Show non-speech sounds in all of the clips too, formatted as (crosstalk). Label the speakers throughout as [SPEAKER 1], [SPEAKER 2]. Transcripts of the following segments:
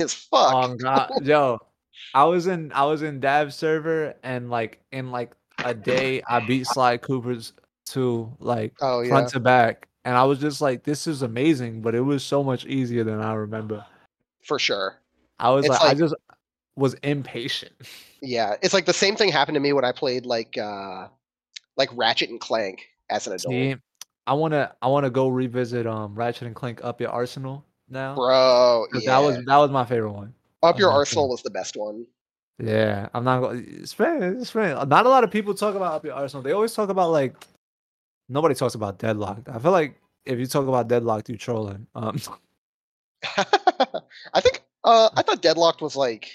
[SPEAKER 1] as fuck.
[SPEAKER 2] Oh god, yo, I was in I was in Dav server and like in like a day I beat Slide Cooper's to like
[SPEAKER 1] oh yeah.
[SPEAKER 2] front to back, and I was just like, this is amazing, but it was so much easier than I remember.
[SPEAKER 1] for sure.
[SPEAKER 2] I was
[SPEAKER 1] It's
[SPEAKER 2] like, I
[SPEAKER 1] like-
[SPEAKER 2] just was impatient.
[SPEAKER 1] Yeah, it's like the same thing happened to me when I played like uh like Ratchet and Clank as an adult.
[SPEAKER 2] See, I wanna I wanna go revisit um Ratchet and Clank up your arsenal now.
[SPEAKER 1] Bro,
[SPEAKER 2] 'cause
[SPEAKER 1] yeah.
[SPEAKER 2] That was that was my favorite one.
[SPEAKER 1] Up Your
[SPEAKER 2] Oh, okay.
[SPEAKER 1] Arsenal was the best one. (laughs)
[SPEAKER 2] Yeah, I'm not going. It's fair. It's fair. Not a lot of people talk about up your arsenal. They always talk about like nobody talks about deadlocked. I feel like if you talk about deadlocked, you trolling. Um, (laughs)
[SPEAKER 1] I think uh I thought Deadlocked was like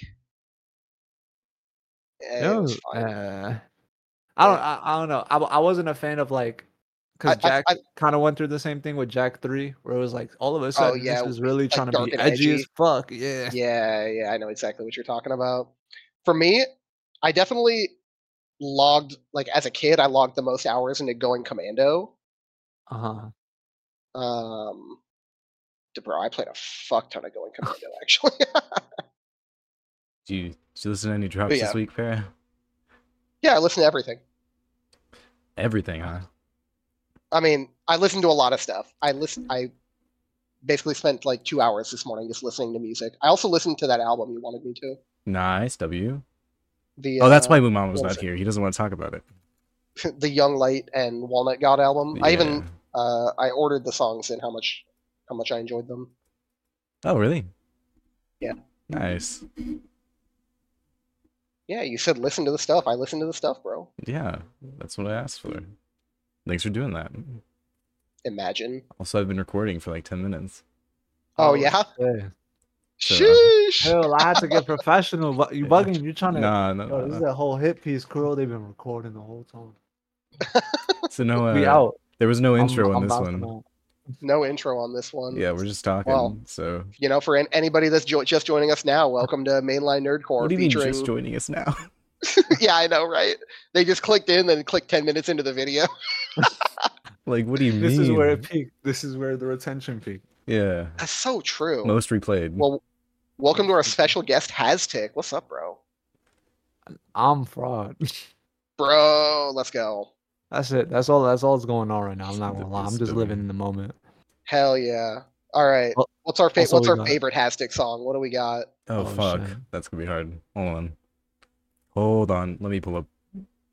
[SPEAKER 1] eh, it
[SPEAKER 2] no,
[SPEAKER 1] was fine.
[SPEAKER 2] uh, I don't. I, I don't know. I, I wasn't a fan of like because
[SPEAKER 1] I- I-
[SPEAKER 2] Jack
[SPEAKER 1] I- Oh,
[SPEAKER 2] kind of went through the same thing with Jack Three, where it was like all of a sudden
[SPEAKER 1] yeah,
[SPEAKER 2] this is really trying to
[SPEAKER 1] dark
[SPEAKER 2] be
[SPEAKER 1] and
[SPEAKER 2] edgy,
[SPEAKER 1] edgy.
[SPEAKER 2] as fuck. Yeah.
[SPEAKER 1] Yeah, yeah, I know exactly what you're talking about. For me, I definitely logged like as a kid, I logged the most hours into going commando.
[SPEAKER 2] Uh huh.
[SPEAKER 1] Um, d- bro, I played a fuck ton of going commando (laughs) actually.
[SPEAKER 3] Did you, did you listen to any drops
[SPEAKER 1] yeah.
[SPEAKER 3] this week, Farah?
[SPEAKER 1] yeah, I listened to everything.
[SPEAKER 3] Everything, huh?
[SPEAKER 1] I mean, I listened to a lot of stuff. I listen. I basically spent like two hours this morning just listening to music. I also listened to that album you wanted me to.
[SPEAKER 3] Nice, W.
[SPEAKER 1] The
[SPEAKER 3] Oh, that's
[SPEAKER 1] uh,
[SPEAKER 3] why Mumon was
[SPEAKER 1] what was it?
[SPEAKER 3] not here. He doesn't want to talk about it.
[SPEAKER 1] the Young Light and Walnut God album. I
[SPEAKER 3] Yeah.
[SPEAKER 1] even uh, I ordered the songs and how much how much I enjoyed them.
[SPEAKER 3] Oh, really?
[SPEAKER 1] Yeah.
[SPEAKER 3] Nice.
[SPEAKER 1] Yeah, you said listen to the stuff. I listened to the stuff, bro.
[SPEAKER 3] Yeah, that's what I asked for. Thanks for doing that.
[SPEAKER 1] Imagine.
[SPEAKER 3] Also, I've been recording for like 10 minutes.
[SPEAKER 1] Oh,
[SPEAKER 3] uh,
[SPEAKER 1] yeah.
[SPEAKER 2] yeah.
[SPEAKER 3] So-
[SPEAKER 1] Sheesh.
[SPEAKER 2] Hell, I had to get professional. But you
[SPEAKER 3] Yeah.
[SPEAKER 2] bugging? You trying to?
[SPEAKER 3] (laughs) Nah, no,
[SPEAKER 2] Yo,
[SPEAKER 3] no,
[SPEAKER 2] Oh, this is
[SPEAKER 3] no.
[SPEAKER 2] a whole hit piece, crew. They've been recording the whole time.
[SPEAKER 3] So, no,
[SPEAKER 2] we
[SPEAKER 3] uh,
[SPEAKER 2] out.
[SPEAKER 3] there was no
[SPEAKER 2] I'm-
[SPEAKER 3] intro
[SPEAKER 2] I'm
[SPEAKER 3] on this
[SPEAKER 2] bouncing
[SPEAKER 3] one.
[SPEAKER 2] out.
[SPEAKER 1] No intro on this one.
[SPEAKER 3] Yeah, we're just talking.
[SPEAKER 1] Well,
[SPEAKER 3] so,
[SPEAKER 1] You know, for an- anybody that's jo- just joining us now, welcome to Mainline Nerdcore.
[SPEAKER 3] what do you mean
[SPEAKER 1] featuring...
[SPEAKER 3] just joining us now?
[SPEAKER 1] (laughs)
[SPEAKER 3] (laughs)
[SPEAKER 1] yeah, I know, right? They just clicked in, then clicked ten minutes into the video. (laughs)
[SPEAKER 3] like, what do you mean?
[SPEAKER 2] This is where it peaked. This is where the retention peaked.
[SPEAKER 3] Yeah,
[SPEAKER 1] That's so true.
[SPEAKER 3] most replayed.
[SPEAKER 1] Well- Welcome to our special guest, Haztick. What's up, bro?
[SPEAKER 2] I'm fraud. (laughs)
[SPEAKER 1] Bro, let's go.
[SPEAKER 2] That's it. That's all. That's all that's going on right now. I'm not gonna lie. I'm
[SPEAKER 3] It's
[SPEAKER 2] just
[SPEAKER 3] the-
[SPEAKER 2] living in the moment.
[SPEAKER 1] Hell yeah. All right.
[SPEAKER 2] Well,
[SPEAKER 1] What's our fa-
[SPEAKER 2] also
[SPEAKER 1] what's
[SPEAKER 2] we
[SPEAKER 1] our
[SPEAKER 2] got-
[SPEAKER 1] favorite Haztick song? What do we got?
[SPEAKER 3] oh,
[SPEAKER 2] oh,
[SPEAKER 3] fuck.
[SPEAKER 2] shit.
[SPEAKER 3] That's going to be hard. Hold on. Hold on. Let me pull up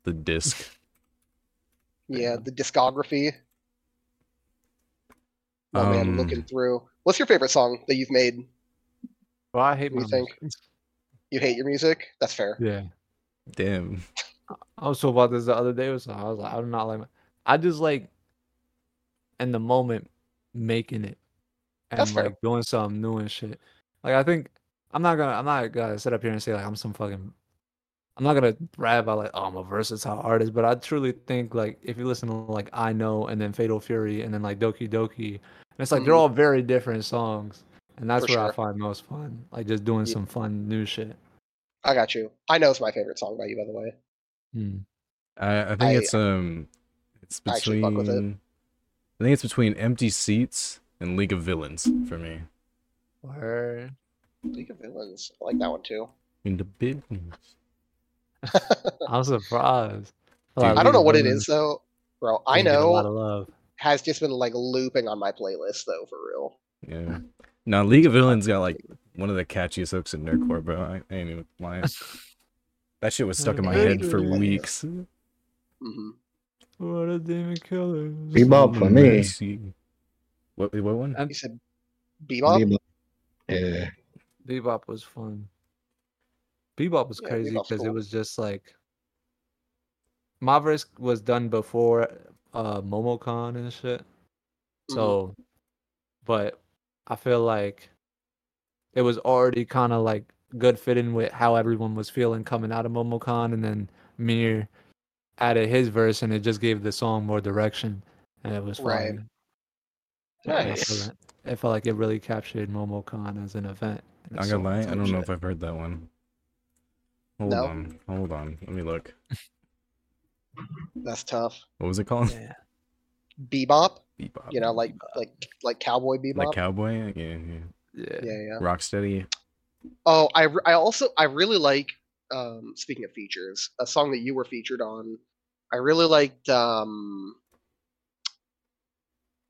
[SPEAKER 3] the disc.
[SPEAKER 1] Yeah, the discography. (laughs) Oh man, I'm
[SPEAKER 3] Um,
[SPEAKER 1] looking through. What's your favorite song that you've made?
[SPEAKER 2] Well, I hate
[SPEAKER 1] What
[SPEAKER 2] my.
[SPEAKER 1] do you
[SPEAKER 2] music.
[SPEAKER 1] You hate your music? That's fair.
[SPEAKER 2] Yeah.
[SPEAKER 3] Damn.
[SPEAKER 2] I was talking about this the other day or something. I was like, I'm not like. my- I just like, in the moment, making it, and
[SPEAKER 1] That's fair.
[SPEAKER 2] like doing something new and shit. Like I think I'm not gonna. I'm not gonna sit up here and say like I'm some fucking. I'm not gonna brag about like oh I'm a versatile artist, but I truly think like if you listen to like I know and then Fatal Fury and then like Doki Doki, and it's like they're
[SPEAKER 1] Mhm.
[SPEAKER 2] all very different songs, and that's
[SPEAKER 1] For
[SPEAKER 2] where
[SPEAKER 1] sure.
[SPEAKER 2] I find most fun. Like just doing
[SPEAKER 1] Yeah.
[SPEAKER 2] some fun new shit.
[SPEAKER 1] I got you. I know it's my favorite song by you, by the way.
[SPEAKER 2] Hmm.
[SPEAKER 3] I, I think
[SPEAKER 1] I- uh,
[SPEAKER 3] it's um, it's
[SPEAKER 1] I actually
[SPEAKER 3] between.
[SPEAKER 1] fuck with it.
[SPEAKER 3] I think it's between Empty Seats and League of Villains for me.
[SPEAKER 2] Word.
[SPEAKER 1] League of Villains. I like that one too. (laughs)
[SPEAKER 3] In the big news.
[SPEAKER 2] I'm surprised.
[SPEAKER 3] Dude,
[SPEAKER 1] I don't know
[SPEAKER 2] League
[SPEAKER 1] what it
[SPEAKER 2] Villains
[SPEAKER 1] is though. Bro, I
[SPEAKER 2] doesn't get A lot
[SPEAKER 1] know
[SPEAKER 2] of love.
[SPEAKER 1] has just been like looping on my playlist though, for real.
[SPEAKER 3] Yeah. Now League of Villains got like one of the catchiest hooks in nerdcore, bro. I, I ain't even
[SPEAKER 1] (laughs)
[SPEAKER 3] lying. That shit was stuck in my head for weeks.
[SPEAKER 1] hmm
[SPEAKER 2] What a demon killer.
[SPEAKER 4] Bebop for me.
[SPEAKER 3] Mercy. What what one?
[SPEAKER 2] And
[SPEAKER 1] You said Bebop?
[SPEAKER 4] Bebop. Yeah.
[SPEAKER 2] Bebop was fun. Bebop was
[SPEAKER 1] Yeah,
[SPEAKER 2] crazy
[SPEAKER 1] Bebop's
[SPEAKER 2] because
[SPEAKER 1] cool.
[SPEAKER 2] it was just like my verse was done before uh Momocon and shit.
[SPEAKER 1] Mhm.
[SPEAKER 2] So but I feel like it was already kinda like good fitting with how everyone was feeling coming out of Momocon and then Mir added his verse and it just gave the song more direction and it was fun.
[SPEAKER 1] Right.
[SPEAKER 2] And I feel
[SPEAKER 1] Nice.
[SPEAKER 2] that- I felt like it really captured MomoCon as an event. and
[SPEAKER 3] Not
[SPEAKER 2] its
[SPEAKER 3] gonna
[SPEAKER 2] own
[SPEAKER 3] lie, I
[SPEAKER 2] type
[SPEAKER 3] don't know
[SPEAKER 2] shit.
[SPEAKER 3] if I've heard that one. Hold
[SPEAKER 1] No?
[SPEAKER 3] on, hold on. Let me look.
[SPEAKER 1] That's tough.
[SPEAKER 3] What was it
[SPEAKER 2] (laughs)
[SPEAKER 3] called?
[SPEAKER 2] Yeah.
[SPEAKER 1] Bebop,
[SPEAKER 3] Bebop.
[SPEAKER 1] you know, like like like cowboy bebop.
[SPEAKER 3] like cowboy. Yeah, yeah.
[SPEAKER 2] Yeah.
[SPEAKER 1] yeah, yeah.
[SPEAKER 3] Rocksteady.
[SPEAKER 1] Oh, I, re- I also I really like um speaking of features, a song that you were featured on. I really liked um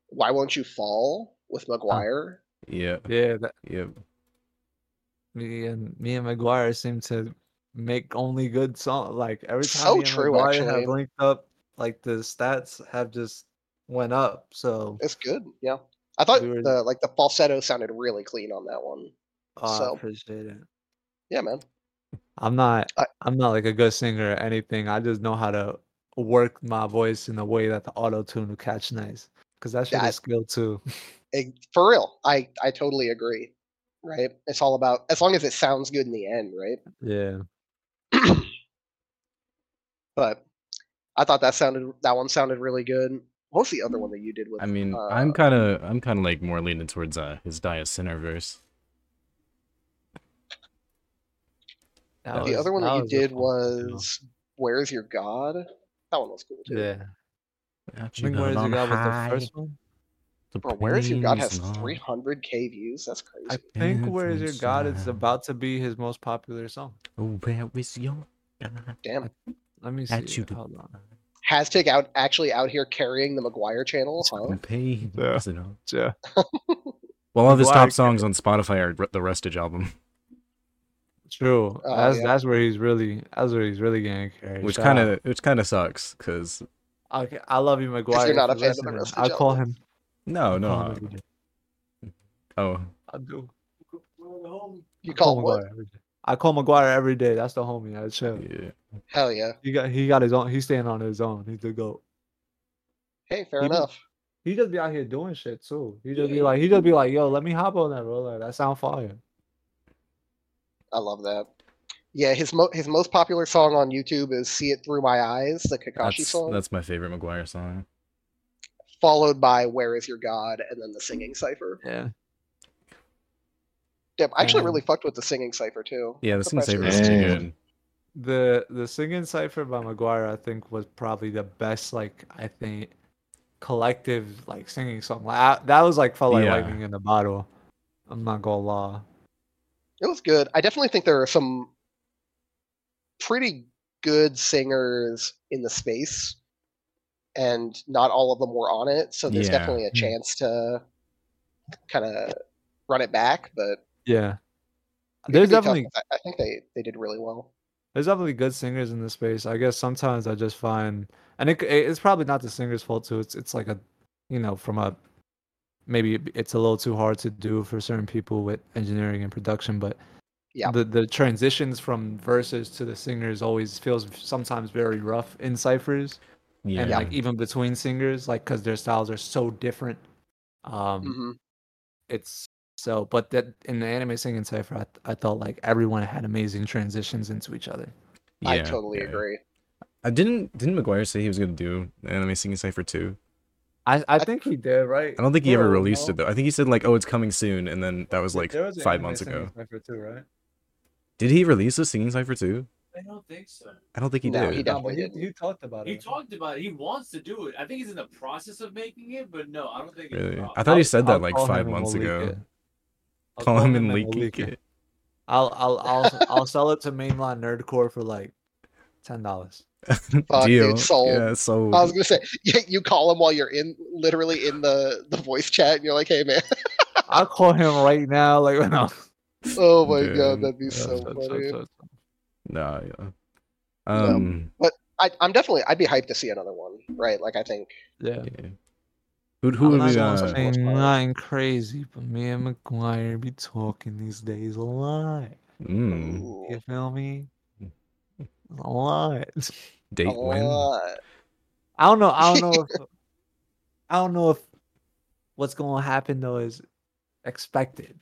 [SPEAKER 1] Why Won't You Fall with McGuire.
[SPEAKER 3] Yeah,
[SPEAKER 2] Yeah, that,
[SPEAKER 3] yeah.
[SPEAKER 2] me and me and McGuire seem to make only good song. Like every time
[SPEAKER 1] So
[SPEAKER 2] me and
[SPEAKER 1] true,
[SPEAKER 2] Maguire
[SPEAKER 1] actually.
[SPEAKER 2] have linked up, like the stats have just went up. So
[SPEAKER 1] It's good. Yeah. I thought
[SPEAKER 2] We were-
[SPEAKER 1] the like the falsetto sounded really clean on that one.
[SPEAKER 2] oh,
[SPEAKER 1] So-
[SPEAKER 2] I appreciate it.
[SPEAKER 1] Yeah, man.
[SPEAKER 2] I'm not
[SPEAKER 1] I-
[SPEAKER 2] I'm not like a good singer or anything. I just know how to work my voice in a way that the auto tune will catch nice. Cause that shit
[SPEAKER 1] That-
[SPEAKER 2] is skill too. (laughs)
[SPEAKER 1] It, for real. I I totally agree. Right? It's all about as long as it sounds good in the end, right? (clears throat)
[SPEAKER 2] Yeah.
[SPEAKER 1] But I thought that sounded that one sounded really good. What was the other one that you did with uh,
[SPEAKER 3] I mean, I'm kind of, I'm kind of like more leaning towards uh, his Dia Sinner verse.
[SPEAKER 2] That
[SPEAKER 3] The
[SPEAKER 1] the
[SPEAKER 2] was-
[SPEAKER 1] other one that, you
[SPEAKER 2] a
[SPEAKER 1] did
[SPEAKER 2] fun one, too.
[SPEAKER 1] was Where's Your God? That one was cool too.
[SPEAKER 2] Yeah. I think Where's Your God was the first one.
[SPEAKER 1] Bro, Where's Your God has 300k views. That's crazy.
[SPEAKER 2] I think
[SPEAKER 3] Dance
[SPEAKER 2] Where's Your God is
[SPEAKER 3] inside.
[SPEAKER 2] about to be his most popular song.
[SPEAKER 3] Oh, Where is your God?
[SPEAKER 1] Damn.
[SPEAKER 2] Let me
[SPEAKER 3] That
[SPEAKER 2] see.
[SPEAKER 3] you do.
[SPEAKER 2] Hold on.
[SPEAKER 1] Hashtag out actually out here carrying the McGuire channel, huh?
[SPEAKER 3] Pain.
[SPEAKER 2] Yeah.
[SPEAKER 3] is it all?
[SPEAKER 2] Yeah.
[SPEAKER 3] Well, all of his
[SPEAKER 2] Why?
[SPEAKER 3] top songs on Spotify are r- the Rustage album,
[SPEAKER 2] True.
[SPEAKER 1] Oh,
[SPEAKER 2] that's
[SPEAKER 1] yeah.
[SPEAKER 2] that's where he's really that's where he's really getting carried.
[SPEAKER 3] which
[SPEAKER 2] Shout out.
[SPEAKER 3] kind of, which kind of sucks because
[SPEAKER 2] okay, I love you, McGuire.
[SPEAKER 1] not
[SPEAKER 2] if
[SPEAKER 1] a fan of the
[SPEAKER 2] listening.
[SPEAKER 1] rest of
[SPEAKER 2] I'll
[SPEAKER 1] the
[SPEAKER 2] call
[SPEAKER 1] album.
[SPEAKER 2] him.
[SPEAKER 3] no,
[SPEAKER 2] I'll call
[SPEAKER 3] no,
[SPEAKER 2] him
[SPEAKER 3] uh,
[SPEAKER 2] every day.
[SPEAKER 3] oh,
[SPEAKER 2] I do.
[SPEAKER 1] You
[SPEAKER 2] I
[SPEAKER 1] call it what?
[SPEAKER 2] Maguire every day. I call McGuire every day. That's the homie. That's him.
[SPEAKER 3] Oh, yeah.
[SPEAKER 1] Hell yeah.
[SPEAKER 2] He got he got his own. He's staying on his own. He's the goat.
[SPEAKER 1] Hey, fair
[SPEAKER 2] He did-
[SPEAKER 1] enough.
[SPEAKER 2] He just be out here doing shit too. He just be like he just be like, yo, let me hop on that roller. That sound fire.
[SPEAKER 1] I love that. Yeah, his mo- his most popular song on YouTube is "See It Through My Eyes," the Kakashi
[SPEAKER 3] That's,
[SPEAKER 1] song,
[SPEAKER 3] that's my favorite McGuire song.
[SPEAKER 1] followed by "Where Is Your God," and then the singing cipher.
[SPEAKER 2] Yeah.
[SPEAKER 1] Damn, I actually
[SPEAKER 2] Damn.
[SPEAKER 1] really fucked with the singing cipher too.
[SPEAKER 3] Um, Yeah, the
[SPEAKER 1] That's
[SPEAKER 3] same favorite
[SPEAKER 1] actually-
[SPEAKER 3] is too
[SPEAKER 4] Damn.
[SPEAKER 3] good.
[SPEAKER 2] The the singing cipher by McGuire, I think, was probably the best. Like I think collective like singing song. Like, I, that was like felt like
[SPEAKER 3] Yeah.
[SPEAKER 2] lightning in a bottle. I'm not gonna lie.
[SPEAKER 1] It was good. I definitely think there are some pretty good singers in the space, and not all of them were on it. So there's
[SPEAKER 3] Yeah.
[SPEAKER 1] definitely a
[SPEAKER 2] Hmm.
[SPEAKER 1] chance to kind of run it back. But
[SPEAKER 2] Yeah.
[SPEAKER 1] it could
[SPEAKER 2] There's
[SPEAKER 1] be tough,
[SPEAKER 2] definitely
[SPEAKER 1] 'cause I I think they they did really well.
[SPEAKER 2] There's definitely good singers in this space. I guess sometimes I just find, and it, it- it's probably not the singer's fault too. It's it's like a, you know, from a maybe it- it's a little too hard to do for certain people with engineering and production. But
[SPEAKER 1] Yeah.
[SPEAKER 2] the the transitions from verses to the singers always feels sometimes very rough in ciphers,
[SPEAKER 3] Yeah,
[SPEAKER 2] and like even between singers, like because their styles are so different. Um,
[SPEAKER 1] hmm
[SPEAKER 2] it's so, but that in the anime singing cipher, I, th- I thought like everyone had amazing transitions into each other.
[SPEAKER 1] I
[SPEAKER 3] yeah,
[SPEAKER 1] totally
[SPEAKER 3] yeah.
[SPEAKER 1] agree.
[SPEAKER 3] I didn't didn't McGuire say he was gonna do anime singing cipher two.
[SPEAKER 2] I, I think he did, right?
[SPEAKER 3] I don't think he ever
[SPEAKER 2] Bro,
[SPEAKER 3] released
[SPEAKER 2] no.
[SPEAKER 3] it though. I think he said like, oh, it's coming soon, and then that was
[SPEAKER 2] There-
[SPEAKER 3] like
[SPEAKER 2] there was an
[SPEAKER 3] five
[SPEAKER 2] anime
[SPEAKER 3] months
[SPEAKER 2] singing
[SPEAKER 3] ago.
[SPEAKER 2] cipher too, right?
[SPEAKER 3] Did he release a singing cipher two?
[SPEAKER 5] I don't think so.
[SPEAKER 3] I don't think he
[SPEAKER 1] No,
[SPEAKER 3] did.
[SPEAKER 1] he
[SPEAKER 2] No, but
[SPEAKER 1] definitely
[SPEAKER 2] he,
[SPEAKER 1] didn't.
[SPEAKER 2] he talked about
[SPEAKER 5] He
[SPEAKER 2] it.
[SPEAKER 5] talked about it. He wants to do it. I think he's in the process of making it, but no, I don't think. it's
[SPEAKER 3] Really?
[SPEAKER 5] wrong.
[SPEAKER 3] I thought he
[SPEAKER 2] I'll-
[SPEAKER 3] said that
[SPEAKER 2] I'll
[SPEAKER 3] like
[SPEAKER 2] call him
[SPEAKER 3] five
[SPEAKER 2] and
[SPEAKER 3] months
[SPEAKER 2] we'll leak
[SPEAKER 3] ago.
[SPEAKER 2] it. I'll
[SPEAKER 3] Call him and
[SPEAKER 2] we'll
[SPEAKER 3] leaky
[SPEAKER 2] leak
[SPEAKER 3] (laughs) kit.
[SPEAKER 2] I'll I'll I'll I'll sell it to mainline nerdcore for like ten dollars.
[SPEAKER 1] Fuck, dude,
[SPEAKER 3] Deal.
[SPEAKER 1] sold.
[SPEAKER 3] Yeah, so
[SPEAKER 1] I was gonna say, (laughs) yeah, you call him while you're in, literally in the the voice chat, and you're like, "Hey, man, (laughs)
[SPEAKER 2] I'll call him right now. Like (laughs) no.
[SPEAKER 1] oh my god,
[SPEAKER 3] Dude,
[SPEAKER 1] that'd be
[SPEAKER 3] yeah,
[SPEAKER 1] so
[SPEAKER 2] So- so-
[SPEAKER 1] funny."
[SPEAKER 2] so- so-
[SPEAKER 3] nah, yeah. Um,
[SPEAKER 1] I, I'm definitely, I'd be hyped to see another one, right? Like, I think
[SPEAKER 2] yeah.
[SPEAKER 3] yeah. Who who
[SPEAKER 2] I'm
[SPEAKER 3] would
[SPEAKER 2] not
[SPEAKER 3] be?
[SPEAKER 2] gonna
[SPEAKER 3] Uh,
[SPEAKER 2] say
[SPEAKER 1] Most part.
[SPEAKER 2] nothing crazy, but me and McGuire be talking these days a lot.
[SPEAKER 3] mm,
[SPEAKER 1] ooh,
[SPEAKER 2] You feel me? A lot.
[SPEAKER 1] a
[SPEAKER 3] date when? (laughs)
[SPEAKER 1] lot.
[SPEAKER 2] I don't know. I don't know if I don't know if what's going to happen though is expected.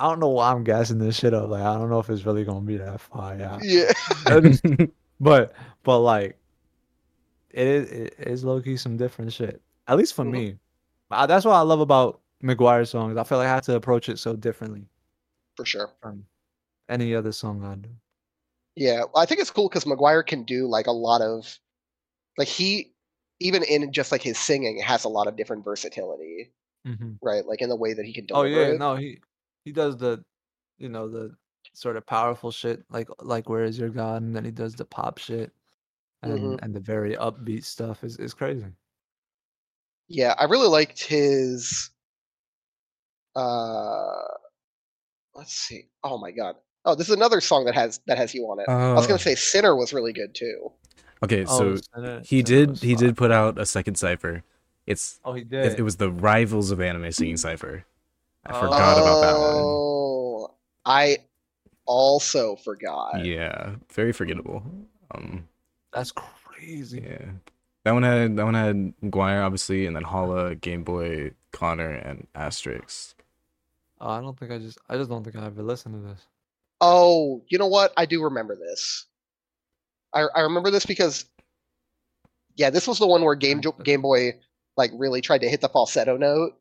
[SPEAKER 2] I don't know why I'm guessing this shit up. Like I don't know if it's really going to be that
[SPEAKER 1] (laughs)
[SPEAKER 2] far. Yeah,
[SPEAKER 1] Yeah,
[SPEAKER 2] but but like it is it is low key some different shit. At least for
[SPEAKER 1] Mhm.
[SPEAKER 2] me, I, that's what I love about McGuire songs. I feel like I have to approach it so differently
[SPEAKER 1] for sure.
[SPEAKER 2] from any other song I do.
[SPEAKER 1] Yeah, well, I think it's cool because McGuire can do like a lot of, like he, even in just like his singing, has a lot of different versatility,
[SPEAKER 2] Mm-hmm.
[SPEAKER 1] right? Like in the way that he can
[SPEAKER 2] Oh
[SPEAKER 1] deliver.
[SPEAKER 2] yeah,
[SPEAKER 1] it.
[SPEAKER 2] no, he he does the you know the sort of powerful shit like like where is your god and then he does the pop shit and
[SPEAKER 1] Mhm.
[SPEAKER 2] and the very upbeat stuff is is crazy
[SPEAKER 1] Yeah, I really liked his. Uh, let's see. Oh my god. Oh, this is another song that has that has you on it. I was
[SPEAKER 3] Oh.
[SPEAKER 1] gonna say Sinner was really good too.
[SPEAKER 3] Okay,
[SPEAKER 1] Oh,
[SPEAKER 3] so
[SPEAKER 2] Senna-
[SPEAKER 3] he
[SPEAKER 2] Senna
[SPEAKER 3] did
[SPEAKER 2] was
[SPEAKER 3] he
[SPEAKER 2] fire.
[SPEAKER 3] did put out a second cipher. It's
[SPEAKER 2] oh he did
[SPEAKER 3] it, it was the Rivals of Anime Singing Cipher. I forgot about that
[SPEAKER 1] Oh, I also forgot.
[SPEAKER 3] one. Yeah, very forgettable. Um,
[SPEAKER 2] that's crazy
[SPEAKER 3] yeah, that one had that one had Guire obviously, and then Hala, Game Boy, Connor, and Asterix.
[SPEAKER 2] oh, I don't think I just I just don't think I ever listened to this
[SPEAKER 1] Oh, you know what? I do remember this. I I remember this because yeah, this was the one where Game Jo- Game Boy like really tried to hit the falsetto note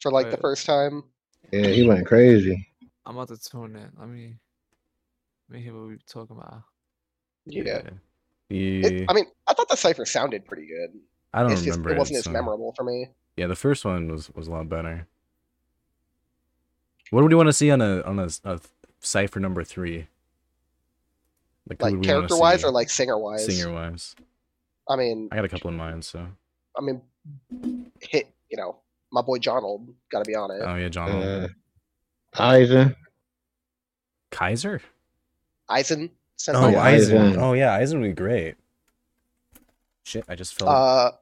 [SPEAKER 1] for like the
[SPEAKER 2] Right.
[SPEAKER 1] first time.
[SPEAKER 4] Yeah, he went crazy.
[SPEAKER 2] I'm about to tune in let me let me hear what we were talking about
[SPEAKER 1] Yeah.
[SPEAKER 3] Yeah.
[SPEAKER 1] It, I mean, I thought the cipher sounded pretty good.
[SPEAKER 3] I don't
[SPEAKER 1] it's just
[SPEAKER 3] remember
[SPEAKER 1] it wasn't as
[SPEAKER 3] so-
[SPEAKER 1] memorable for me.
[SPEAKER 3] Yeah, the first one was was a lot better. What would you want to see on a on a, a cipher number three? who
[SPEAKER 1] Like
[SPEAKER 3] would we wanna
[SPEAKER 1] character wise
[SPEAKER 3] see?
[SPEAKER 1] or like singer wise.
[SPEAKER 3] singer wise?
[SPEAKER 1] I mean,
[SPEAKER 3] I got a couple in mind. So
[SPEAKER 1] I mean, hit you know my boy Jonald. Got to be on it.
[SPEAKER 3] oh yeah, John
[SPEAKER 4] Uh, Eisen.
[SPEAKER 3] Kaiser.
[SPEAKER 1] Eisen. Sent
[SPEAKER 4] Oh,
[SPEAKER 1] my
[SPEAKER 4] yeah,
[SPEAKER 1] way.
[SPEAKER 4] Eisen.
[SPEAKER 3] Oh yeah, Eisen would be great. Shit, I just fell.
[SPEAKER 1] Uh,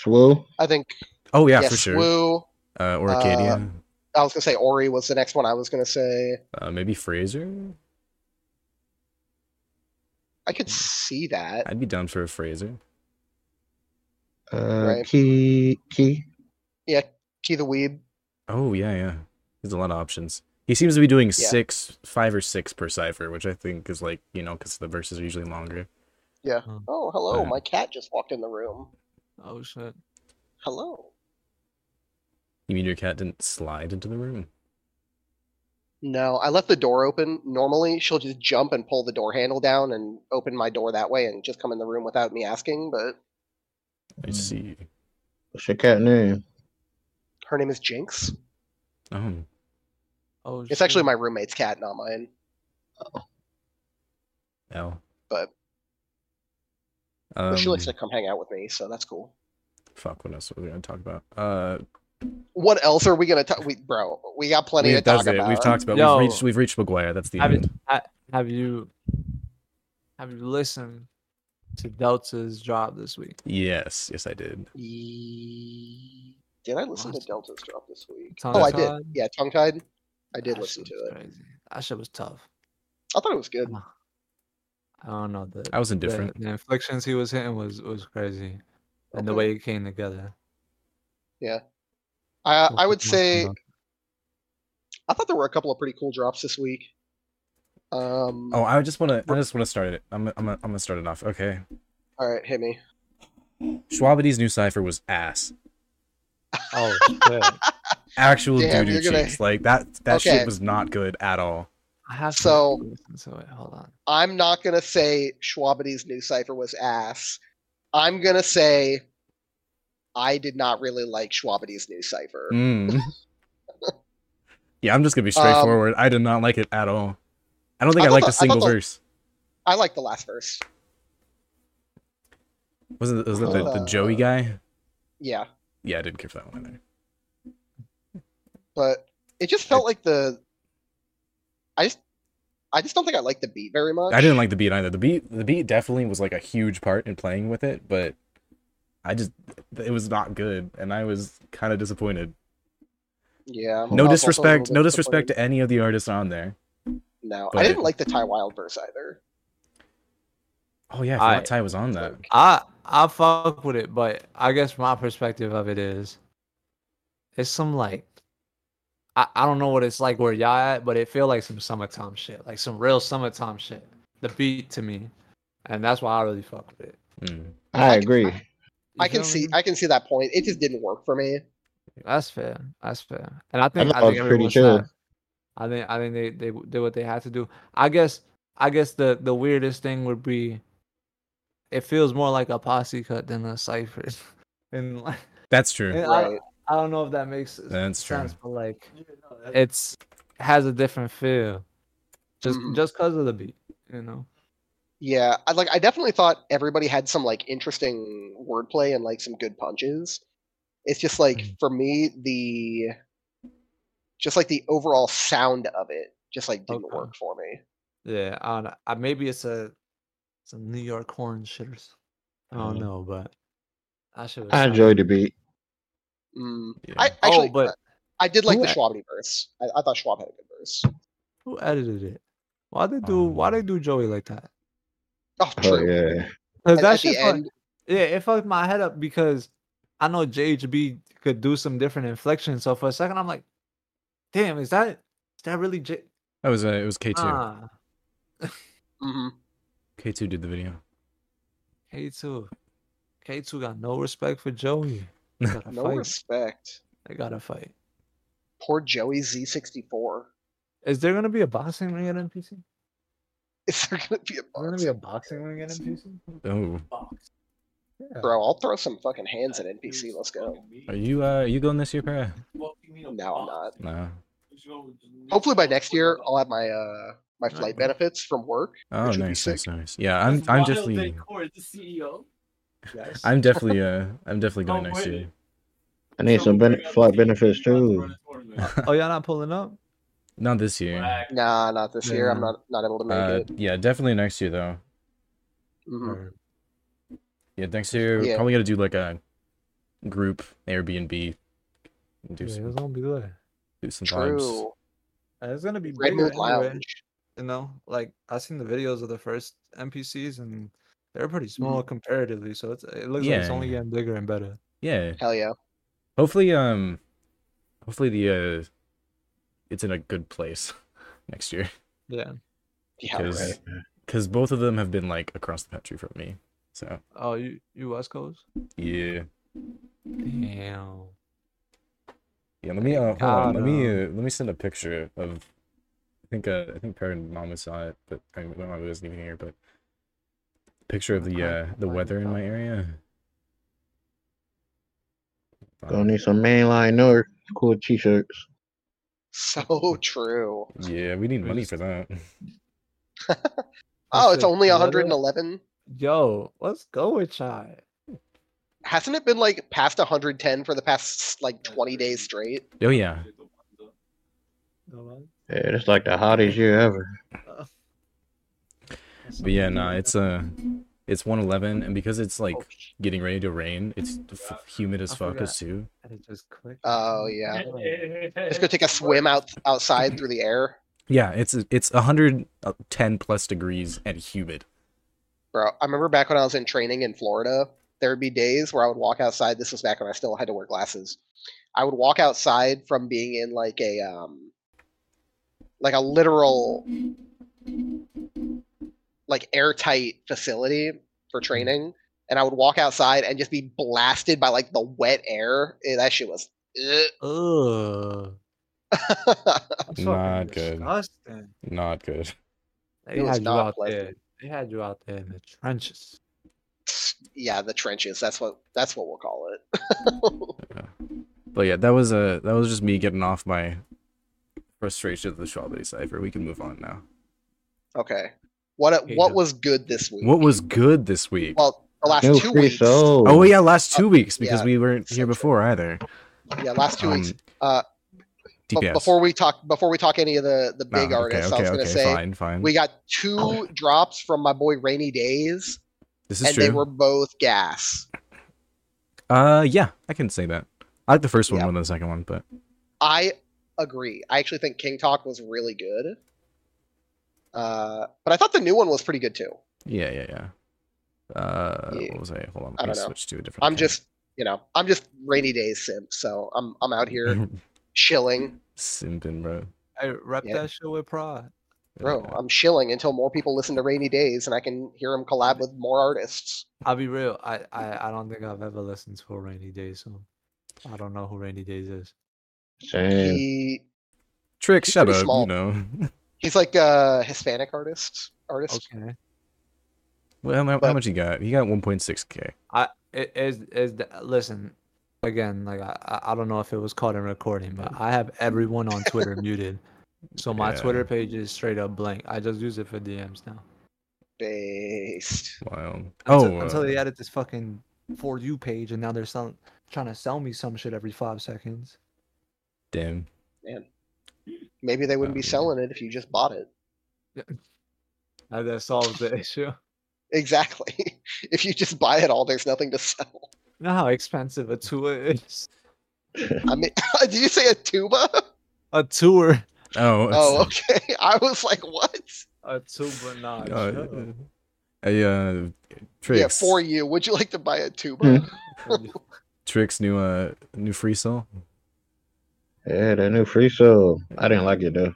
[SPEAKER 4] Swoo.
[SPEAKER 1] I think
[SPEAKER 3] oh yeah,
[SPEAKER 1] yeah,
[SPEAKER 3] for sure.
[SPEAKER 1] Swoo.
[SPEAKER 3] uh, or Arcadia.
[SPEAKER 1] I was gonna say Ori was the next one I was gonna say.
[SPEAKER 3] Uh, maybe Fraser.
[SPEAKER 1] I could see that.
[SPEAKER 3] I'd be down for a Fraser.
[SPEAKER 4] Uh,
[SPEAKER 1] Right.
[SPEAKER 4] Key. Key.
[SPEAKER 1] Key the Weeb.
[SPEAKER 3] Oh yeah, yeah. There's a lot of options. He seems to be doing
[SPEAKER 1] Yeah.
[SPEAKER 3] six, five or six per cipher, which I think is like you know because the verses are usually longer.
[SPEAKER 1] Yeah.
[SPEAKER 2] Hmm.
[SPEAKER 1] Oh, hello.
[SPEAKER 3] Right.
[SPEAKER 1] My cat just walked in the room.
[SPEAKER 2] oh shit
[SPEAKER 1] Hello.
[SPEAKER 3] You mean your cat didn't slide into the room?
[SPEAKER 1] No, I left the door open. Normally, she'll just jump and pull the door handle down and open my door that way and just come in the room without me asking. But Mm.
[SPEAKER 3] I see.
[SPEAKER 4] What's your cat name?
[SPEAKER 1] her name is Jinx.
[SPEAKER 3] Oh,
[SPEAKER 2] oh shit.
[SPEAKER 1] It's actually my roommate's cat, not mine.
[SPEAKER 3] L.
[SPEAKER 1] But-
[SPEAKER 3] um,
[SPEAKER 1] But she likes to come hang out with me, so that's cool.
[SPEAKER 3] fuck. What else were we gonna talk about? Uh,
[SPEAKER 1] What else are we gonna talk? We, bro, we got plenty
[SPEAKER 3] we-
[SPEAKER 1] to talk
[SPEAKER 3] that's it.
[SPEAKER 1] about.
[SPEAKER 3] We've talked about.
[SPEAKER 2] Yo.
[SPEAKER 3] We've reached. We've reached Maguire. That's the
[SPEAKER 2] Have you-
[SPEAKER 3] end.
[SPEAKER 2] have you have you listened to Delta's drop this week?
[SPEAKER 3] Yes. Yes, I did.
[SPEAKER 1] Ye- Did I listen to
[SPEAKER 2] Awesome.
[SPEAKER 1] Delta's drop this week?
[SPEAKER 2] Tongue
[SPEAKER 1] Oh, I did.
[SPEAKER 2] Tied?
[SPEAKER 1] Yeah, tongue tied. I did
[SPEAKER 2] That
[SPEAKER 1] listen to
[SPEAKER 2] shit was
[SPEAKER 1] it.
[SPEAKER 2] Crazy. That shit was tough.
[SPEAKER 1] I thought it was good.
[SPEAKER 2] I don't know the
[SPEAKER 3] I was
[SPEAKER 2] the-
[SPEAKER 3] indifferent.
[SPEAKER 2] The, inflictions he was hitting was was crazy, and the
[SPEAKER 1] Okay.
[SPEAKER 2] way it came together.
[SPEAKER 1] I
[SPEAKER 2] What
[SPEAKER 1] I
[SPEAKER 2] the
[SPEAKER 1] would
[SPEAKER 2] fuck,
[SPEAKER 1] say
[SPEAKER 2] bro?
[SPEAKER 1] I thought there were a couple of pretty cool drops this week. Um,
[SPEAKER 3] Oh, I just want to. I just want to start it. I'm. I'm. I'm gonna start it off. Okay.
[SPEAKER 1] all right, hit me.
[SPEAKER 3] Schwabity's new cipher was ass.
[SPEAKER 2] Oh
[SPEAKER 1] (laughs)
[SPEAKER 2] shit!
[SPEAKER 3] Actual doo
[SPEAKER 1] Damn,
[SPEAKER 3] doo
[SPEAKER 1] you're gonna-
[SPEAKER 3] cheeks. Like that. That
[SPEAKER 1] Okay.
[SPEAKER 3] shit was not good at all.
[SPEAKER 2] I have to
[SPEAKER 1] So-
[SPEAKER 2] listen to it. Hold on.
[SPEAKER 1] I'm not gonna say Schwabity's new cipher was ass. I'm gonna say I did not really like Schwabity's new cipher. (laughs)
[SPEAKER 3] Mm. yeah, I'm just gonna be
[SPEAKER 1] Um,
[SPEAKER 3] straightforward. I did not like it at all. I don't think
[SPEAKER 1] I
[SPEAKER 3] I,
[SPEAKER 1] thought the-
[SPEAKER 3] liked a
[SPEAKER 1] I thought
[SPEAKER 3] single
[SPEAKER 1] the-
[SPEAKER 3] verse.
[SPEAKER 1] I like the last verse.
[SPEAKER 3] Wasn't was that the, the Joey
[SPEAKER 1] Uh,
[SPEAKER 3] guy?
[SPEAKER 1] Yeah,
[SPEAKER 3] Yeah, I didn't care for that one either.
[SPEAKER 1] but it just felt like the. I just, I just don't think I like the beat very much.
[SPEAKER 3] I didn't like the beat either. The beat the beat definitely was like a huge part in playing with it, but I just it was not good, and I was kind of disappointed.
[SPEAKER 1] Yeah. I was also a
[SPEAKER 3] No
[SPEAKER 1] little
[SPEAKER 3] disrespect,
[SPEAKER 1] bit
[SPEAKER 3] no disrespect
[SPEAKER 1] disappointed.
[SPEAKER 3] to any of the artists on there.
[SPEAKER 1] No, I
[SPEAKER 3] but-
[SPEAKER 1] didn't like the Ty Wild verse either.
[SPEAKER 3] Oh yeah, I
[SPEAKER 2] I-
[SPEAKER 3] forgot Ty was on that.
[SPEAKER 2] I I fuck with it, but I guess my perspective of it is, it's some like, I, I don't know what it's like where y'all at, but it feel like some summertime shit, like some real summertime shit. The beat to me, and that's why I really fuck with it.
[SPEAKER 3] Mm.
[SPEAKER 4] I agree.
[SPEAKER 2] You
[SPEAKER 1] I can
[SPEAKER 2] feel
[SPEAKER 1] see,
[SPEAKER 2] me?
[SPEAKER 1] I can see that point. It just didn't work for me.
[SPEAKER 2] that's fair. That's fair. And I think I,
[SPEAKER 4] thought
[SPEAKER 2] think
[SPEAKER 4] it was pretty
[SPEAKER 2] everyone's
[SPEAKER 4] chill.
[SPEAKER 2] fair. I think I think they, they did what they had to do. I guess I guess the the weirdest thing would be, it feels more like a posse cut than a cipher, (laughs) and like.
[SPEAKER 3] That's true.
[SPEAKER 2] Yeah, I-
[SPEAKER 1] Right.
[SPEAKER 2] I don't know if that makes s-
[SPEAKER 3] That's true.
[SPEAKER 2] sense, but like it's has a different feel, just
[SPEAKER 1] Mhm.
[SPEAKER 2] just because of the beat, you know.
[SPEAKER 1] Yeah, I like I definitely thought everybody had some like interesting wordplay and like some good punches. It's just like for me the just like the overall sound of it just like didn't
[SPEAKER 2] Okay.
[SPEAKER 1] work for me.
[SPEAKER 2] Yeah, I don't know. I, maybe it's a some New York horn shitters. I don't
[SPEAKER 3] Mm.
[SPEAKER 2] know, but I should.
[SPEAKER 4] I enjoyed the beat.
[SPEAKER 1] Mm.
[SPEAKER 3] Yeah.
[SPEAKER 1] I actually
[SPEAKER 2] oh, but
[SPEAKER 1] I did like
[SPEAKER 2] who
[SPEAKER 1] the
[SPEAKER 2] a-
[SPEAKER 1] Schwabity verse. I, I thought Schwab had a good verse.
[SPEAKER 2] who edited it? Why they do? Why
[SPEAKER 1] Um,
[SPEAKER 2] they do Joey like that?
[SPEAKER 1] Oh,
[SPEAKER 4] Oh
[SPEAKER 1] true.
[SPEAKER 4] yeah.
[SPEAKER 2] Cause
[SPEAKER 1] At-
[SPEAKER 2] that
[SPEAKER 1] at the
[SPEAKER 2] shit fuck-
[SPEAKER 1] end-
[SPEAKER 2] yeah, it fucked my head up because I know JHB could do some different inflections. So for a second, I'm like, damn, is that is that really J?
[SPEAKER 3] That was uh, it was K two.
[SPEAKER 2] Ah,
[SPEAKER 1] Mhm.
[SPEAKER 3] K two did the video.
[SPEAKER 2] K2. K2 got no respect for Joey. They
[SPEAKER 1] (laughs)
[SPEAKER 2] gotta
[SPEAKER 1] No
[SPEAKER 2] fight.
[SPEAKER 1] respect.
[SPEAKER 2] they gotta fight.
[SPEAKER 1] Poor Joey Z64.
[SPEAKER 2] Is there gonna be a boxing ring at NPC?
[SPEAKER 1] (laughs) Is there gonna be a box?
[SPEAKER 2] boxing ring at NPC?
[SPEAKER 3] Oh,
[SPEAKER 5] Box.
[SPEAKER 2] Yeah.
[SPEAKER 1] Bro, I'll throw some fucking hands at NPC.
[SPEAKER 5] Dude's
[SPEAKER 1] Let's go.
[SPEAKER 5] fucking mean.
[SPEAKER 3] are you uh are you going this year, Para?
[SPEAKER 5] Fucking mean a
[SPEAKER 1] No, I'm
[SPEAKER 5] box.
[SPEAKER 1] not.
[SPEAKER 3] No.
[SPEAKER 5] Just go- just-
[SPEAKER 1] Hopefully by next year I'll have my uh my flight
[SPEAKER 2] bro.
[SPEAKER 1] benefits from work.
[SPEAKER 3] Oh,
[SPEAKER 1] Which would be
[SPEAKER 3] nice, nice,
[SPEAKER 1] sick.
[SPEAKER 3] nice. Yeah, I'm
[SPEAKER 5] That's
[SPEAKER 3] I'm
[SPEAKER 5] wild
[SPEAKER 3] definitely
[SPEAKER 5] that Corey's the E CEO.
[SPEAKER 2] Yes.
[SPEAKER 3] I'm definitely uh
[SPEAKER 1] (laughs)
[SPEAKER 3] I'm definitely going
[SPEAKER 5] Oh,
[SPEAKER 3] next
[SPEAKER 5] wait.
[SPEAKER 3] year.
[SPEAKER 4] I need
[SPEAKER 5] So
[SPEAKER 4] some
[SPEAKER 5] we bring
[SPEAKER 4] ben-
[SPEAKER 5] up
[SPEAKER 4] flight
[SPEAKER 5] the-
[SPEAKER 4] benefits too.
[SPEAKER 2] oh, y'all not pulling up?
[SPEAKER 3] (laughs) Not this year.
[SPEAKER 5] Black.
[SPEAKER 1] Nah, not this year. I'm
[SPEAKER 2] Yeah.
[SPEAKER 1] not not able to make
[SPEAKER 3] Uh,
[SPEAKER 1] it.
[SPEAKER 3] yeah, definitely next year though.
[SPEAKER 1] Mhm.
[SPEAKER 2] Or-
[SPEAKER 3] Yeah, next year
[SPEAKER 1] Yeah.
[SPEAKER 3] we're probably gonna do like a group Airbnb. and Do
[SPEAKER 2] yeah,
[SPEAKER 3] some
[SPEAKER 2] it's gonna be there.
[SPEAKER 3] do some vibes.
[SPEAKER 1] True.
[SPEAKER 2] Uh, It's gonna be
[SPEAKER 1] Red
[SPEAKER 2] bigger
[SPEAKER 1] Moon
[SPEAKER 2] anyway,
[SPEAKER 1] Lounge.
[SPEAKER 2] You know, like I seen the videos of the first NPCs and they're pretty small comparatively, so it's it looks like it's
[SPEAKER 3] Yeah.
[SPEAKER 2] only getting bigger and better.
[SPEAKER 3] Yeah.
[SPEAKER 1] Hell yeah.
[SPEAKER 3] Hopefully, um, hopefully the uh, it's in a good place (laughs) next year
[SPEAKER 2] Yeah.
[SPEAKER 1] Yeah.
[SPEAKER 3] because
[SPEAKER 1] Right. (laughs)
[SPEAKER 3] both of them have been like across the country from me. So
[SPEAKER 2] Oh, you you West Coast?
[SPEAKER 3] yeah,
[SPEAKER 2] Damn.
[SPEAKER 3] yeah. Let me uh, hold on.
[SPEAKER 2] God,
[SPEAKER 3] Let me
[SPEAKER 2] uh,
[SPEAKER 3] uh, let me send a picture of. I think uh, I think Perrin and Mama saw it, but I mean, Mama wasn't even here. But picture of the uh, the weather in my area.
[SPEAKER 4] Gonna need some mainline north cool t-shirts.
[SPEAKER 1] So true.
[SPEAKER 3] Yeah, we need
[SPEAKER 2] We
[SPEAKER 3] money
[SPEAKER 2] just-
[SPEAKER 3] for that.
[SPEAKER 1] Oh, it's
[SPEAKER 2] Listen,
[SPEAKER 1] only
[SPEAKER 2] the weather-
[SPEAKER 1] 111.
[SPEAKER 2] Yo, let's go with Chai.
[SPEAKER 1] Hasn't it been like past 110 for the past like 20 days straight?
[SPEAKER 3] Oh yeah,
[SPEAKER 4] Yeah, it's like the hottest year ever.
[SPEAKER 3] but yeah, nah. It's uh, it's 111, and because it's like getting ready to rain, it's f- humid as
[SPEAKER 2] Oh, I
[SPEAKER 3] fuck
[SPEAKER 2] forgot.
[SPEAKER 3] as too.
[SPEAKER 2] And it just clicked.
[SPEAKER 1] Oh, yeah.
[SPEAKER 2] Right.
[SPEAKER 1] Let's go take a swim out outside through the air.
[SPEAKER 3] Yeah, it's it's 110 plus degrees and humid.
[SPEAKER 1] Bro, I remember back when I was in training in Florida, there would be days where I would walk outside. This was back when I still had to wear glasses. I would walk outside from being in like a um like a literal like airtight facility for training and I would walk outside and just be blasted by like the wet air. Eh, that shit was (laughs)
[SPEAKER 2] Ugh. That's fucking
[SPEAKER 3] Not good.
[SPEAKER 2] disgusting.
[SPEAKER 3] Not good.
[SPEAKER 2] They
[SPEAKER 1] It was
[SPEAKER 2] had you
[SPEAKER 1] not
[SPEAKER 2] out there.
[SPEAKER 1] pleasant.
[SPEAKER 2] They had you out there in the trenches.
[SPEAKER 1] yeah, the trenches. That's what that's what we'll call it. (laughs)
[SPEAKER 3] But yeah, that was uh, that was just me getting off my frustration of the Schwabity cipher. We can move on now.
[SPEAKER 1] okay. What
[SPEAKER 2] Okay,
[SPEAKER 1] what
[SPEAKER 2] now-
[SPEAKER 1] was good this week?
[SPEAKER 3] What was good this week?
[SPEAKER 1] well, the last
[SPEAKER 4] No
[SPEAKER 1] two
[SPEAKER 4] free
[SPEAKER 1] weeks.
[SPEAKER 4] soul.
[SPEAKER 3] Oh yeah, last two weeks because
[SPEAKER 1] yeah,
[SPEAKER 3] we weren't
[SPEAKER 1] so
[SPEAKER 3] here
[SPEAKER 1] true.
[SPEAKER 3] before either.
[SPEAKER 1] Yeah, last two weeks. Uh,
[SPEAKER 3] Um,
[SPEAKER 1] But
[SPEAKER 3] DPS.
[SPEAKER 1] before we talk, before we talk any of the the
[SPEAKER 3] Nah,
[SPEAKER 1] big artists, I was gonna say
[SPEAKER 3] fine, fine.
[SPEAKER 1] we got two drops from my boy Rainy Days,
[SPEAKER 3] this is
[SPEAKER 1] and they
[SPEAKER 3] true.
[SPEAKER 1] were both gas.
[SPEAKER 3] Uh, yeah, I can say that. I like the first one
[SPEAKER 1] Yeah.
[SPEAKER 3] more than the second one, but
[SPEAKER 1] I agree. I actually think King Talk was really good. Uh, but I thought the new one was pretty good too.
[SPEAKER 3] yeah, yeah, yeah. Uh,
[SPEAKER 1] Yeah.
[SPEAKER 3] what was I? Hold on,
[SPEAKER 1] I
[SPEAKER 3] let me
[SPEAKER 1] don't know.
[SPEAKER 3] switch to a different.
[SPEAKER 1] I'm
[SPEAKER 3] account.
[SPEAKER 1] just, you know, I'm just Rainy Days simp, so I'm I'm out
[SPEAKER 3] (laughs)
[SPEAKER 1] here chilling,
[SPEAKER 3] simping, bro.
[SPEAKER 2] I rep
[SPEAKER 1] Yeah.
[SPEAKER 2] that shit with pride.
[SPEAKER 1] bro. I'm chilling until more people listen to Rainy Days, and I can hear them collab with more artists.
[SPEAKER 2] I'll be real. I, I, I don't think I've ever listened to a Rainy Day song. I don't know who Rainy Days is.
[SPEAKER 4] Same.
[SPEAKER 1] He
[SPEAKER 3] Trick,
[SPEAKER 1] He's
[SPEAKER 3] shut
[SPEAKER 1] pretty
[SPEAKER 3] up.
[SPEAKER 1] small.
[SPEAKER 3] You know. (laughs)
[SPEAKER 1] he's like a Hispanic artist. Artist.
[SPEAKER 2] Okay.
[SPEAKER 3] Well, how, mu- how
[SPEAKER 1] But-
[SPEAKER 3] much he got? He got 1.6k.
[SPEAKER 2] It is is the, listen again. Like I I- I don't know if it was caught in recording, but I have everyone on Twitter muted So my
[SPEAKER 3] Yeah.
[SPEAKER 2] Twitter page is straight up blank. I just use it for DMs now.
[SPEAKER 1] Based.
[SPEAKER 3] Wild.
[SPEAKER 2] Until,
[SPEAKER 3] oh,
[SPEAKER 2] until
[SPEAKER 3] uh,
[SPEAKER 2] they added this fucking for you page, and now they're selling, trying to sell me some shit every five seconds.
[SPEAKER 3] damn.
[SPEAKER 1] Maybe they wouldn't be
[SPEAKER 3] Um,
[SPEAKER 1] selling it if you just bought it. (laughs)
[SPEAKER 2] That, that solves the issue.
[SPEAKER 1] Exactly. (laughs) if you just buy it all, there's nothing to sell.
[SPEAKER 2] You know how expensive a tour is?
[SPEAKER 1] I mean, (laughs) did you say a tuba?
[SPEAKER 2] A tour,
[SPEAKER 3] Oh,
[SPEAKER 1] Oh,
[SPEAKER 3] it's-
[SPEAKER 1] okay. (laughs) I was like, what?
[SPEAKER 2] a tuba,
[SPEAKER 3] (laughs)
[SPEAKER 2] not.
[SPEAKER 3] uh, hey, uh,
[SPEAKER 1] Yeah,
[SPEAKER 3] Trix.
[SPEAKER 1] for you. Would you like to buy a tuba?
[SPEAKER 3] Trix new uh new free cell.
[SPEAKER 4] Yeah, that new free soul. I didn't like it though.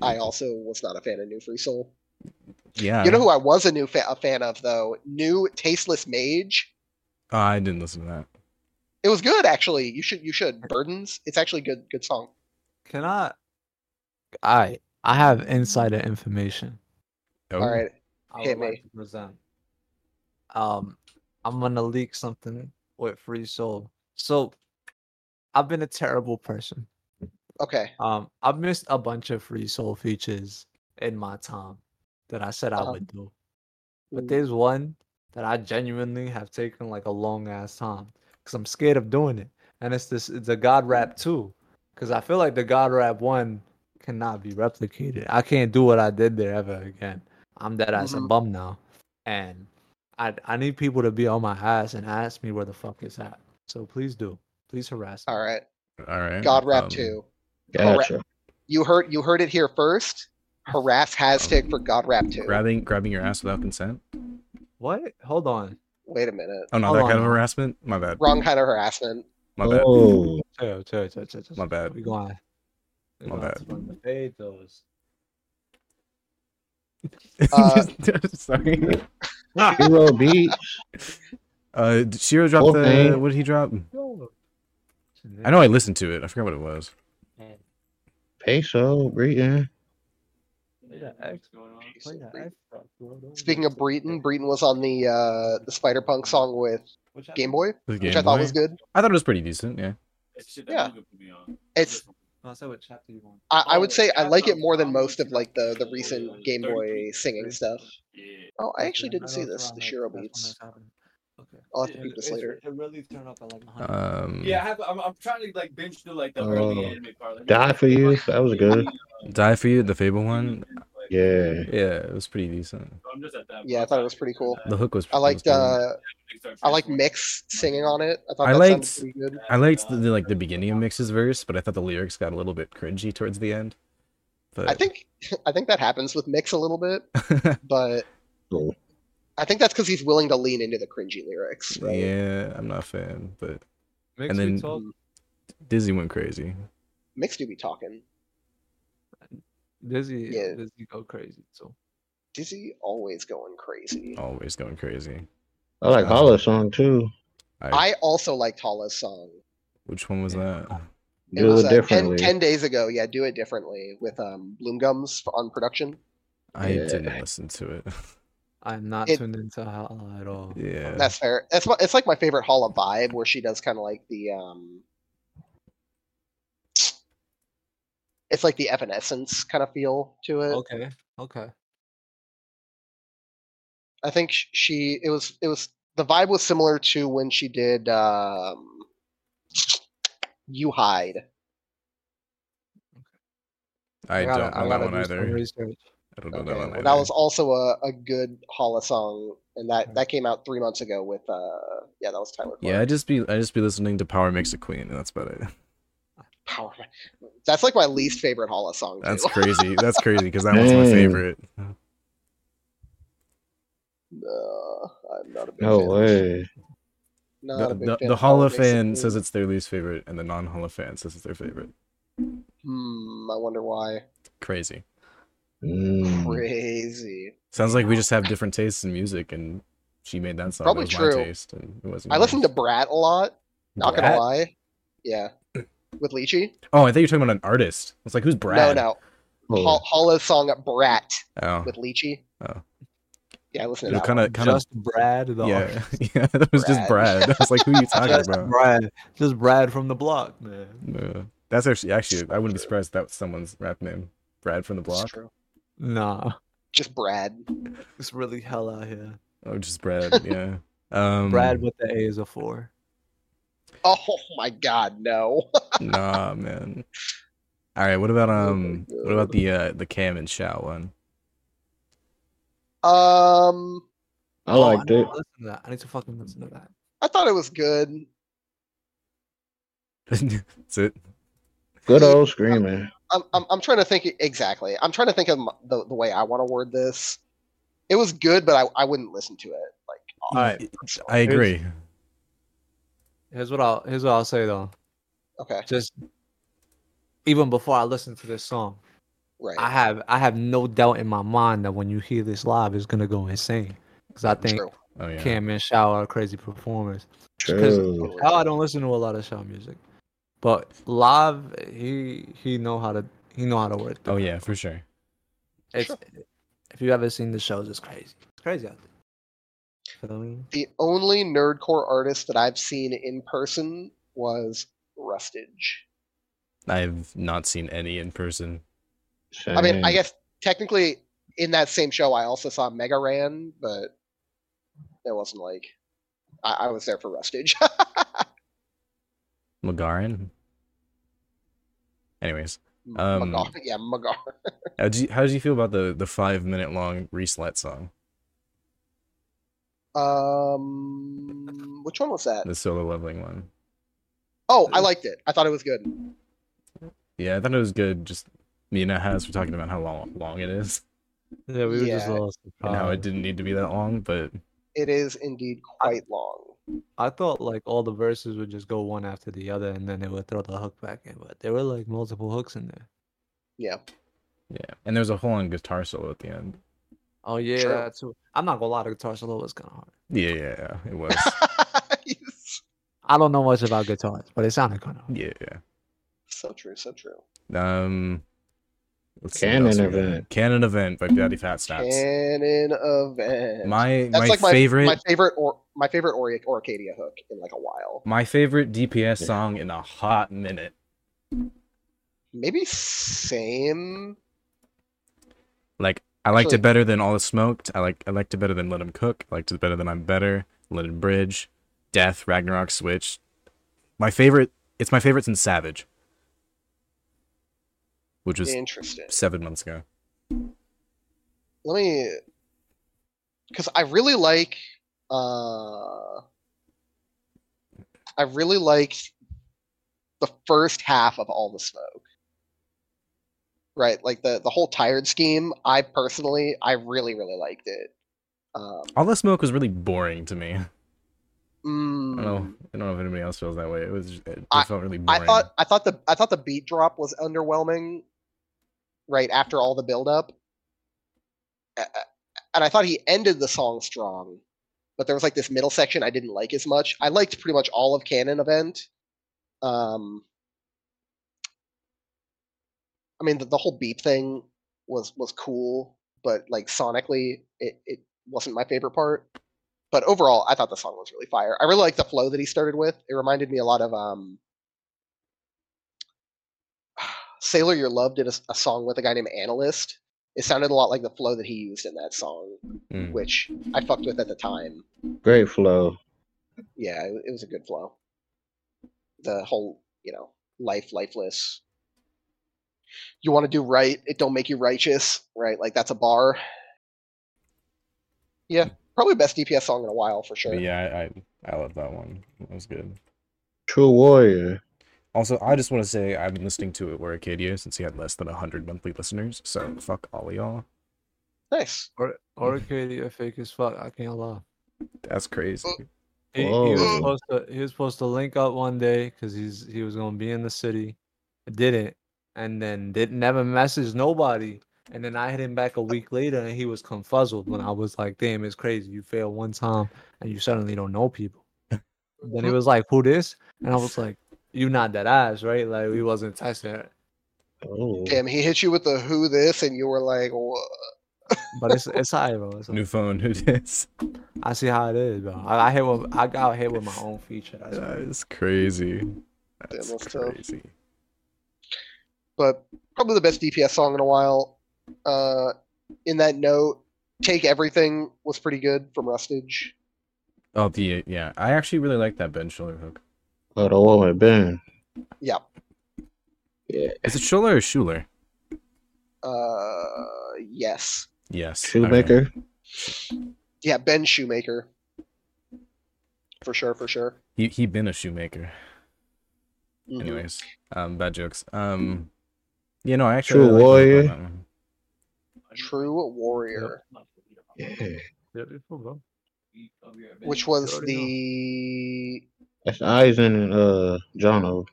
[SPEAKER 1] I also was not a fan of New Free Soul.
[SPEAKER 3] Yeah.
[SPEAKER 1] You know who I was a new fa- a fan of though? New Tasteless Mage.
[SPEAKER 3] Oh, I didn't listen to that.
[SPEAKER 1] It was good actually. You should you should Burdens. It's actually good good song.
[SPEAKER 2] Can I? I I have insider information.
[SPEAKER 3] Oh,
[SPEAKER 1] All right.
[SPEAKER 2] I
[SPEAKER 1] Hit
[SPEAKER 2] would like to present. Um, I'm gonna leak something with Free Soul. So, I've been a terrible person.
[SPEAKER 1] Okay.
[SPEAKER 2] Um, I've missed a bunch of Free Soul features in my time that I said I
[SPEAKER 1] Uh-huh. Mm-hmm.
[SPEAKER 2] would do, but there's one that I genuinely have taken like a long ass time because I'm scared of doing it, and it's this it's a God Rap
[SPEAKER 1] Mm-hmm.
[SPEAKER 2] too, because I feel like the God Rap one cannot be replicated. I can't do what I did there ever again. I'm dead ass a
[SPEAKER 1] Mhm.
[SPEAKER 2] bum now, and I I need people to be on my ass and ask me where the fuck it's at. So please do, please harass me.
[SPEAKER 1] All right.
[SPEAKER 3] All right.
[SPEAKER 1] God Rap
[SPEAKER 3] um,
[SPEAKER 1] 2.
[SPEAKER 4] Gotcha.
[SPEAKER 1] You heard you heard it here first. Harass hashtag for God Rap 2.
[SPEAKER 3] Grabbing grabbing your ass without consent.
[SPEAKER 2] What? Hold on.
[SPEAKER 1] Wait a minute.
[SPEAKER 3] Oh, not
[SPEAKER 2] Hold
[SPEAKER 3] that kind
[SPEAKER 2] on.
[SPEAKER 3] of harassment. My bad.
[SPEAKER 1] Wrong kind of harassment.
[SPEAKER 3] My bad. (laughs)
[SPEAKER 4] Oh,
[SPEAKER 2] Chill, chill, chill, chill, chill,
[SPEAKER 3] My
[SPEAKER 2] chill.
[SPEAKER 3] bad.
[SPEAKER 2] We going. we
[SPEAKER 3] My
[SPEAKER 2] going
[SPEAKER 3] bad.
[SPEAKER 2] to run the fade those.
[SPEAKER 1] Uh,
[SPEAKER 3] (laughs) Sorry.
[SPEAKER 1] Ah.
[SPEAKER 4] hero beats.
[SPEAKER 3] Uh, did Shiro dropped the.
[SPEAKER 4] Okay.
[SPEAKER 3] What did he drop?
[SPEAKER 2] Yo.
[SPEAKER 3] I know I listened to it. I forgot what it was.
[SPEAKER 4] Peso, Breton.
[SPEAKER 2] Play that X,
[SPEAKER 5] What's going on?
[SPEAKER 2] play that X drop, bro. Don't
[SPEAKER 1] Speaking
[SPEAKER 2] waste
[SPEAKER 1] of
[SPEAKER 2] it.
[SPEAKER 1] Breton, Breton was on the uh the Spider Punk song with
[SPEAKER 2] Which I-
[SPEAKER 1] Game Boy,
[SPEAKER 3] The Game
[SPEAKER 1] which I thought
[SPEAKER 3] Boy?
[SPEAKER 1] was good.
[SPEAKER 3] I thought it was pretty decent. Yeah.
[SPEAKER 5] It's shit
[SPEAKER 1] Yeah.
[SPEAKER 5] that Logan put me on.
[SPEAKER 1] It's
[SPEAKER 2] No, I said what chapter you want.
[SPEAKER 1] I, I
[SPEAKER 5] Oh,
[SPEAKER 1] would say I
[SPEAKER 5] yeah,
[SPEAKER 1] like it
[SPEAKER 5] um,
[SPEAKER 1] more than
[SPEAKER 5] um,
[SPEAKER 1] most of like the the recent
[SPEAKER 5] uh,
[SPEAKER 1] Game
[SPEAKER 5] 33,
[SPEAKER 1] Boy singing
[SPEAKER 2] 33.
[SPEAKER 1] stuff.
[SPEAKER 5] Yeah.
[SPEAKER 1] Oh, I
[SPEAKER 2] Okay,
[SPEAKER 1] actually
[SPEAKER 2] I
[SPEAKER 1] didn't
[SPEAKER 2] know
[SPEAKER 1] see
[SPEAKER 2] it's
[SPEAKER 1] this.
[SPEAKER 2] around
[SPEAKER 1] The
[SPEAKER 2] there,
[SPEAKER 1] Shiro
[SPEAKER 2] that's when
[SPEAKER 1] beats.
[SPEAKER 2] that's happening. Okay.
[SPEAKER 1] I'll have to
[SPEAKER 5] Yeah,
[SPEAKER 1] peep this
[SPEAKER 2] It's-
[SPEAKER 1] later.
[SPEAKER 2] It really turned up at like 100.
[SPEAKER 3] Um,
[SPEAKER 5] Yeah, I have, I'm, I'm trying to like binge through like the
[SPEAKER 4] Oh.
[SPEAKER 5] early anime part. Like,
[SPEAKER 4] Die for You, that was good.
[SPEAKER 3] Die for you, the Fable one.
[SPEAKER 4] Yeah.
[SPEAKER 3] Yeah, it was pretty decent.
[SPEAKER 5] I'm just at that
[SPEAKER 1] Yeah, I
[SPEAKER 5] point.
[SPEAKER 1] thought it was pretty cool.
[SPEAKER 3] The hook was.
[SPEAKER 1] I liked uh
[SPEAKER 5] Big
[SPEAKER 1] I like
[SPEAKER 5] Star
[SPEAKER 1] Mix singing on it. I thought
[SPEAKER 3] I
[SPEAKER 1] that
[SPEAKER 3] liked-
[SPEAKER 1] sounded pretty good.
[SPEAKER 3] I liked the, the like the beginning of Mix's verse, but I thought the lyrics got a little bit cringy towards the end. But
[SPEAKER 1] I think (laughs) I think that happens with Mix a little
[SPEAKER 3] (laughs)
[SPEAKER 1] bit,
[SPEAKER 3] think.
[SPEAKER 1] but
[SPEAKER 4] Cool.
[SPEAKER 1] I think that's because he's willing to lean into the cringy lyrics. Right?
[SPEAKER 3] yeah, I'm not a fan, but
[SPEAKER 2] Mixed
[SPEAKER 3] then-
[SPEAKER 2] Results?
[SPEAKER 3] Dizzy went crazy.
[SPEAKER 1] Mix do be talking.
[SPEAKER 2] Dizzy,
[SPEAKER 1] Yeah.
[SPEAKER 2] Dizzy go crazy. So
[SPEAKER 1] Dizzy always going crazy.
[SPEAKER 3] Always going crazy.
[SPEAKER 4] I like Holla's song too.
[SPEAKER 3] I,
[SPEAKER 1] I also liked Hala's song.
[SPEAKER 3] which one was that?
[SPEAKER 1] It
[SPEAKER 4] Do it
[SPEAKER 1] was uh, 10
[SPEAKER 4] differently.
[SPEAKER 1] ten days ago. Yeah, do it differently with um Bloom Gums on production.
[SPEAKER 3] I
[SPEAKER 4] Yeah.
[SPEAKER 3] didn't listen to it. (laughs)
[SPEAKER 2] I'm not
[SPEAKER 1] It-
[SPEAKER 2] tuned into Hala at all.
[SPEAKER 3] yeah.
[SPEAKER 1] That's fair. It's my, it's like my favorite Hall of vibe where she does kind of like the um it's like the evanescence kind of feel to it.
[SPEAKER 2] Okay. Okay.
[SPEAKER 1] I think sh- she it was it was the vibe was similar to when she did um You Hide.
[SPEAKER 3] I
[SPEAKER 2] gotta-
[SPEAKER 3] don't
[SPEAKER 2] gotta
[SPEAKER 3] know that one
[SPEAKER 2] do some
[SPEAKER 3] either.
[SPEAKER 2] research.
[SPEAKER 3] Oh, I don't know
[SPEAKER 1] Okay.
[SPEAKER 3] that one
[SPEAKER 1] well,
[SPEAKER 3] either.
[SPEAKER 1] that was also a, a good Hala song and that
[SPEAKER 2] Okay.
[SPEAKER 1] that came out 3 months ago with uh yeah, that was Tyler.
[SPEAKER 3] yeah, I
[SPEAKER 1] Clark.
[SPEAKER 3] just be I just be listening to Power Makes a Queen, and that's
[SPEAKER 1] (laughs)
[SPEAKER 3] about it.
[SPEAKER 1] Power. That's like my least favorite Hala song. Too. (laughs)
[SPEAKER 3] That's crazy. That's crazy because that one's my
[SPEAKER 4] Dang.
[SPEAKER 3] favorite.
[SPEAKER 1] No, I'm not a big
[SPEAKER 4] No
[SPEAKER 1] fan.
[SPEAKER 4] way.
[SPEAKER 1] Not
[SPEAKER 3] The,
[SPEAKER 1] a big
[SPEAKER 3] the,
[SPEAKER 1] fan
[SPEAKER 3] the
[SPEAKER 1] of Hala
[SPEAKER 3] Hall of
[SPEAKER 1] Mix and
[SPEAKER 3] fan
[SPEAKER 1] Queen.
[SPEAKER 3] says it's their least favorite, and the non Hall of fan says it's their favorite.
[SPEAKER 1] Hmm, I wonder why.
[SPEAKER 3] Crazy.
[SPEAKER 4] Mm.
[SPEAKER 1] Crazy.
[SPEAKER 3] Sounds like we just have different tastes in music, and she made that song.
[SPEAKER 1] Probably
[SPEAKER 3] that was
[SPEAKER 1] true.
[SPEAKER 3] My taste, and it wasn't
[SPEAKER 1] I
[SPEAKER 3] yours.
[SPEAKER 1] listened to Brat a lot. Not
[SPEAKER 3] Brad?
[SPEAKER 1] gonna lie. Yeah. With Lychee?
[SPEAKER 3] Oh, I thought you were talking about an artist. It's like who's Brad?
[SPEAKER 1] No, no.
[SPEAKER 4] Oh,
[SPEAKER 1] Hol- Hollow's song Brat
[SPEAKER 3] Oh,
[SPEAKER 1] with Lychee.
[SPEAKER 3] Oh.
[SPEAKER 1] Yeah, I listened to
[SPEAKER 3] it
[SPEAKER 1] that.
[SPEAKER 3] kind of kind of
[SPEAKER 2] Just Brad the
[SPEAKER 3] yeah (laughs) yeah. That was just
[SPEAKER 1] Brad.
[SPEAKER 3] Brad. I was like,
[SPEAKER 1] (laughs)
[SPEAKER 3] who are you talking
[SPEAKER 2] Just
[SPEAKER 3] about?
[SPEAKER 2] Brad. Just Brad from the block, man.
[SPEAKER 3] No. That's actually actually I wouldn't be surprised if that was someone's rap name. Brad from the
[SPEAKER 1] It's
[SPEAKER 3] block.
[SPEAKER 1] true.
[SPEAKER 2] Nah,
[SPEAKER 1] Just Brad.
[SPEAKER 2] it's really hell out here.
[SPEAKER 3] Oh,
[SPEAKER 1] (laughs)
[SPEAKER 3] just Brad. Yeah. Um,
[SPEAKER 2] Brad with the A is a four.
[SPEAKER 1] Oh my God, no. (laughs)
[SPEAKER 3] nah, man. All right. What about
[SPEAKER 1] Oh
[SPEAKER 3] um? What about the uh the Cam and Shao one? (laughs)
[SPEAKER 1] Um,
[SPEAKER 4] I
[SPEAKER 2] Oh,
[SPEAKER 4] liked
[SPEAKER 2] I
[SPEAKER 4] it.
[SPEAKER 2] need to Listen to that. I need to fucking listen to that.
[SPEAKER 1] I thought it was good.
[SPEAKER 3] That's it.
[SPEAKER 4] Good old screaming.
[SPEAKER 1] I'm, I'm, I'm trying to think exactly. I'm trying to think of m- the, the way I want to word this. It was good, but I, I wouldn't listen to it. Like,
[SPEAKER 3] All right. I agree.
[SPEAKER 2] Here's what I'll here's what I'll say though.
[SPEAKER 1] okay,
[SPEAKER 2] Just even before I listen to this song,
[SPEAKER 1] right.
[SPEAKER 2] I have I have no doubt in my mind that when you hear this live, it's gonna go insane. Because I think
[SPEAKER 1] True.
[SPEAKER 3] Oh yeah.
[SPEAKER 2] Cam and Shao are crazy performers.
[SPEAKER 4] True.
[SPEAKER 2] Shao, I don't listen to a lot of Shao music, but live he he know how to he know how to work.
[SPEAKER 3] Oh
[SPEAKER 2] them.
[SPEAKER 3] yeah, for sure.
[SPEAKER 2] it's if you ever seen the shows, it's crazy. It's crazy out there. Feel me?
[SPEAKER 1] The only nerdcore artist that I've seen in person was Rustage.
[SPEAKER 3] I've not seen any in person.
[SPEAKER 1] I mean, I guess technically in that same show, I also saw Mega Ran, but it wasn't like I, I was there for Rustage. (laughs)
[SPEAKER 3] Magarin. Anyways, Um,
[SPEAKER 1] Magar. Yeah, Magar.
[SPEAKER 3] how did you how did you feel about the the five minute long Reeslet song,
[SPEAKER 1] Um, which one was that?
[SPEAKER 3] the solo leveling one?
[SPEAKER 1] Oh, I liked it. I thought it was good.
[SPEAKER 3] Yeah, I thought it was good. Just me and Nahas were talking about how long long it is
[SPEAKER 2] Yeah, we were just
[SPEAKER 1] Yeah.
[SPEAKER 2] all
[SPEAKER 3] and
[SPEAKER 2] surprised.
[SPEAKER 3] how it
[SPEAKER 1] Um,
[SPEAKER 3] didn't need to be that long, but
[SPEAKER 1] It is indeed quite long.
[SPEAKER 2] I thought like all the verses would just go one after the other, and then they would throw the hook back in. But there were like multiple hooks in there.
[SPEAKER 1] Yeah. (laughs)
[SPEAKER 3] yeah. And there's a whole on guitar solo at the end.
[SPEAKER 2] Oh yeah,
[SPEAKER 1] True.
[SPEAKER 2] that too. I'm not gonna lie, the guitar solo was kind of hard.
[SPEAKER 3] Yeah, yeah, yeah.
[SPEAKER 1] (laughs)
[SPEAKER 3] It was.
[SPEAKER 1] Yes.
[SPEAKER 2] I don't know much about guitars, but it sounded kind of hard.
[SPEAKER 3] yeah, yeah.
[SPEAKER 1] so true, so true.
[SPEAKER 3] Um, let's see what
[SPEAKER 4] Canon
[SPEAKER 3] else we got.
[SPEAKER 4] Event.
[SPEAKER 3] Canon event by Daddy Fat Stats.
[SPEAKER 1] Canon event.
[SPEAKER 3] My
[SPEAKER 1] That's
[SPEAKER 3] my
[SPEAKER 1] like my-
[SPEAKER 3] favorite
[SPEAKER 1] my favorite or my favorite Ori- Orcadia hook in like a while.
[SPEAKER 3] my favorite DPS
[SPEAKER 4] Yeah.
[SPEAKER 3] song in a hot minute.
[SPEAKER 1] Maybe same.
[SPEAKER 3] Like I liked
[SPEAKER 1] Actually-
[SPEAKER 3] it better than all the smoked. I like I liked it better than Let Him Cook. I liked it better than I'm Better. Let Him Bridge, Death, Ragnarok, Switch. My favorite. It's my favorite since Savage, which was
[SPEAKER 1] Interesting.
[SPEAKER 3] seven months ago.
[SPEAKER 1] Let me, because I really like. uh I really liked the first half of all the smoke. Right, like the the whole tired scheme. I personally, I really really liked it. Um,
[SPEAKER 3] All the smoke was really boring to me. I
[SPEAKER 1] mm,
[SPEAKER 3] don't know. I don't know if anybody else feels that way. It was. Just, it
[SPEAKER 1] I-
[SPEAKER 3] felt really boring.
[SPEAKER 1] I thought I thought the I thought the beat drop was underwhelming, right after all the build up, A- a- and I thought he ended the song strong, but there was like this middle section I didn't like as much. I liked pretty much all of Canon Event. Um, I mean the, the whole beep thing was was cool, but like sonically, it it wasn't my favorite part. But overall, I thought the song was really fire. I really liked the flow that he started with. It reminded me a lot of um, Sailor Your Love did a, s- a song with a guy named Analyst. It sounded a lot like the flow that he used in that song,
[SPEAKER 3] Mm.
[SPEAKER 1] which I fucked with at the time.
[SPEAKER 4] Great flow.
[SPEAKER 1] Yeah, it, it was a good flow. The whole, you know, life, lifeless. You want to do right, it don't make you righteous, right? Like that's a bar. Yeah, probably best DPS song in a while for sure.
[SPEAKER 3] But yeah, I, I I love that one. That was good.
[SPEAKER 4] True warrior.
[SPEAKER 3] Also, I just want to say I've been listening to it where Acadia since he had less than 100 monthly listeners. So fuck all of y'all.
[SPEAKER 1] Nice.
[SPEAKER 2] Or Orcadia fake as fuck. I can't lie.
[SPEAKER 3] That's crazy.
[SPEAKER 1] Hmm.
[SPEAKER 2] He, he was
[SPEAKER 4] Whoa.
[SPEAKER 2] supposed to he was supposed to link up one day because he's he was gonna be in the city, didn't, and then didn't never message nobody. And then I hit him back a week later, and he was confuzzled when I was like, "Damn, it's crazy. You fail one time, and you suddenly don't know people." then he was like, "Who this?" And I was like, "You not that ass, right?" Like we wasn't texting, her.
[SPEAKER 4] Oh.
[SPEAKER 1] Damn, he hit you with the who this, and you were like, "Wha-
[SPEAKER 2] but it's it's high, bro. It's
[SPEAKER 3] New phone, who (laughs) dis?
[SPEAKER 2] I see how it is, bro. I, I hit with I got hit with my own feature. That's
[SPEAKER 3] That is crazy. That's
[SPEAKER 1] that's tough.
[SPEAKER 3] crazy.
[SPEAKER 1] But probably the best DPS song in a while. Uh, in that note, Take Everything was pretty good from Rustage.
[SPEAKER 3] Oh, the yeah, I actually really like that Ben Schuller hook.
[SPEAKER 4] But oh my Ben.
[SPEAKER 1] Yeah.
[SPEAKER 4] Yeah.
[SPEAKER 3] Is it Schuller or Schuler?
[SPEAKER 1] Uh, yes.
[SPEAKER 3] Yes.
[SPEAKER 4] Shoemaker.
[SPEAKER 3] okay.
[SPEAKER 1] Yeah, Ben Shoemaker. For sure, for sure.
[SPEAKER 3] He he been a shoemaker.
[SPEAKER 1] Mhm.
[SPEAKER 3] Anyways, um, bad jokes. Um, you know, I actually
[SPEAKER 4] True
[SPEAKER 3] really like
[SPEAKER 4] warrior.
[SPEAKER 3] that one.
[SPEAKER 1] True Warrior,
[SPEAKER 4] Yeah.
[SPEAKER 1] which was
[SPEAKER 2] already
[SPEAKER 1] the
[SPEAKER 4] That's Eisen and uh Jono.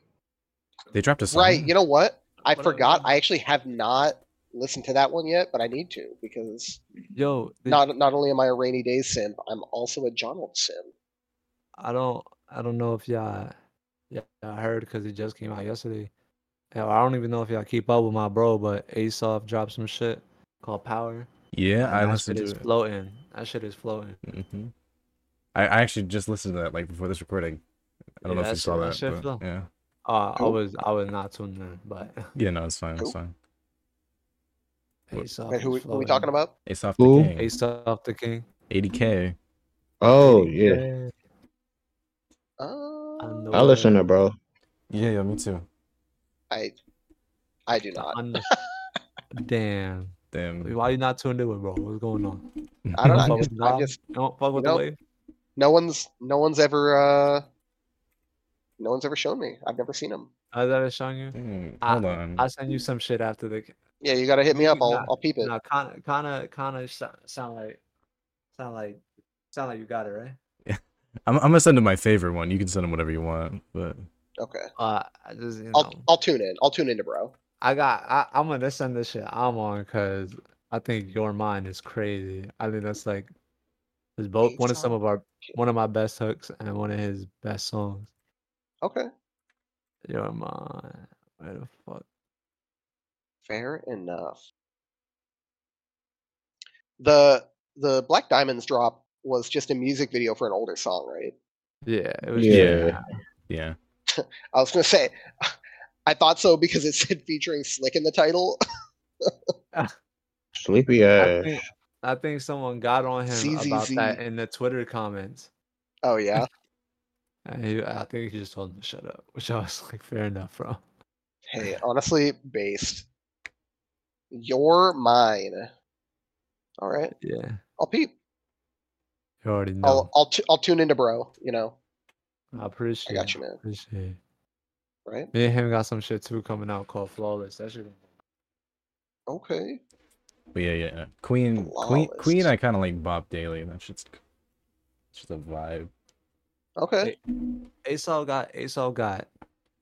[SPEAKER 3] They dropped a song.
[SPEAKER 1] right. You know what? I
[SPEAKER 5] What
[SPEAKER 1] forgot.
[SPEAKER 5] else?
[SPEAKER 1] I actually have not listened to that one yet, but I need to because
[SPEAKER 2] Yo, did-
[SPEAKER 1] not not only am I a rainy day sim, I'm also a Jonald sim.
[SPEAKER 2] I don't I don't know if y'all yeah I heard because it just came out yesterday. Hell, I don't even know if y'all keep up with my bro, but Aesop dropped some shit called Power.
[SPEAKER 3] Yeah,
[SPEAKER 2] and
[SPEAKER 3] I
[SPEAKER 2] that
[SPEAKER 3] listened
[SPEAKER 2] shit
[SPEAKER 3] to
[SPEAKER 2] is
[SPEAKER 3] it.
[SPEAKER 2] floating. That shit is floating.
[SPEAKER 3] hmm I, I actually just listened to that like before this recording. I don't
[SPEAKER 2] Yeah,
[SPEAKER 3] know if you
[SPEAKER 2] that's-
[SPEAKER 3] saw
[SPEAKER 2] that's
[SPEAKER 3] that.
[SPEAKER 2] it, Phil.
[SPEAKER 3] but, yeah.
[SPEAKER 2] Uh, I
[SPEAKER 1] Cool.
[SPEAKER 2] was I was not tuned in, but (laughs)
[SPEAKER 3] Yeah, no, it's fine. It's
[SPEAKER 1] Cool.
[SPEAKER 3] fine. What-
[SPEAKER 2] Aesop.
[SPEAKER 1] Wait, who,
[SPEAKER 2] is
[SPEAKER 1] who are we
[SPEAKER 2] floating.
[SPEAKER 1] talking about?
[SPEAKER 3] It's off
[SPEAKER 4] Who?
[SPEAKER 3] the king.
[SPEAKER 2] Aesop the King.
[SPEAKER 3] 80k.
[SPEAKER 4] Oh yeah.
[SPEAKER 1] Uh,
[SPEAKER 4] I listen to bro.
[SPEAKER 3] Yeah, yeah, me too.
[SPEAKER 1] I I do not.
[SPEAKER 2] On the- Damn.
[SPEAKER 3] Damn.
[SPEAKER 2] Why you not tuned in, bro? What's going on?
[SPEAKER 1] I don't know. I'm
[SPEAKER 2] Fuck
[SPEAKER 1] just,
[SPEAKER 2] with
[SPEAKER 1] I'm
[SPEAKER 2] Nas?
[SPEAKER 1] just
[SPEAKER 2] You don't fuck with
[SPEAKER 1] know,
[SPEAKER 2] the wave.
[SPEAKER 1] no one's no one's ever uh no one's ever shown me. I've never seen them.
[SPEAKER 2] I that is showing you.
[SPEAKER 3] Mm,
[SPEAKER 2] I-
[SPEAKER 3] Hold on.
[SPEAKER 2] I'll send you some shit after the
[SPEAKER 1] Yeah, you gotta hit me up. I'll
[SPEAKER 2] Nah,
[SPEAKER 1] I'll peep it.
[SPEAKER 2] No, Connor, Connor, Connor so- sound like, sound like, sound like you got it right.
[SPEAKER 3] I'm, I'm gonna send him my favorite one. You can send him whatever you want, but
[SPEAKER 1] Okay.
[SPEAKER 2] Uh, I just you know,
[SPEAKER 1] I'll I'll tune in. I'll tune into bro.
[SPEAKER 2] I got, I, I'm gonna send this shit I'm on because I think your mind is crazy. I think that's like, it's both one of some of our one of my best hooks and one of his best songs.
[SPEAKER 1] Okay.
[SPEAKER 2] Your mind, where the fuck?
[SPEAKER 1] Fair enough. The the Black Diamonds drop was just a music video for an older song, right?
[SPEAKER 2] Yeah, it was
[SPEAKER 4] Yeah.
[SPEAKER 3] yeah.
[SPEAKER 1] I was gonna say (laughs) I thought so because it said featuring Slick in the title. (laughs)
[SPEAKER 4] Sleepy
[SPEAKER 2] I
[SPEAKER 4] ass.
[SPEAKER 2] think, I think someone got on him about that
[SPEAKER 1] ZZZ.
[SPEAKER 2] in the Twitter comments.
[SPEAKER 1] Oh yeah.
[SPEAKER 2] And he, I think he just told him to shut up, which I was like, fair enough, bro.
[SPEAKER 1] Hey, honestly, based. You're mine. All right,
[SPEAKER 2] Yeah,
[SPEAKER 1] I'll peep.
[SPEAKER 2] you already know.
[SPEAKER 1] I'll I'll tu- I'll tune into bro. You know,
[SPEAKER 2] I appreciate.
[SPEAKER 1] I got you, man.
[SPEAKER 2] Appreciate. it.
[SPEAKER 1] Right?
[SPEAKER 2] Me and him got some shit too coming out called Flawless. That shit.
[SPEAKER 1] Okay.
[SPEAKER 3] But yeah, yeah. yeah. Queen, Queen,
[SPEAKER 1] Flawless.
[SPEAKER 3] Queen. I kind of like Bob Daly. That shit's just a vibe.
[SPEAKER 1] Okay.
[SPEAKER 2] Hey, Aesop got Aesop got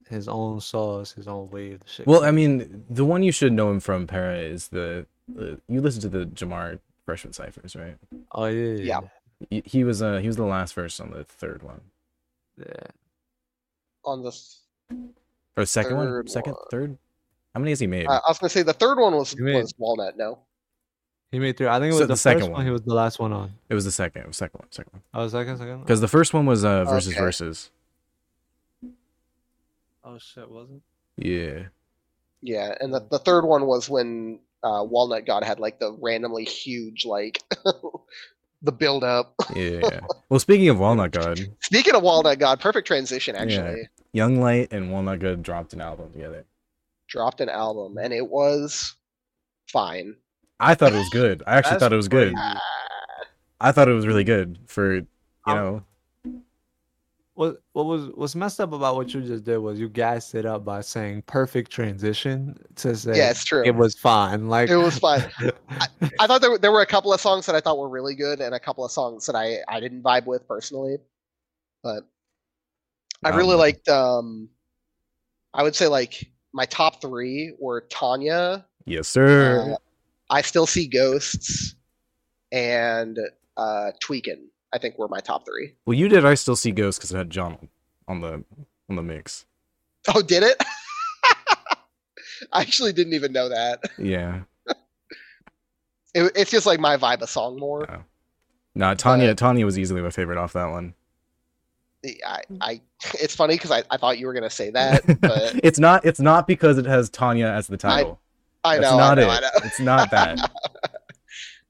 [SPEAKER 2] his own sauce, his own wave. The shit.
[SPEAKER 3] Well, I
[SPEAKER 2] crazy.
[SPEAKER 3] mean, the one you should know him from, Para, is the, the you listen to the Jamar freshman ciphers, right?
[SPEAKER 2] oh yeah, yeah,
[SPEAKER 3] He, he was uh he was the last verse on the third one
[SPEAKER 2] yeah.
[SPEAKER 1] On the, th-
[SPEAKER 3] or second one,
[SPEAKER 1] Third
[SPEAKER 3] second,
[SPEAKER 1] one. Uh,
[SPEAKER 3] third. How many has he made?
[SPEAKER 1] I I was gonna say the third one was
[SPEAKER 2] You mean-
[SPEAKER 1] was walnut. No.
[SPEAKER 2] He made three. I think it
[SPEAKER 3] So
[SPEAKER 2] was
[SPEAKER 3] the
[SPEAKER 2] the,
[SPEAKER 3] second
[SPEAKER 2] first one.
[SPEAKER 3] one.
[SPEAKER 2] He was the last one on.
[SPEAKER 3] it was the second, it was second one, second one.
[SPEAKER 2] I was second, second.
[SPEAKER 3] Because the first one was uh versus
[SPEAKER 1] Okay.
[SPEAKER 3] versus.
[SPEAKER 2] oh shit, wasn't.
[SPEAKER 3] Yeah.
[SPEAKER 1] Yeah, and the, the third one was when uh, Walnut God had like the randomly huge like (laughs) the build up.
[SPEAKER 3] Yeah. yeah. well, speaking of Walnut God,
[SPEAKER 1] (laughs) Speaking of Walnut God, perfect transition actually.
[SPEAKER 3] Young Light and Walnut God dropped an album together.
[SPEAKER 1] Dropped an album and it was fine.
[SPEAKER 3] I thought it was good. I actually thought it was good.
[SPEAKER 1] Ah,
[SPEAKER 3] I thought it was really good for you
[SPEAKER 2] Um,
[SPEAKER 3] know.
[SPEAKER 2] What what was what's messed up about what you just did was you gassed it up by saying perfect transition to say
[SPEAKER 1] yeah, it's true.
[SPEAKER 2] it was fine. Like
[SPEAKER 1] It was
[SPEAKER 2] (laughs)
[SPEAKER 1] fine. I thought there were, there were a couple of songs that I thought were really good and a couple of songs that I, I didn't vibe with personally. But I really
[SPEAKER 3] Um,
[SPEAKER 1] liked um I would say like my top 3 were Tanya,
[SPEAKER 3] Yes, sir.
[SPEAKER 1] uh, I Still See Ghosts and uh Tweakin. I think were my top 3.
[SPEAKER 3] well, you did. I still see ghosts because I had John on the on the mix.
[SPEAKER 1] (laughs) Oh, did it? (laughs) I actually didn't even know that.
[SPEAKER 3] Yeah.
[SPEAKER 1] It, it's just like my vibe a song more.
[SPEAKER 3] No, Tanya. Tanya was easily my favorite off that one.
[SPEAKER 1] I, I
[SPEAKER 3] (laughs)
[SPEAKER 1] it's funny because I, I thought you were gonna say that, but
[SPEAKER 3] it's not. It's not because it has Tanya as the title.
[SPEAKER 1] I
[SPEAKER 3] That's
[SPEAKER 1] know, I
[SPEAKER 3] not
[SPEAKER 1] know,
[SPEAKER 3] it.
[SPEAKER 1] I know. (laughs)
[SPEAKER 3] It's not that. It's-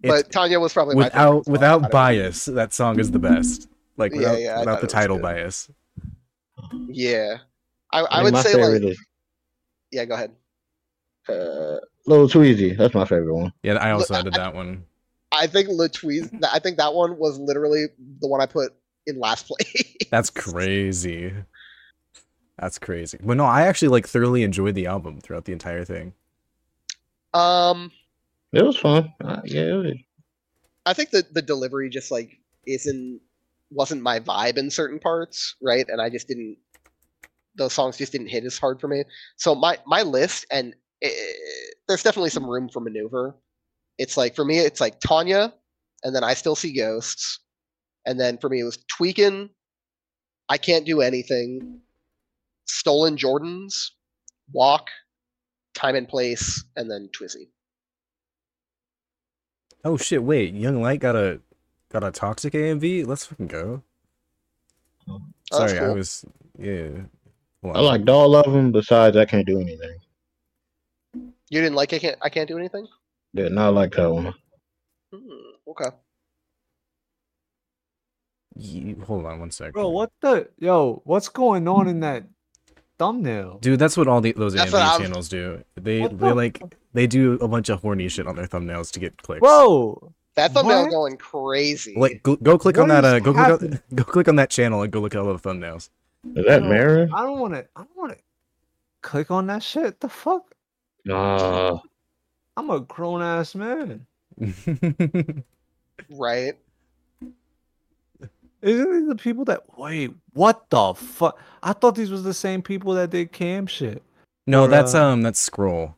[SPEAKER 1] But Tanya was probably my favorite
[SPEAKER 3] without
[SPEAKER 1] song out of
[SPEAKER 3] without
[SPEAKER 1] it.
[SPEAKER 3] bias, that song is the best. Like
[SPEAKER 1] Yeah,
[SPEAKER 3] without,
[SPEAKER 1] yeah, I
[SPEAKER 3] without
[SPEAKER 1] thought
[SPEAKER 3] the
[SPEAKER 1] it was
[SPEAKER 3] title
[SPEAKER 1] good.
[SPEAKER 3] bias.
[SPEAKER 1] Yeah, I, I,
[SPEAKER 4] think
[SPEAKER 1] would
[SPEAKER 4] my
[SPEAKER 1] say
[SPEAKER 4] favorite
[SPEAKER 1] like
[SPEAKER 4] is
[SPEAKER 1] yeah. Go ahead. Uh,
[SPEAKER 4] Little Tweezy. That's my favorite one.
[SPEAKER 3] Yeah, I also
[SPEAKER 1] I-
[SPEAKER 3] added that one.
[SPEAKER 1] I think Latweez. I think that one was literally the one I put in last place.
[SPEAKER 3] That's crazy. That's crazy. But no, I actually like thoroughly enjoyed the album throughout the entire thing.
[SPEAKER 1] (laughs) Um,
[SPEAKER 4] It was fun. Uh, yeah, it was-
[SPEAKER 1] I think that the delivery just like isn't wasn't my vibe in certain parts, right? And I just didn't those songs just didn't hit as hard for me. So my my list and eh, there's definitely some room for maneuver. It's like for me it's like Tanya and then I still see ghosts. And then for me it was Tweakin', I can't do anything, Stolen Jordans, Walk, Time and Place, and then Twizzy.
[SPEAKER 3] Oh shit, wait, Young Light got a got a toxic AMV? Let's fucking go.
[SPEAKER 1] Oh, that's
[SPEAKER 3] Sorry, I
[SPEAKER 1] cool.
[SPEAKER 3] was yeah. Well,
[SPEAKER 4] I liked all of them. Besides, I can't do anything.
[SPEAKER 1] You didn't like I can't I can't do anything?
[SPEAKER 4] Did not like that one.
[SPEAKER 1] Hmm, okay.
[SPEAKER 3] ye- hold on one second.
[SPEAKER 2] Bro, what the yo? What's going on in that thumbnail?
[SPEAKER 3] Dude, that's what all the, those
[SPEAKER 1] That's what I
[SPEAKER 3] AMV
[SPEAKER 1] was-
[SPEAKER 3] channels do. They
[SPEAKER 2] What
[SPEAKER 3] they
[SPEAKER 2] the
[SPEAKER 3] like they do a bunch of horny shit on their thumbnails to get clicks.
[SPEAKER 2] Whoa!
[SPEAKER 1] That thumbnail
[SPEAKER 2] What?
[SPEAKER 1] going crazy.
[SPEAKER 3] Like go, go click on
[SPEAKER 2] What
[SPEAKER 3] that uh
[SPEAKER 2] is
[SPEAKER 3] go click on,
[SPEAKER 2] happening?
[SPEAKER 3] (laughs) go click on that channel and go look at all the thumbnails. (laughs)
[SPEAKER 4] Is that
[SPEAKER 2] Yo,
[SPEAKER 4] Marin?
[SPEAKER 2] I don't want to. I don't want to click on that shit. The fuck?
[SPEAKER 4] Nah.
[SPEAKER 2] I'm a grown ass man.
[SPEAKER 1] right?
[SPEAKER 2] Isn't these the people that wait? What the fuck? I thought these was the same people that did cam shit.
[SPEAKER 3] no,
[SPEAKER 2] Or,
[SPEAKER 3] that's
[SPEAKER 2] uh,
[SPEAKER 3] um that's scroll.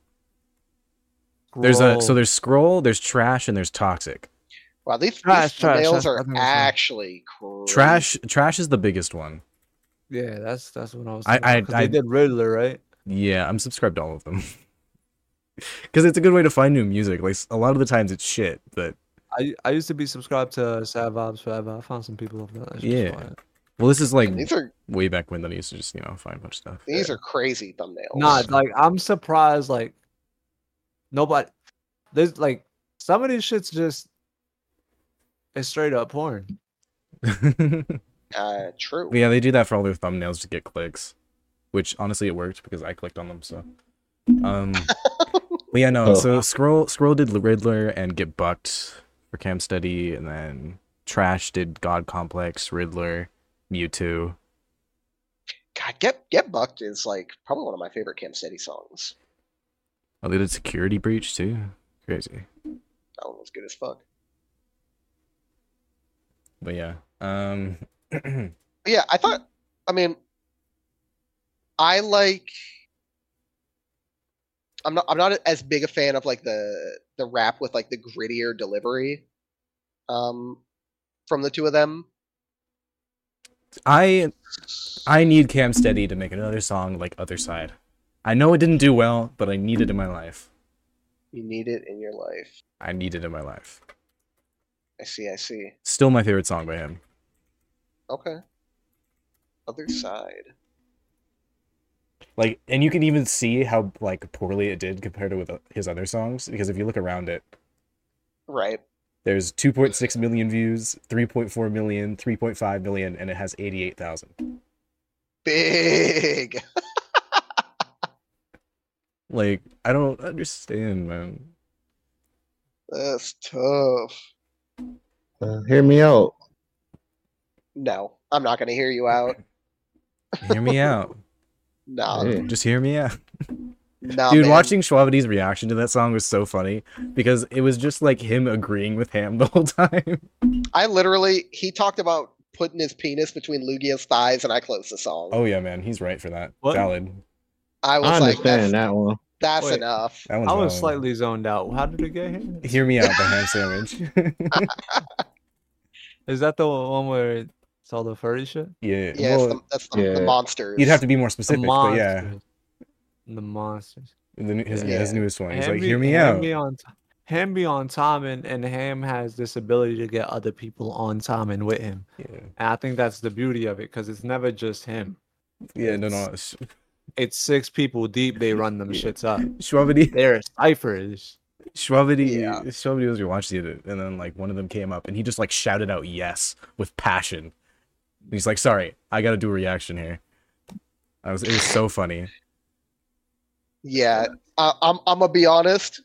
[SPEAKER 3] There's a so
[SPEAKER 2] Bro.
[SPEAKER 3] there's scroll, there's trash, and there's toxic.
[SPEAKER 1] Wow, these, these
[SPEAKER 2] Trash, trash,
[SPEAKER 1] thumbnails
[SPEAKER 2] that's- I
[SPEAKER 1] are
[SPEAKER 2] think that's right.
[SPEAKER 1] actually crazy.
[SPEAKER 3] Trash trash is the biggest one.
[SPEAKER 2] yeah. That's that's what I was.
[SPEAKER 3] I-
[SPEAKER 2] thinking
[SPEAKER 3] I-
[SPEAKER 2] 'cause
[SPEAKER 3] I-
[SPEAKER 2] they did Riddler right.
[SPEAKER 3] Yeah, I'm subscribed to all of them. (laughs) Cause it's a good way to find new music. Like s- a lot of the times it's shit, but
[SPEAKER 2] I, I used to be subscribed to Sad Vibes Forever. I found some people over there. That's just
[SPEAKER 3] Yeah.
[SPEAKER 2] fire.
[SPEAKER 3] well this is like
[SPEAKER 1] These are
[SPEAKER 3] way back when that I used to just, you know, find a bunch of stuff.
[SPEAKER 1] these are crazy thumbnails.
[SPEAKER 2] Nah, like I'm surprised. Like nobody, there's like some of these shits just it's straight up porn.
[SPEAKER 3] (laughs) Yeah.
[SPEAKER 1] uh, true.
[SPEAKER 3] But yeah, they do that for all their thumbnails to get clicks, which honestly it worked because I clicked on them. So, um, but yeah, no.
[SPEAKER 4] Oh.
[SPEAKER 3] So scroll scroll did Riddler and get bucked for Cam Study, and then Trash did God Complex, Riddler, Mewtwo.
[SPEAKER 1] God, get get bucked is like probably one of my favorite Camp City songs.
[SPEAKER 3] Oh, they did Security Breach too. Crazy,
[SPEAKER 1] That one was good as fuck.
[SPEAKER 3] but yeah. Um, (clears throat)
[SPEAKER 1] But yeah, I thought. I mean, I like. I'm not. I'm not as big a fan of like the the rap with like the grittier delivery, um, from the two of them.
[SPEAKER 3] I I need Cam Steady to make another song like Other Side. I know it didn't do well, but I need it in my life.
[SPEAKER 1] You need it in your life.
[SPEAKER 3] I need it in my life.
[SPEAKER 1] I see, I see.
[SPEAKER 3] Still my favorite song by him.
[SPEAKER 1] Okay. Other side.
[SPEAKER 3] like and you can even see how like poorly it did compared to with uh, his other songs because if you look around it
[SPEAKER 1] Right.
[SPEAKER 3] there's 2.6 million views 3.4 million 3.5 million and it has 88,000
[SPEAKER 1] Big.
[SPEAKER 3] like i don't understand man
[SPEAKER 1] That's tough.
[SPEAKER 4] Uh, hear me out.
[SPEAKER 1] No, I'm not going to hear you out.
[SPEAKER 3] hear (laughs) me out
[SPEAKER 1] No.
[SPEAKER 4] Yeah.
[SPEAKER 3] just hear me out
[SPEAKER 2] Oh,
[SPEAKER 1] Nah,
[SPEAKER 3] dude
[SPEAKER 1] man.
[SPEAKER 3] watching schwabity's reaction to that song was so funny because it was just like him agreeing with ham the whole time
[SPEAKER 1] I literally, he talked about putting his penis between Lugia's thighs, and I closed the song.
[SPEAKER 3] (laughs) oh yeah man he's right for that
[SPEAKER 2] What?
[SPEAKER 3] valid
[SPEAKER 1] I was
[SPEAKER 4] I
[SPEAKER 1] like, that's,
[SPEAKER 4] understand that one.
[SPEAKER 1] that's
[SPEAKER 2] Wait.
[SPEAKER 1] enough.
[SPEAKER 3] that one's
[SPEAKER 2] I was
[SPEAKER 3] valid.
[SPEAKER 2] slightly zoned out. How did it get here?
[SPEAKER 3] hear me (laughs) out the ham sandwich (laughs)
[SPEAKER 2] Is that the one where it's all the furry shit?
[SPEAKER 3] yeah
[SPEAKER 1] Yeah, it's
[SPEAKER 3] well,
[SPEAKER 1] the, that's the, the
[SPEAKER 4] yeah.
[SPEAKER 1] monsters.
[SPEAKER 3] you'd have to be more
[SPEAKER 2] The
[SPEAKER 3] specific but yeah
[SPEAKER 2] monsters. The monsters.
[SPEAKER 3] the, new- his,
[SPEAKER 1] Yeah.
[SPEAKER 3] his newest one. He's
[SPEAKER 2] Ham
[SPEAKER 3] like,
[SPEAKER 2] be-
[SPEAKER 3] hear me
[SPEAKER 2] Ham
[SPEAKER 3] out.
[SPEAKER 2] Be on t- Ham be on time, and, and Ham has this ability to get other people on time and with him.
[SPEAKER 3] Yeah.
[SPEAKER 2] And I think that's the beauty of it because it's never just him.
[SPEAKER 3] yeah, no, no. it's-
[SPEAKER 2] it's six people deep. They run them shits up.
[SPEAKER 3] Schwabity,
[SPEAKER 2] They're ciphers.
[SPEAKER 3] Schwabity,
[SPEAKER 1] Yeah.
[SPEAKER 3] Schwabity was watching it, and then like one of them came up, and he just like shouted out yes with passion. And he's like, "Sorry, I got to do a reaction here." I was, it was so funny.
[SPEAKER 1] Yeah, I, I'm. I'm gonna be honest.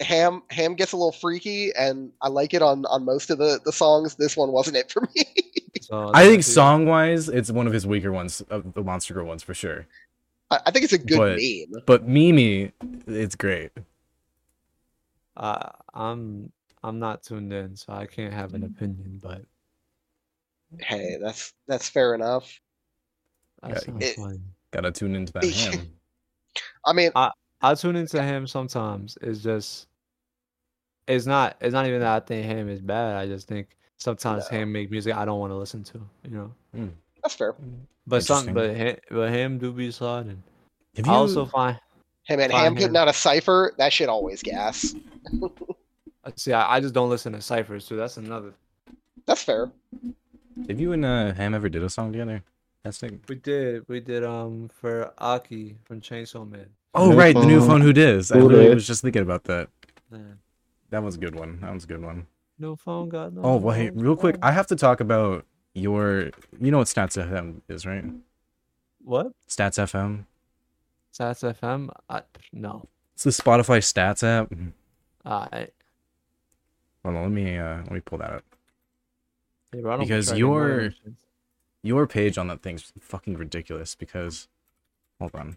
[SPEAKER 1] Ham Ham gets a little freaky, and I like it on on most of the the songs. This one wasn't it for me. (laughs)
[SPEAKER 2] So
[SPEAKER 3] I think
[SPEAKER 2] that's it.
[SPEAKER 3] song wise, it's one of his weaker ones, of the Monster Girl ones for sure.
[SPEAKER 1] I, I think it's a good
[SPEAKER 3] But-
[SPEAKER 1] meme.
[SPEAKER 3] But Mimi, it's great.
[SPEAKER 2] Uh, I'm I'm not tuned in, so I can't have an opinion. But
[SPEAKER 1] Hey, that's that's fair enough.
[SPEAKER 2] that
[SPEAKER 3] Yeah,
[SPEAKER 2] sounds
[SPEAKER 1] it-
[SPEAKER 2] fun.
[SPEAKER 3] Gotta tune into that ham.
[SPEAKER 1] I mean,
[SPEAKER 2] I tune into him sometimes. It's just it's not it's not even that I think him is bad. I just think sometimes
[SPEAKER 1] No.
[SPEAKER 2] him make music I don't want to listen to. You know,
[SPEAKER 1] that's fair.
[SPEAKER 2] but some
[SPEAKER 3] Interesting.
[SPEAKER 2] but him, but him do be sliding.
[SPEAKER 3] Have
[SPEAKER 2] I also find
[SPEAKER 1] Hey man,
[SPEAKER 2] Fine,
[SPEAKER 1] Ham
[SPEAKER 2] Ham.
[SPEAKER 1] putting out a cipher. That shit always gas.
[SPEAKER 2] uh, see I, I just don't listen to ciphers too. That's another.
[SPEAKER 1] That's fair.
[SPEAKER 3] Have you and uh, Ham ever did a song together? That's like
[SPEAKER 2] We did we did um for Aki from Chainsaw Man.
[SPEAKER 3] oh
[SPEAKER 4] New
[SPEAKER 3] right, the new
[SPEAKER 4] phone.
[SPEAKER 3] phone. Who dis? I
[SPEAKER 4] Who
[SPEAKER 3] literally
[SPEAKER 4] dis?
[SPEAKER 3] was just thinking about that.
[SPEAKER 2] Man,
[SPEAKER 3] That was a good one. That was a good one.
[SPEAKER 2] no phone got no.
[SPEAKER 3] Oh wait,
[SPEAKER 2] phone
[SPEAKER 3] real quick,
[SPEAKER 2] got-
[SPEAKER 3] I have to talk about your. You know what Stats FM is, right?
[SPEAKER 2] what?
[SPEAKER 3] Stats FM.
[SPEAKER 2] Sats FM? I, no.
[SPEAKER 3] It's the Spotify Stats app.
[SPEAKER 2] I,
[SPEAKER 3] Hold on, let me uh, let me pull that up.
[SPEAKER 2] yeah, bro, I don't
[SPEAKER 3] Because
[SPEAKER 2] track any more of
[SPEAKER 3] you're-
[SPEAKER 2] them shits.
[SPEAKER 3] Your page on that thing's fucking ridiculous because. Hold on.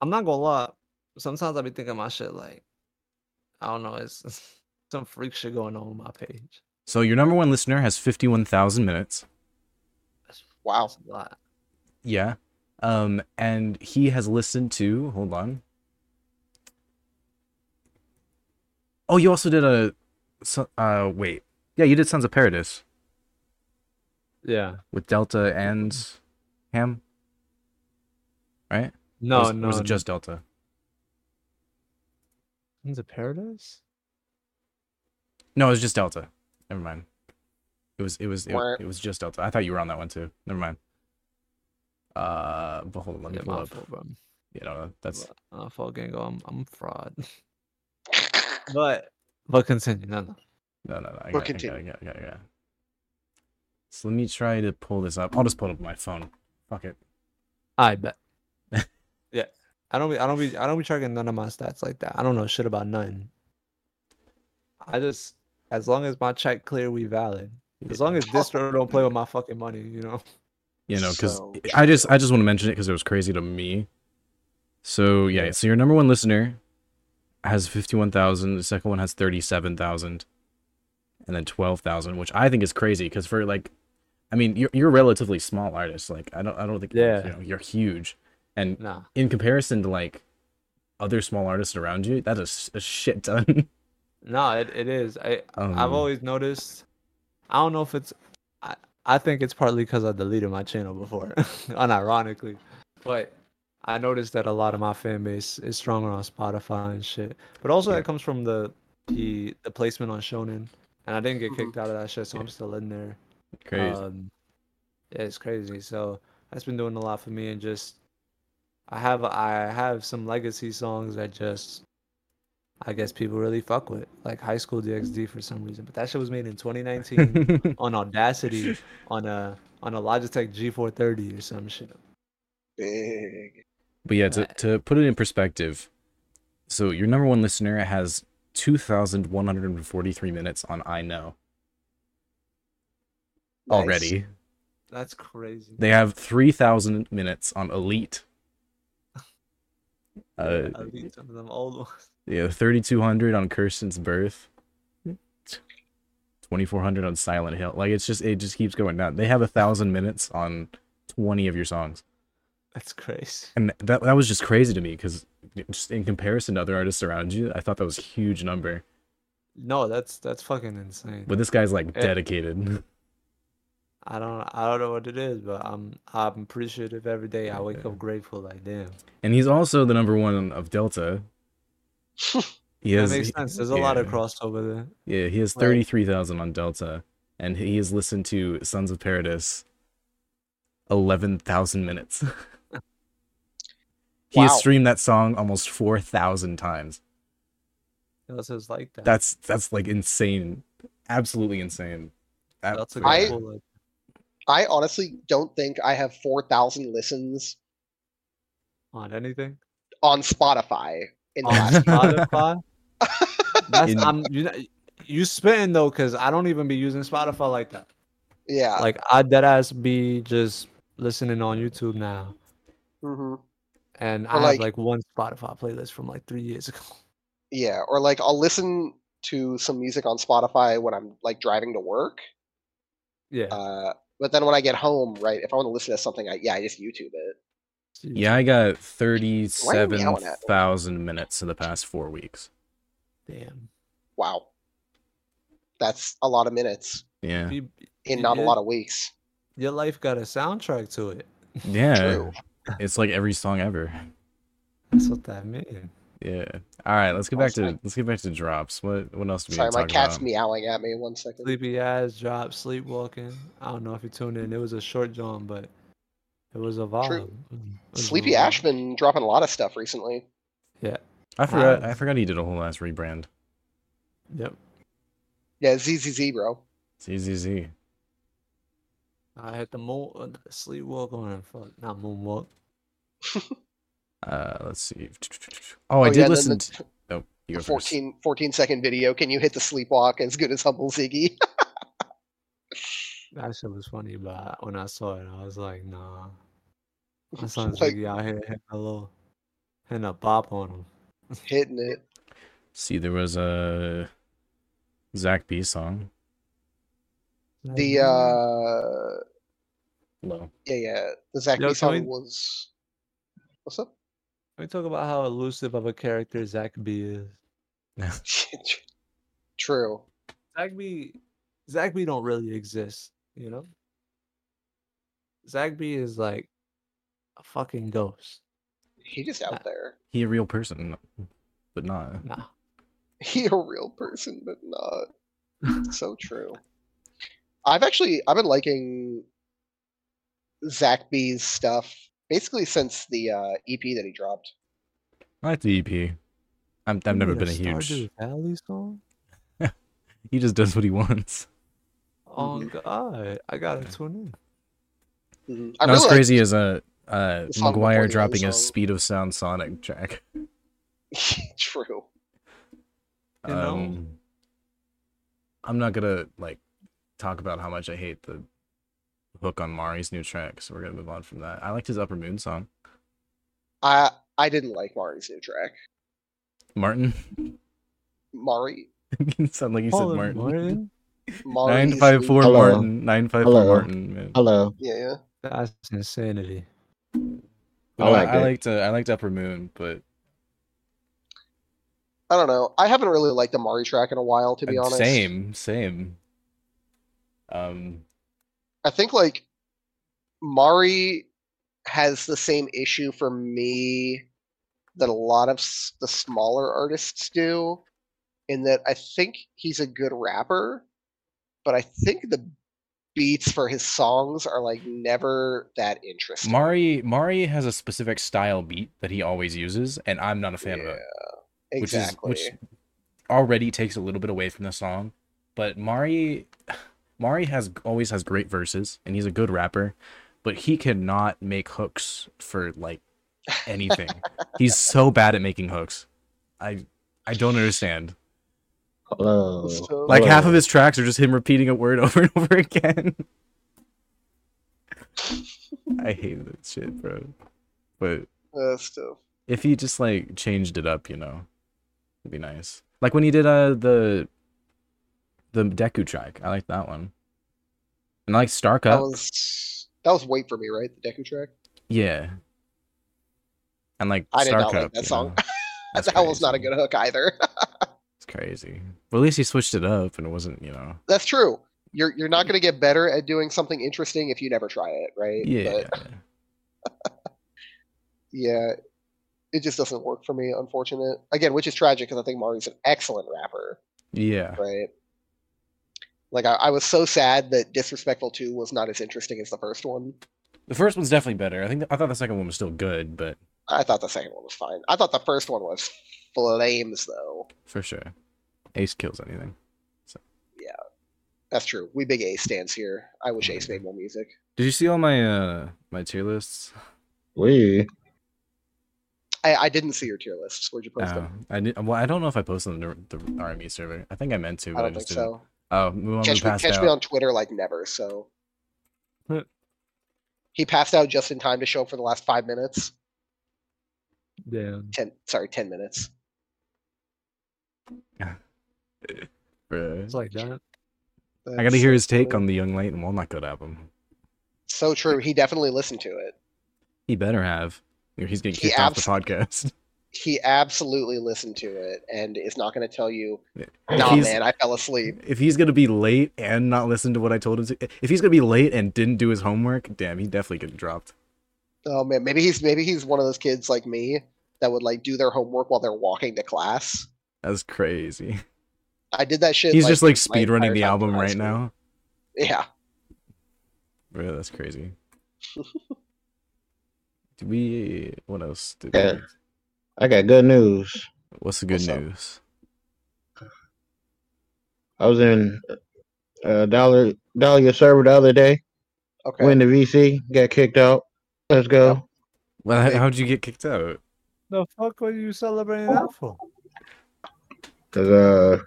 [SPEAKER 2] I'm not gonna lie. Sometimes I be thinking my shit like, I don't know, it's (laughs) some freak shit going on with my page.
[SPEAKER 3] So your number one listener has fifty-one thousand minutes.
[SPEAKER 2] That's,
[SPEAKER 1] Wow. (laughs)
[SPEAKER 2] that's a lot.
[SPEAKER 3] Yeah. Um, and he has listened to. Hold on. Oh, you also did a. so- Uh, wait. Yeah, you did Sons of Paradise
[SPEAKER 2] Yeah.
[SPEAKER 3] with Delta and Ham. Right?
[SPEAKER 2] No,
[SPEAKER 3] or was, or
[SPEAKER 2] no.
[SPEAKER 3] Was it
[SPEAKER 2] no.
[SPEAKER 3] just Delta?
[SPEAKER 2] Sons of Paradise?
[SPEAKER 3] No, it was just Delta. Never mind. It was. It was. It,
[SPEAKER 1] Where-
[SPEAKER 3] it was just Delta. I thought you were on that one too. Never mind. Uh, but hold on. Let me
[SPEAKER 2] Yeah,
[SPEAKER 3] pull
[SPEAKER 2] my
[SPEAKER 3] up.
[SPEAKER 2] fault, bro.
[SPEAKER 3] Yeah, no, that's.
[SPEAKER 2] My fault, Gango. I'm I'm a fraud. (laughs) but but continue. No, no.
[SPEAKER 3] No, no, no. I
[SPEAKER 1] We'll
[SPEAKER 3] got, it, I got,
[SPEAKER 1] continue.
[SPEAKER 3] it, I got, it, I got, it. So let me try to pull this up. I'll just pull it up on my phone. Fuck it.
[SPEAKER 2] I
[SPEAKER 3] (laughs)
[SPEAKER 2] bet. yeah. I don't be I don't be I don't be tracking none of my stats like that. I don't know shit about none. I just as long as my check clear, we valid. As long as Distro don't play with my fucking money, you know.
[SPEAKER 3] You know, because
[SPEAKER 1] So
[SPEAKER 3] I just I just want to mention it because it was crazy to me. So yeah, so your number one listener has fifty one thousand. The second one has thirty seven thousand, and then twelve thousand, which I think is crazy because for like, I mean, you're you're a relatively small artist. Like I don't I don't think
[SPEAKER 2] Yeah.
[SPEAKER 3] you know, you're huge, and
[SPEAKER 2] Nah.
[SPEAKER 3] in comparison to like other small artists around you, that is a shit ton. (laughs)
[SPEAKER 2] No, it, it is. I I've
[SPEAKER 3] Um,
[SPEAKER 2] always noticed. I don't know if it's. I I think it's partly because I deleted my channel before, (laughs) unironically, but I noticed that a lot of my fan base is stronger on Spotify and shit. But also
[SPEAKER 3] Yeah.
[SPEAKER 2] that comes from the the the placement on Shonen, and I didn't get
[SPEAKER 1] Mhm.
[SPEAKER 2] kicked out of that shit, so I'm
[SPEAKER 3] Mm-hmm. Yeah.
[SPEAKER 2] still in there.
[SPEAKER 3] crazy.
[SPEAKER 2] Um, yeah, it's crazy. So that's been doing a lot for me, and just I have I have some legacy songs that just I guess people really fuck with, like High School DxD for some reason. But that shit was made in
[SPEAKER 3] (laughs)
[SPEAKER 2] 2019 on Audacity on a on a Logitech G430 or some shit.
[SPEAKER 1] big.
[SPEAKER 3] But yeah, to,
[SPEAKER 2] Right.
[SPEAKER 3] to put it in perspective, so your number one listener has 2,143 minutes on I Know
[SPEAKER 1] Nice.
[SPEAKER 3] already.
[SPEAKER 2] That's crazy.
[SPEAKER 3] They have 3,000 minutes on Elite. Uh,
[SPEAKER 2] I beat some of them old ones. (laughs)
[SPEAKER 3] yeah, 3,200 on Kirsten's Birth. 2,400 on Silent Hill. Like it's just it just keeps going down. They have a thousand minutes on 20 of your songs,
[SPEAKER 2] That's crazy.
[SPEAKER 3] and that that was just crazy to me because just in comparison to other artists around you, I thought that was a huge number.
[SPEAKER 2] No, that's that's fucking insane.
[SPEAKER 3] But this guy's like
[SPEAKER 2] Yeah.
[SPEAKER 3] dedicated. (laughs)
[SPEAKER 2] I don't I don't know what it is, but I'm I'm appreciative every day. I wake
[SPEAKER 3] Yeah.
[SPEAKER 2] up grateful. Like damn.
[SPEAKER 3] And he's also the number one of Delta. He
[SPEAKER 2] That
[SPEAKER 3] has,
[SPEAKER 2] makes
[SPEAKER 3] he-
[SPEAKER 2] sense. There's a lot of
[SPEAKER 3] yeah.
[SPEAKER 2] crossover there.
[SPEAKER 3] Yeah, he has
[SPEAKER 1] Right.
[SPEAKER 3] 33,000 on Delta. And he has listened to Sons of Paradise 11,000 minutes. (laughs) he has
[SPEAKER 1] Wow.
[SPEAKER 3] streamed that song almost 4,000 times.
[SPEAKER 2] This is like that.
[SPEAKER 3] That's that's like insane. Absolutely insane. That-
[SPEAKER 2] That's a
[SPEAKER 1] I-
[SPEAKER 2] cool, like,
[SPEAKER 1] (laughs) I honestly don't think I have 4,000 listens
[SPEAKER 2] on anything
[SPEAKER 1] on Spotify in the
[SPEAKER 2] on (laughs)
[SPEAKER 1] last
[SPEAKER 2] Spotify. That's,
[SPEAKER 3] In-
[SPEAKER 1] (laughs)
[SPEAKER 2] I'm, you know, you spitting though, because I don't even be using Spotify like that.
[SPEAKER 1] Yeah.
[SPEAKER 2] Like I dead ass be just listening on YouTube now,
[SPEAKER 1] hmm
[SPEAKER 2] and I
[SPEAKER 1] Or,
[SPEAKER 2] have
[SPEAKER 1] like-
[SPEAKER 2] like one Spotify playlist from like three years (laughs) ago.
[SPEAKER 1] Yeah. Or like I'll listen to some music on Spotify when I'm like driving to work.
[SPEAKER 2] Yeah,
[SPEAKER 1] Uh, but then when I get home, right, if I want to listen to something, I, yeah, I just YouTube it.
[SPEAKER 2] Jeez.
[SPEAKER 3] Yeah, I got
[SPEAKER 1] yelling at me?
[SPEAKER 3] 37,000 minutes in the past 4 weeks.
[SPEAKER 2] damn.
[SPEAKER 1] Wow. That's a lot of minutes
[SPEAKER 3] Yeah.
[SPEAKER 2] You-
[SPEAKER 1] in
[SPEAKER 2] It
[SPEAKER 1] not a
[SPEAKER 2] is.
[SPEAKER 1] lot of weeks.
[SPEAKER 2] your life got a soundtrack to it.
[SPEAKER 3] Yeah.
[SPEAKER 1] True.
[SPEAKER 3] It's like every song ever.
[SPEAKER 2] That's what that means.
[SPEAKER 3] Yeah. All right, let's get back
[SPEAKER 1] Awesome.
[SPEAKER 3] to let's get back to drops. What what else do we
[SPEAKER 1] Sorry,
[SPEAKER 3] need to
[SPEAKER 1] my
[SPEAKER 3] talk
[SPEAKER 1] cat's
[SPEAKER 3] about?
[SPEAKER 1] meowing at me. One second.
[SPEAKER 2] Sleepy eyes, drop, sleepwalking. I don't know if you tuned in. It was a short John, but it was a vibe. It was- it was a
[SPEAKER 1] Sleepy
[SPEAKER 2] vibe.
[SPEAKER 1] Ash been dropping a lot of stuff recently.
[SPEAKER 3] I forgot I forgot he did a whole ass rebrand.
[SPEAKER 2] Yep.
[SPEAKER 1] Yeah, ZZZ, bro. (laughs)
[SPEAKER 3] ZZZ.
[SPEAKER 2] I had the moon uh, the sleepwalk on and fuck not moonwalk.
[SPEAKER 3] Uh, let's see. Oh, I
[SPEAKER 1] Oh,
[SPEAKER 3] did
[SPEAKER 1] yeah, and then
[SPEAKER 3] listen.
[SPEAKER 1] the-
[SPEAKER 3] to... Oh, you
[SPEAKER 1] A
[SPEAKER 3] go first.
[SPEAKER 1] 14, 14 second video. Can you hit the sleepwalk as good as Humble Ziggy? (laughs)
[SPEAKER 2] That shit was funny, but I- when I saw it, I was like, nah.
[SPEAKER 1] (laughs)
[SPEAKER 2] My son's
[SPEAKER 1] like
[SPEAKER 2] like, out here hitting a little hitting a bop on him.
[SPEAKER 1] hitting it.
[SPEAKER 3] See, there was a Zach B song.
[SPEAKER 2] Like,
[SPEAKER 1] The
[SPEAKER 2] "Mm."
[SPEAKER 1] uh
[SPEAKER 3] Low.
[SPEAKER 1] yeah, yeah. The Zach
[SPEAKER 2] Yo,
[SPEAKER 1] B
[SPEAKER 2] can
[SPEAKER 1] song
[SPEAKER 2] we-
[SPEAKER 1] was What's up? (laughs)
[SPEAKER 2] Can we talk about how elusive of a character Zach B is.
[SPEAKER 1] True.
[SPEAKER 2] Zagby Zagby don't really exist, you know? Zagby is like a fucking ghost.
[SPEAKER 1] He just out
[SPEAKER 3] Uh,
[SPEAKER 2] Nah.
[SPEAKER 1] there.
[SPEAKER 3] He a real person, but not.
[SPEAKER 2] Nah.
[SPEAKER 1] (laughs) He a real person, but not. so true. I've actually I've been liking Zach B's stuff basically since the uh, EP that he dropped.
[SPEAKER 3] I like the EP. I'm, I've
[SPEAKER 2] You
[SPEAKER 3] never
[SPEAKER 2] mean
[SPEAKER 3] been a
[SPEAKER 2] a
[SPEAKER 3] huge.
[SPEAKER 2] Stardew Valley song?
[SPEAKER 3] He just does what he (laughs) wants.
[SPEAKER 2] Oh god, I gotta tune in.
[SPEAKER 1] Mhm.
[SPEAKER 3] Not as
[SPEAKER 1] like-
[SPEAKER 3] crazy as a uh,
[SPEAKER 1] the song before the
[SPEAKER 3] McGuire
[SPEAKER 1] other
[SPEAKER 3] dropping
[SPEAKER 1] song.
[SPEAKER 3] a speed of sound Sonic track.
[SPEAKER 1] (laughs) true.
[SPEAKER 2] You know?
[SPEAKER 3] Um, I'm not gonna like talk about how much I hate the hook on Mari's new track, so we're gonna move on from that. I liked his Upper Moon song.
[SPEAKER 1] I I didn't like Mari's new track.
[SPEAKER 3] Martin. (laughs)
[SPEAKER 1] Mari
[SPEAKER 3] it sounded like you said
[SPEAKER 2] Paul and
[SPEAKER 3] Martin.
[SPEAKER 2] Martin?
[SPEAKER 1] Mari
[SPEAKER 3] Nine five four
[SPEAKER 4] Hello.
[SPEAKER 3] Martin. Nine five four
[SPEAKER 4] Hello.
[SPEAKER 3] Martin. Man.
[SPEAKER 4] Hello.
[SPEAKER 1] Yeah, yeah.
[SPEAKER 2] That's insanity.
[SPEAKER 4] I
[SPEAKER 3] Oh, I,
[SPEAKER 4] like
[SPEAKER 3] I
[SPEAKER 4] it.
[SPEAKER 3] liked uh, I liked Upper Moon, but
[SPEAKER 1] I don't know. I haven't really liked the Mari track in a while, to be honest.
[SPEAKER 3] uh, same same. Um,
[SPEAKER 1] I think like Mari has the same issue for me that a lot of s- the smaller artists do, in that I think he's a good rapper, but I think the beats for his songs are like never that interesting.
[SPEAKER 3] Mari Mari has a specific style beat that he always uses, and I'm not a fan of it.
[SPEAKER 1] exactly.
[SPEAKER 3] Which is which already takes a little bit away from the song, but Mari (sighs) Mari has always has great verses and he's a good rapper, but he cannot make hooks for like anything. he's so bad at making hooks. I I don't understand. Oh.
[SPEAKER 4] Hello.
[SPEAKER 1] So-
[SPEAKER 3] Like half of
[SPEAKER 4] Hello.
[SPEAKER 3] his tracks are just him repeating a word (laughs) over and over again. I hate that shit, bro. But
[SPEAKER 1] Uh, stuff.
[SPEAKER 3] if he just like changed it up, you know, it'd be nice. Like when he did uh the the Deku track, I like that one. And I like Stark
[SPEAKER 1] That
[SPEAKER 3] Up,
[SPEAKER 1] was that was wait for me, right? The Deku track.
[SPEAKER 3] yeah. And like
[SPEAKER 1] I did
[SPEAKER 3] Stark
[SPEAKER 1] not like
[SPEAKER 3] Up,
[SPEAKER 1] that
[SPEAKER 3] you
[SPEAKER 1] song. (laughs)
[SPEAKER 3] know?
[SPEAKER 1] That
[SPEAKER 3] That's
[SPEAKER 1] was not a
[SPEAKER 3] crazy.
[SPEAKER 1] good hook either. (laughs)
[SPEAKER 3] It's crazy. But at least he switched it up, and it wasn't, you know.
[SPEAKER 1] That's true. You're you're
[SPEAKER 3] Mm.
[SPEAKER 1] not going to get better at doing something interesting if you never try it, right?
[SPEAKER 3] Yeah,
[SPEAKER 1] But yeah, it just doesn't work for me, unfortunate. Again, which is tragic because I think Mari's an excellent rapper,
[SPEAKER 3] yeah.
[SPEAKER 1] right? Like I, I was so sad that Disrespectful Two was not as interesting as the first one.
[SPEAKER 3] The first one's definitely better. I think I thought the second one was still good, but
[SPEAKER 1] I thought the second one was fine. I thought the first one was flames, though.
[SPEAKER 3] for sure, Ace kills anything.
[SPEAKER 1] That's true. We big Ace stands here. I wish Ace made more music.
[SPEAKER 3] Did you see all my uh my tier lists?
[SPEAKER 4] We
[SPEAKER 1] I, I didn't see your tier lists. Where'd you post
[SPEAKER 3] Oh,
[SPEAKER 1] them?
[SPEAKER 3] I did, well, I don't know if I posted them to the RME server. I think I meant to,
[SPEAKER 1] I
[SPEAKER 3] but I,
[SPEAKER 1] don't
[SPEAKER 3] just
[SPEAKER 1] think
[SPEAKER 3] didn't.
[SPEAKER 1] so.
[SPEAKER 3] Oh, we want me
[SPEAKER 1] Catch,
[SPEAKER 3] to
[SPEAKER 1] me,
[SPEAKER 3] pass
[SPEAKER 1] catch
[SPEAKER 3] out.
[SPEAKER 1] me on Twitter like never. So
[SPEAKER 2] Huh.
[SPEAKER 1] he passed out just in time to show up for the last five minutes.
[SPEAKER 2] Yeah.
[SPEAKER 1] Ten, sorry, ten minutes.
[SPEAKER 3] Bruh.
[SPEAKER 2] It's like that.
[SPEAKER 3] I gotta hear his take
[SPEAKER 1] That's
[SPEAKER 3] on the Young Light and Walnut Good album.
[SPEAKER 1] So true. He definitely listened to it.
[SPEAKER 3] He better have. Or he's getting
[SPEAKER 1] He
[SPEAKER 3] kicked off
[SPEAKER 1] (laughs)
[SPEAKER 3] the podcast.
[SPEAKER 1] He absolutely listened to it, and is not going to tell you.
[SPEAKER 3] If
[SPEAKER 1] Nah,
[SPEAKER 3] he's-
[SPEAKER 1] man, I fell asleep.
[SPEAKER 3] If he's gonna be late and not listen to what I told him to, if he's gonna be late and didn't do his homework, damn, he definitely getting dropped.
[SPEAKER 1] Oh man, maybe he's maybe he's one of those kids like me that would like do their homework while they're walking to class.
[SPEAKER 3] That's crazy.
[SPEAKER 1] I did
[SPEAKER 3] (laughs)
[SPEAKER 1] that shit.
[SPEAKER 3] He's just like
[SPEAKER 1] my entire
[SPEAKER 3] speedrunning the
[SPEAKER 1] time
[SPEAKER 3] album
[SPEAKER 1] in high
[SPEAKER 3] right
[SPEAKER 1] school.
[SPEAKER 3] now.
[SPEAKER 1] Yeah.
[SPEAKER 3] Bro,
[SPEAKER 1] (laughs)
[SPEAKER 3] that's crazy. did we? What else? Did
[SPEAKER 4] Yeah.
[SPEAKER 3] we-
[SPEAKER 4] I got good news.
[SPEAKER 3] What's the good
[SPEAKER 1] What's up?
[SPEAKER 3] news?
[SPEAKER 4] I was in uh dollar dollar server the other day.
[SPEAKER 1] Okay.
[SPEAKER 4] Went to VC, got kicked out. Let's go.
[SPEAKER 3] Well,
[SPEAKER 1] Wait.
[SPEAKER 3] how- how'd you get kicked out?
[SPEAKER 2] The fuck were you celebrating that for?
[SPEAKER 4] Cause uh,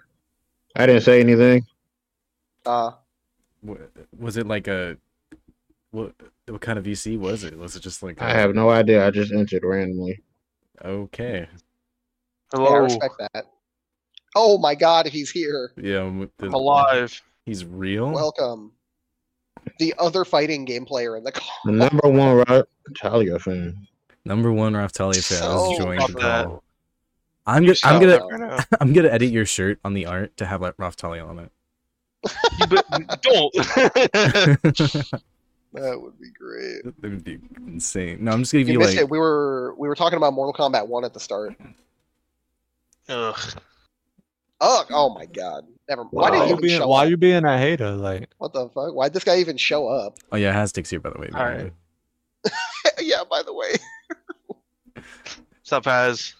[SPEAKER 4] I didn't say anything.
[SPEAKER 1] uh,
[SPEAKER 3] Wha- Was it like a what? What kind of VC was it? Was it just like
[SPEAKER 4] I
[SPEAKER 3] a-
[SPEAKER 4] have no idea. I just entered randomly.
[SPEAKER 3] Okay.
[SPEAKER 1] yeah, I
[SPEAKER 6] Hello.
[SPEAKER 1] respect that. Oh my God, he's here.
[SPEAKER 3] Yeah. I'm with the-
[SPEAKER 6] I'm alive.
[SPEAKER 3] He's real.
[SPEAKER 1] Welcome. The other fighting game player in the call.
[SPEAKER 4] The number one rock Talia fan.
[SPEAKER 3] Number one, Raftali Fair. I was
[SPEAKER 1] So
[SPEAKER 3] enjoying
[SPEAKER 6] fuck
[SPEAKER 3] the
[SPEAKER 6] that.
[SPEAKER 3] call. I'm gonna, I'm
[SPEAKER 6] Shut
[SPEAKER 3] gonna,
[SPEAKER 6] up right now.
[SPEAKER 3] I'm gonna edit your shirt on the art to have like Raftali on
[SPEAKER 1] (laughs)
[SPEAKER 6] You bet- don't.
[SPEAKER 3] it.
[SPEAKER 1] (laughs) That would be great.
[SPEAKER 3] that would be insane. No, I'm just gonna give
[SPEAKER 1] You
[SPEAKER 3] you
[SPEAKER 1] missed
[SPEAKER 3] like,
[SPEAKER 1] it. We were we were talking about Mortal Kombat One at the start.
[SPEAKER 6] Ugh.
[SPEAKER 1] Oh, oh my God. Never. Why
[SPEAKER 4] Wow.
[SPEAKER 1] did
[SPEAKER 2] Why
[SPEAKER 1] he
[SPEAKER 2] you
[SPEAKER 1] even
[SPEAKER 2] being,
[SPEAKER 1] show
[SPEAKER 2] why
[SPEAKER 1] up?
[SPEAKER 2] you being a hater? Like,
[SPEAKER 1] What the fuck? Why'd this guy even show up? (laughs)
[SPEAKER 3] oh yeah, it has sticks here by the way.
[SPEAKER 6] All right.
[SPEAKER 1] yeah. By the way,
[SPEAKER 6] What's up, Paz?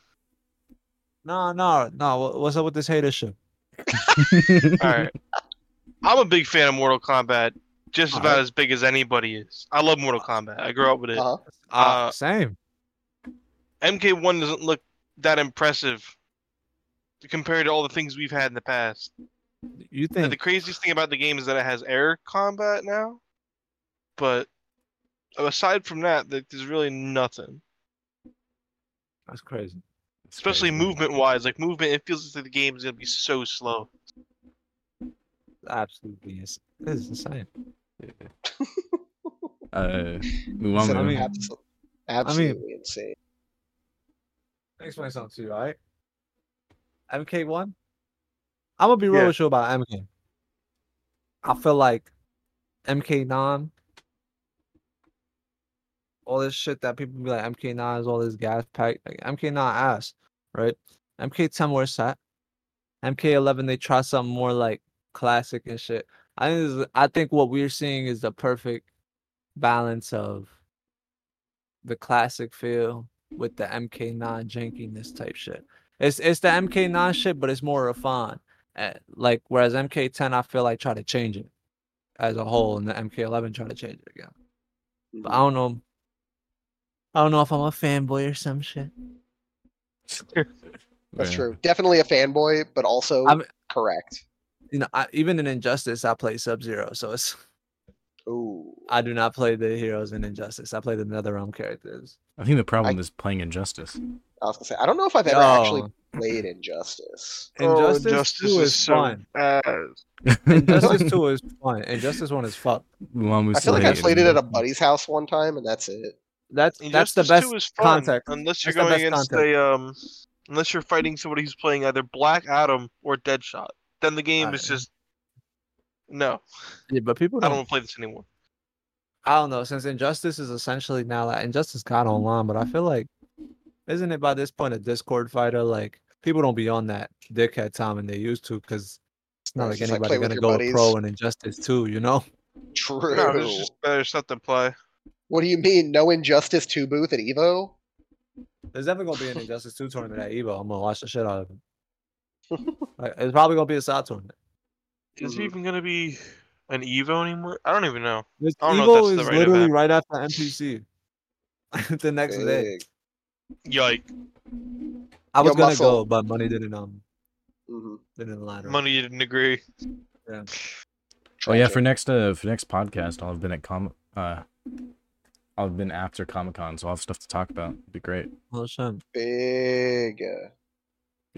[SPEAKER 2] no, no, no. wha- What's up with this hater shit?
[SPEAKER 3] (laughs)
[SPEAKER 6] All right. I'm a big fan of Mortal Kombat, just about as big as anybody is. I love Mortal Kombat. I grew up with it.
[SPEAKER 1] uh-huh.
[SPEAKER 6] Uh,
[SPEAKER 2] same.
[SPEAKER 6] MK1 doesn't look that impressive compared to all the things we've had in the past.
[SPEAKER 2] You
[SPEAKER 6] And the
[SPEAKER 2] think
[SPEAKER 6] craziest thing about the game is that it has air combat now, but aside from that, like, there's really nothing,
[SPEAKER 2] that's crazy?
[SPEAKER 6] especially movement-wise. Like movement, it feels like the game is gonna be so slow.
[SPEAKER 2] Absolutely, it's, it's insane.
[SPEAKER 3] Uh, move on.
[SPEAKER 1] So
[SPEAKER 2] I
[SPEAKER 3] Lou.
[SPEAKER 2] mean-
[SPEAKER 1] abso- absolutely insane.
[SPEAKER 2] Explain something to you, right? MK one. I'm gonna be real
[SPEAKER 6] Yeah.
[SPEAKER 2] with you about MK. I feel like MK nine. All this shit that people be like MK nine is all this gas pack. Like MK nine ass, right? MK ten where it's at. MK eleven they try something more like classic and shit. I think this is, I think what we're seeing is the perfect balance of the classic feel with the MK9 jankiness type shit. It's it's the MK9 shit, but it's more refined. Uh, Like whereas MK10, I feel like try to change it as a whole, and the MK11 try to change it again. But
[SPEAKER 6] Mm-hmm.
[SPEAKER 2] I don't know. I don't know if I'm a fanboy or some shit.
[SPEAKER 1] That's
[SPEAKER 3] Yeah.
[SPEAKER 1] true. Definitely a fanboy, but also
[SPEAKER 2] I'm-
[SPEAKER 1] correct.
[SPEAKER 2] You know, I, even in Injustice, I play Sub Zero, so it's
[SPEAKER 1] Ooh.
[SPEAKER 2] I do not play the heroes in Injustice. I play the NetherRealm characters.
[SPEAKER 3] I think the problem is playing Injustice.
[SPEAKER 1] I was gonna say I don't know if I've ever actually played Injustice.
[SPEAKER 6] Oh,
[SPEAKER 2] Injustice,
[SPEAKER 6] Injustice
[SPEAKER 2] 2
[SPEAKER 6] is
[SPEAKER 2] is,
[SPEAKER 6] so-
[SPEAKER 2] fun.
[SPEAKER 6] Uh,
[SPEAKER 3] (laughs)
[SPEAKER 2] Injustice 2 is fun. Injustice 1 is fucked.
[SPEAKER 3] Mama's
[SPEAKER 1] I feel like I
[SPEAKER 3] late.
[SPEAKER 1] played it at a buddy's house one time, and that's it.
[SPEAKER 2] That's that's the
[SPEAKER 6] Injustice
[SPEAKER 2] best
[SPEAKER 6] 2 is fun,
[SPEAKER 2] context.
[SPEAKER 6] Unless you're
[SPEAKER 2] That's the
[SPEAKER 6] going
[SPEAKER 2] best
[SPEAKER 6] against
[SPEAKER 2] context.
[SPEAKER 6] a um, unless you're fighting somebody who's playing either Black Adam or Deadshot, then the game is
[SPEAKER 2] Alright.
[SPEAKER 6] just no.
[SPEAKER 2] Yeah, but people
[SPEAKER 6] I
[SPEAKER 2] don't.
[SPEAKER 6] don't want to play this (laughs) anymore.
[SPEAKER 2] I don't know. Since Injustice is essentially now like Injustice got online, but I feel like isn't it by this point a Discord fighter? Like people don't be on that dickhead time and they used to because it's not
[SPEAKER 1] Right,
[SPEAKER 2] like
[SPEAKER 1] just, like,
[SPEAKER 2] anybody
[SPEAKER 1] play with
[SPEAKER 2] gonna
[SPEAKER 1] your
[SPEAKER 2] go
[SPEAKER 1] buddies.
[SPEAKER 2] pro in Injustice 2, you know?
[SPEAKER 1] True.
[SPEAKER 6] No, there's just better stuff to play.
[SPEAKER 1] What do you mean? No Injustice 2 booth at Evo?
[SPEAKER 2] There's definitely gonna be an Injustice 2 tournament at Evo. I'm gonna watch the shit out of it. Like, it's probably gonna be a side tournament. Mm-hmm.
[SPEAKER 6] Is it even gonna be an Evo anymore? I don't even know.
[SPEAKER 2] This
[SPEAKER 6] I don't know if
[SPEAKER 2] Evo
[SPEAKER 6] that's the
[SPEAKER 2] is
[SPEAKER 6] right
[SPEAKER 2] literally
[SPEAKER 6] event.
[SPEAKER 2] right after MPC. (laughs) the next day.
[SPEAKER 1] Big.
[SPEAKER 6] Yike,
[SPEAKER 2] I
[SPEAKER 1] Yo,
[SPEAKER 2] was gonna
[SPEAKER 1] Muscle.
[SPEAKER 2] go, but money didn't um
[SPEAKER 1] Mhm.
[SPEAKER 2] didn't line up.
[SPEAKER 6] money didn't agree.
[SPEAKER 3] Oh yeah, for
[SPEAKER 1] Tragic.
[SPEAKER 3] next uh for next podcast, I'll have been at com uh, I'll have been after Comic Con, so I'll have stuff to talk about. It'd be great.
[SPEAKER 2] Oh, shit.
[SPEAKER 3] (laughs)
[SPEAKER 1] big. uh,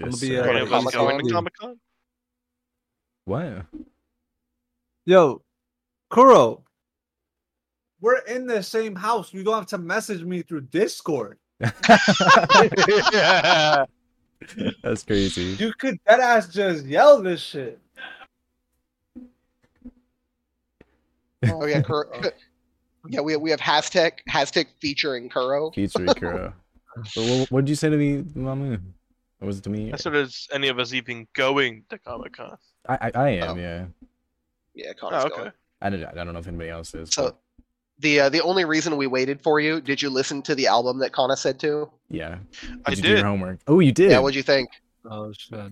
[SPEAKER 2] I'ma
[SPEAKER 3] Yes,
[SPEAKER 2] be,
[SPEAKER 3] sir.
[SPEAKER 2] uh,
[SPEAKER 6] Any
[SPEAKER 1] Right,
[SPEAKER 6] of us
[SPEAKER 1] Comic-Con.
[SPEAKER 6] going to Comic Con?
[SPEAKER 3] what?
[SPEAKER 2] (laughs) Yo, Kuro, we're in the same house. You don't have to message me through Discord. (laughs)
[SPEAKER 6] (laughs)
[SPEAKER 3] That's crazy.
[SPEAKER 2] You could dead ass just yell this shit.
[SPEAKER 1] Oh yeah, Kuro. (laughs) yeah. We we have hashtag hashtag featuring Kuro.
[SPEAKER 3] Featuring
[SPEAKER 2] (laughs)
[SPEAKER 3] Kuro. what what did you say to me, Mama? Or was it to me?
[SPEAKER 6] I said, is any of us even going to Comic Con?
[SPEAKER 3] I I, I am.
[SPEAKER 1] Oh.
[SPEAKER 3] Yeah.
[SPEAKER 1] Yeah, Connor's
[SPEAKER 6] Oh,
[SPEAKER 1] going.
[SPEAKER 6] okay.
[SPEAKER 3] I did. I don't know if anybody else is.
[SPEAKER 1] So,
[SPEAKER 3] but
[SPEAKER 1] the uh, the only reason we waited for you, did you listen to the album that Kana said to?
[SPEAKER 3] yeah.
[SPEAKER 6] I
[SPEAKER 3] you do your
[SPEAKER 6] did.
[SPEAKER 3] homework? Oh, you did.
[SPEAKER 1] Yeah, what'd you think?
[SPEAKER 2] Oh shit.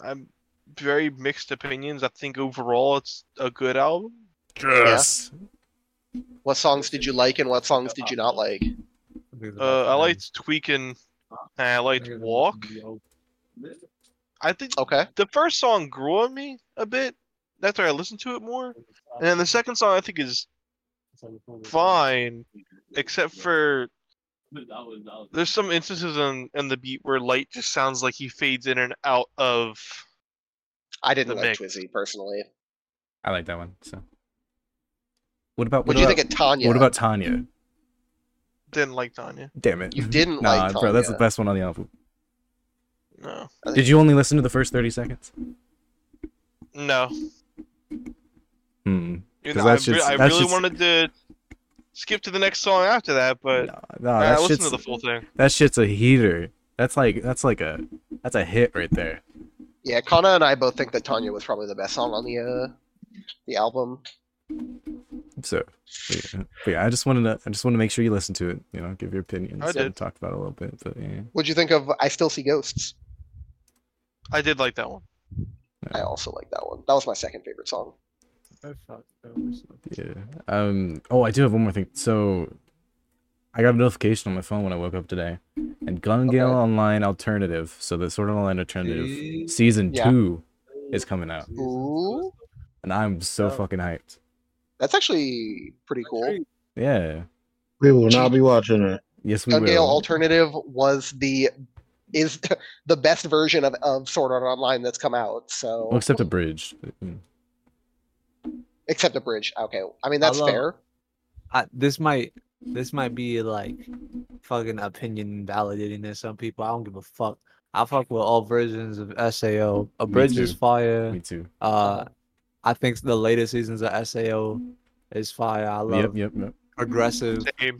[SPEAKER 6] I'm very mixed opinions. I think overall it's a good album.
[SPEAKER 3] yes.
[SPEAKER 1] What songs did you like and what songs did you not like?
[SPEAKER 6] Uh, I liked Tweakin' and I liked Walk. I think
[SPEAKER 1] Okay,
[SPEAKER 6] the first song grew on me a bit after I listened to it more. And then the second song I think is fine, except for there's some instances in, in the beat where Light just sounds like he fades in and out of.
[SPEAKER 1] I didn't
[SPEAKER 6] The
[SPEAKER 1] like
[SPEAKER 6] mix.
[SPEAKER 1] Twizzy personally.
[SPEAKER 3] I like that one. So. What about
[SPEAKER 1] What
[SPEAKER 3] what
[SPEAKER 1] do you
[SPEAKER 3] about,
[SPEAKER 1] think of Tanya?
[SPEAKER 3] What about Tanya?
[SPEAKER 6] Didn't like Tanya.
[SPEAKER 3] Damn it. (laughs)
[SPEAKER 1] You didn't
[SPEAKER 3] nah,
[SPEAKER 1] like
[SPEAKER 3] bro, that's the
[SPEAKER 1] Tanya.
[SPEAKER 3] best one on the album.
[SPEAKER 6] No.
[SPEAKER 3] Did you only listen to the first thirty seconds?
[SPEAKER 6] No.
[SPEAKER 3] Hmm.
[SPEAKER 6] You
[SPEAKER 3] 'Cause
[SPEAKER 6] know, I,
[SPEAKER 3] that's
[SPEAKER 6] re-
[SPEAKER 3] just-
[SPEAKER 6] I
[SPEAKER 3] that's
[SPEAKER 6] really
[SPEAKER 3] just-
[SPEAKER 6] wanted to skip to the next song after that, but
[SPEAKER 3] Nah, nah,
[SPEAKER 6] I
[SPEAKER 3] that
[SPEAKER 6] listened
[SPEAKER 3] shit's
[SPEAKER 6] to the full thing.
[SPEAKER 3] that shit's a heater. That's like that's like a that's a hit right there.
[SPEAKER 1] Yeah, Kana and I both think that Tanya was probably the best song on the uh, the album.
[SPEAKER 3] So, but yeah, but yeah, I just wanted to I just want to make sure you listen to it. You know, give your opinions.
[SPEAKER 6] I
[SPEAKER 3] and
[SPEAKER 6] did.
[SPEAKER 3] talk about it a little bit, but yeah.
[SPEAKER 1] What'd you think of I Still See Ghosts?
[SPEAKER 6] I did like that one.
[SPEAKER 1] I also like that one. That was my second favorite song.
[SPEAKER 3] Yeah. Um. Oh, I do have one more thing. So, I got a notification on my phone when I woke up today, and Gun Gale
[SPEAKER 1] Okay.
[SPEAKER 3] Online Alternative. So the Sword Art Online Alternative
[SPEAKER 2] Gee.
[SPEAKER 3] season
[SPEAKER 1] Yeah.
[SPEAKER 3] two is coming out,
[SPEAKER 1] Ooh.
[SPEAKER 3] and I'm so
[SPEAKER 2] Oh.
[SPEAKER 3] fucking hyped.
[SPEAKER 1] That's actually pretty cool.
[SPEAKER 3] Yeah.
[SPEAKER 4] We will not be
[SPEAKER 1] (laughs)
[SPEAKER 4] watching it.
[SPEAKER 3] Yes, we
[SPEAKER 1] Gun Gale
[SPEAKER 3] will.
[SPEAKER 1] Alternative was the is (laughs) the best version of, of Sword Art Online that's come out. So
[SPEAKER 3] well, except a bridge. Mm.
[SPEAKER 1] except the bridge. Okay, I mean that's
[SPEAKER 2] love-
[SPEAKER 1] fair.
[SPEAKER 2] I, this might this might be like fucking opinion validating to some people. I don't give a fuck. I fuck with all versions of SAO. Abridged is
[SPEAKER 3] too.
[SPEAKER 2] fire.
[SPEAKER 3] Me too.
[SPEAKER 2] Uh, I think the latest seasons of SAO is fire. I love
[SPEAKER 3] Yep. Yep. Yep.
[SPEAKER 2] progressive.
[SPEAKER 6] Same.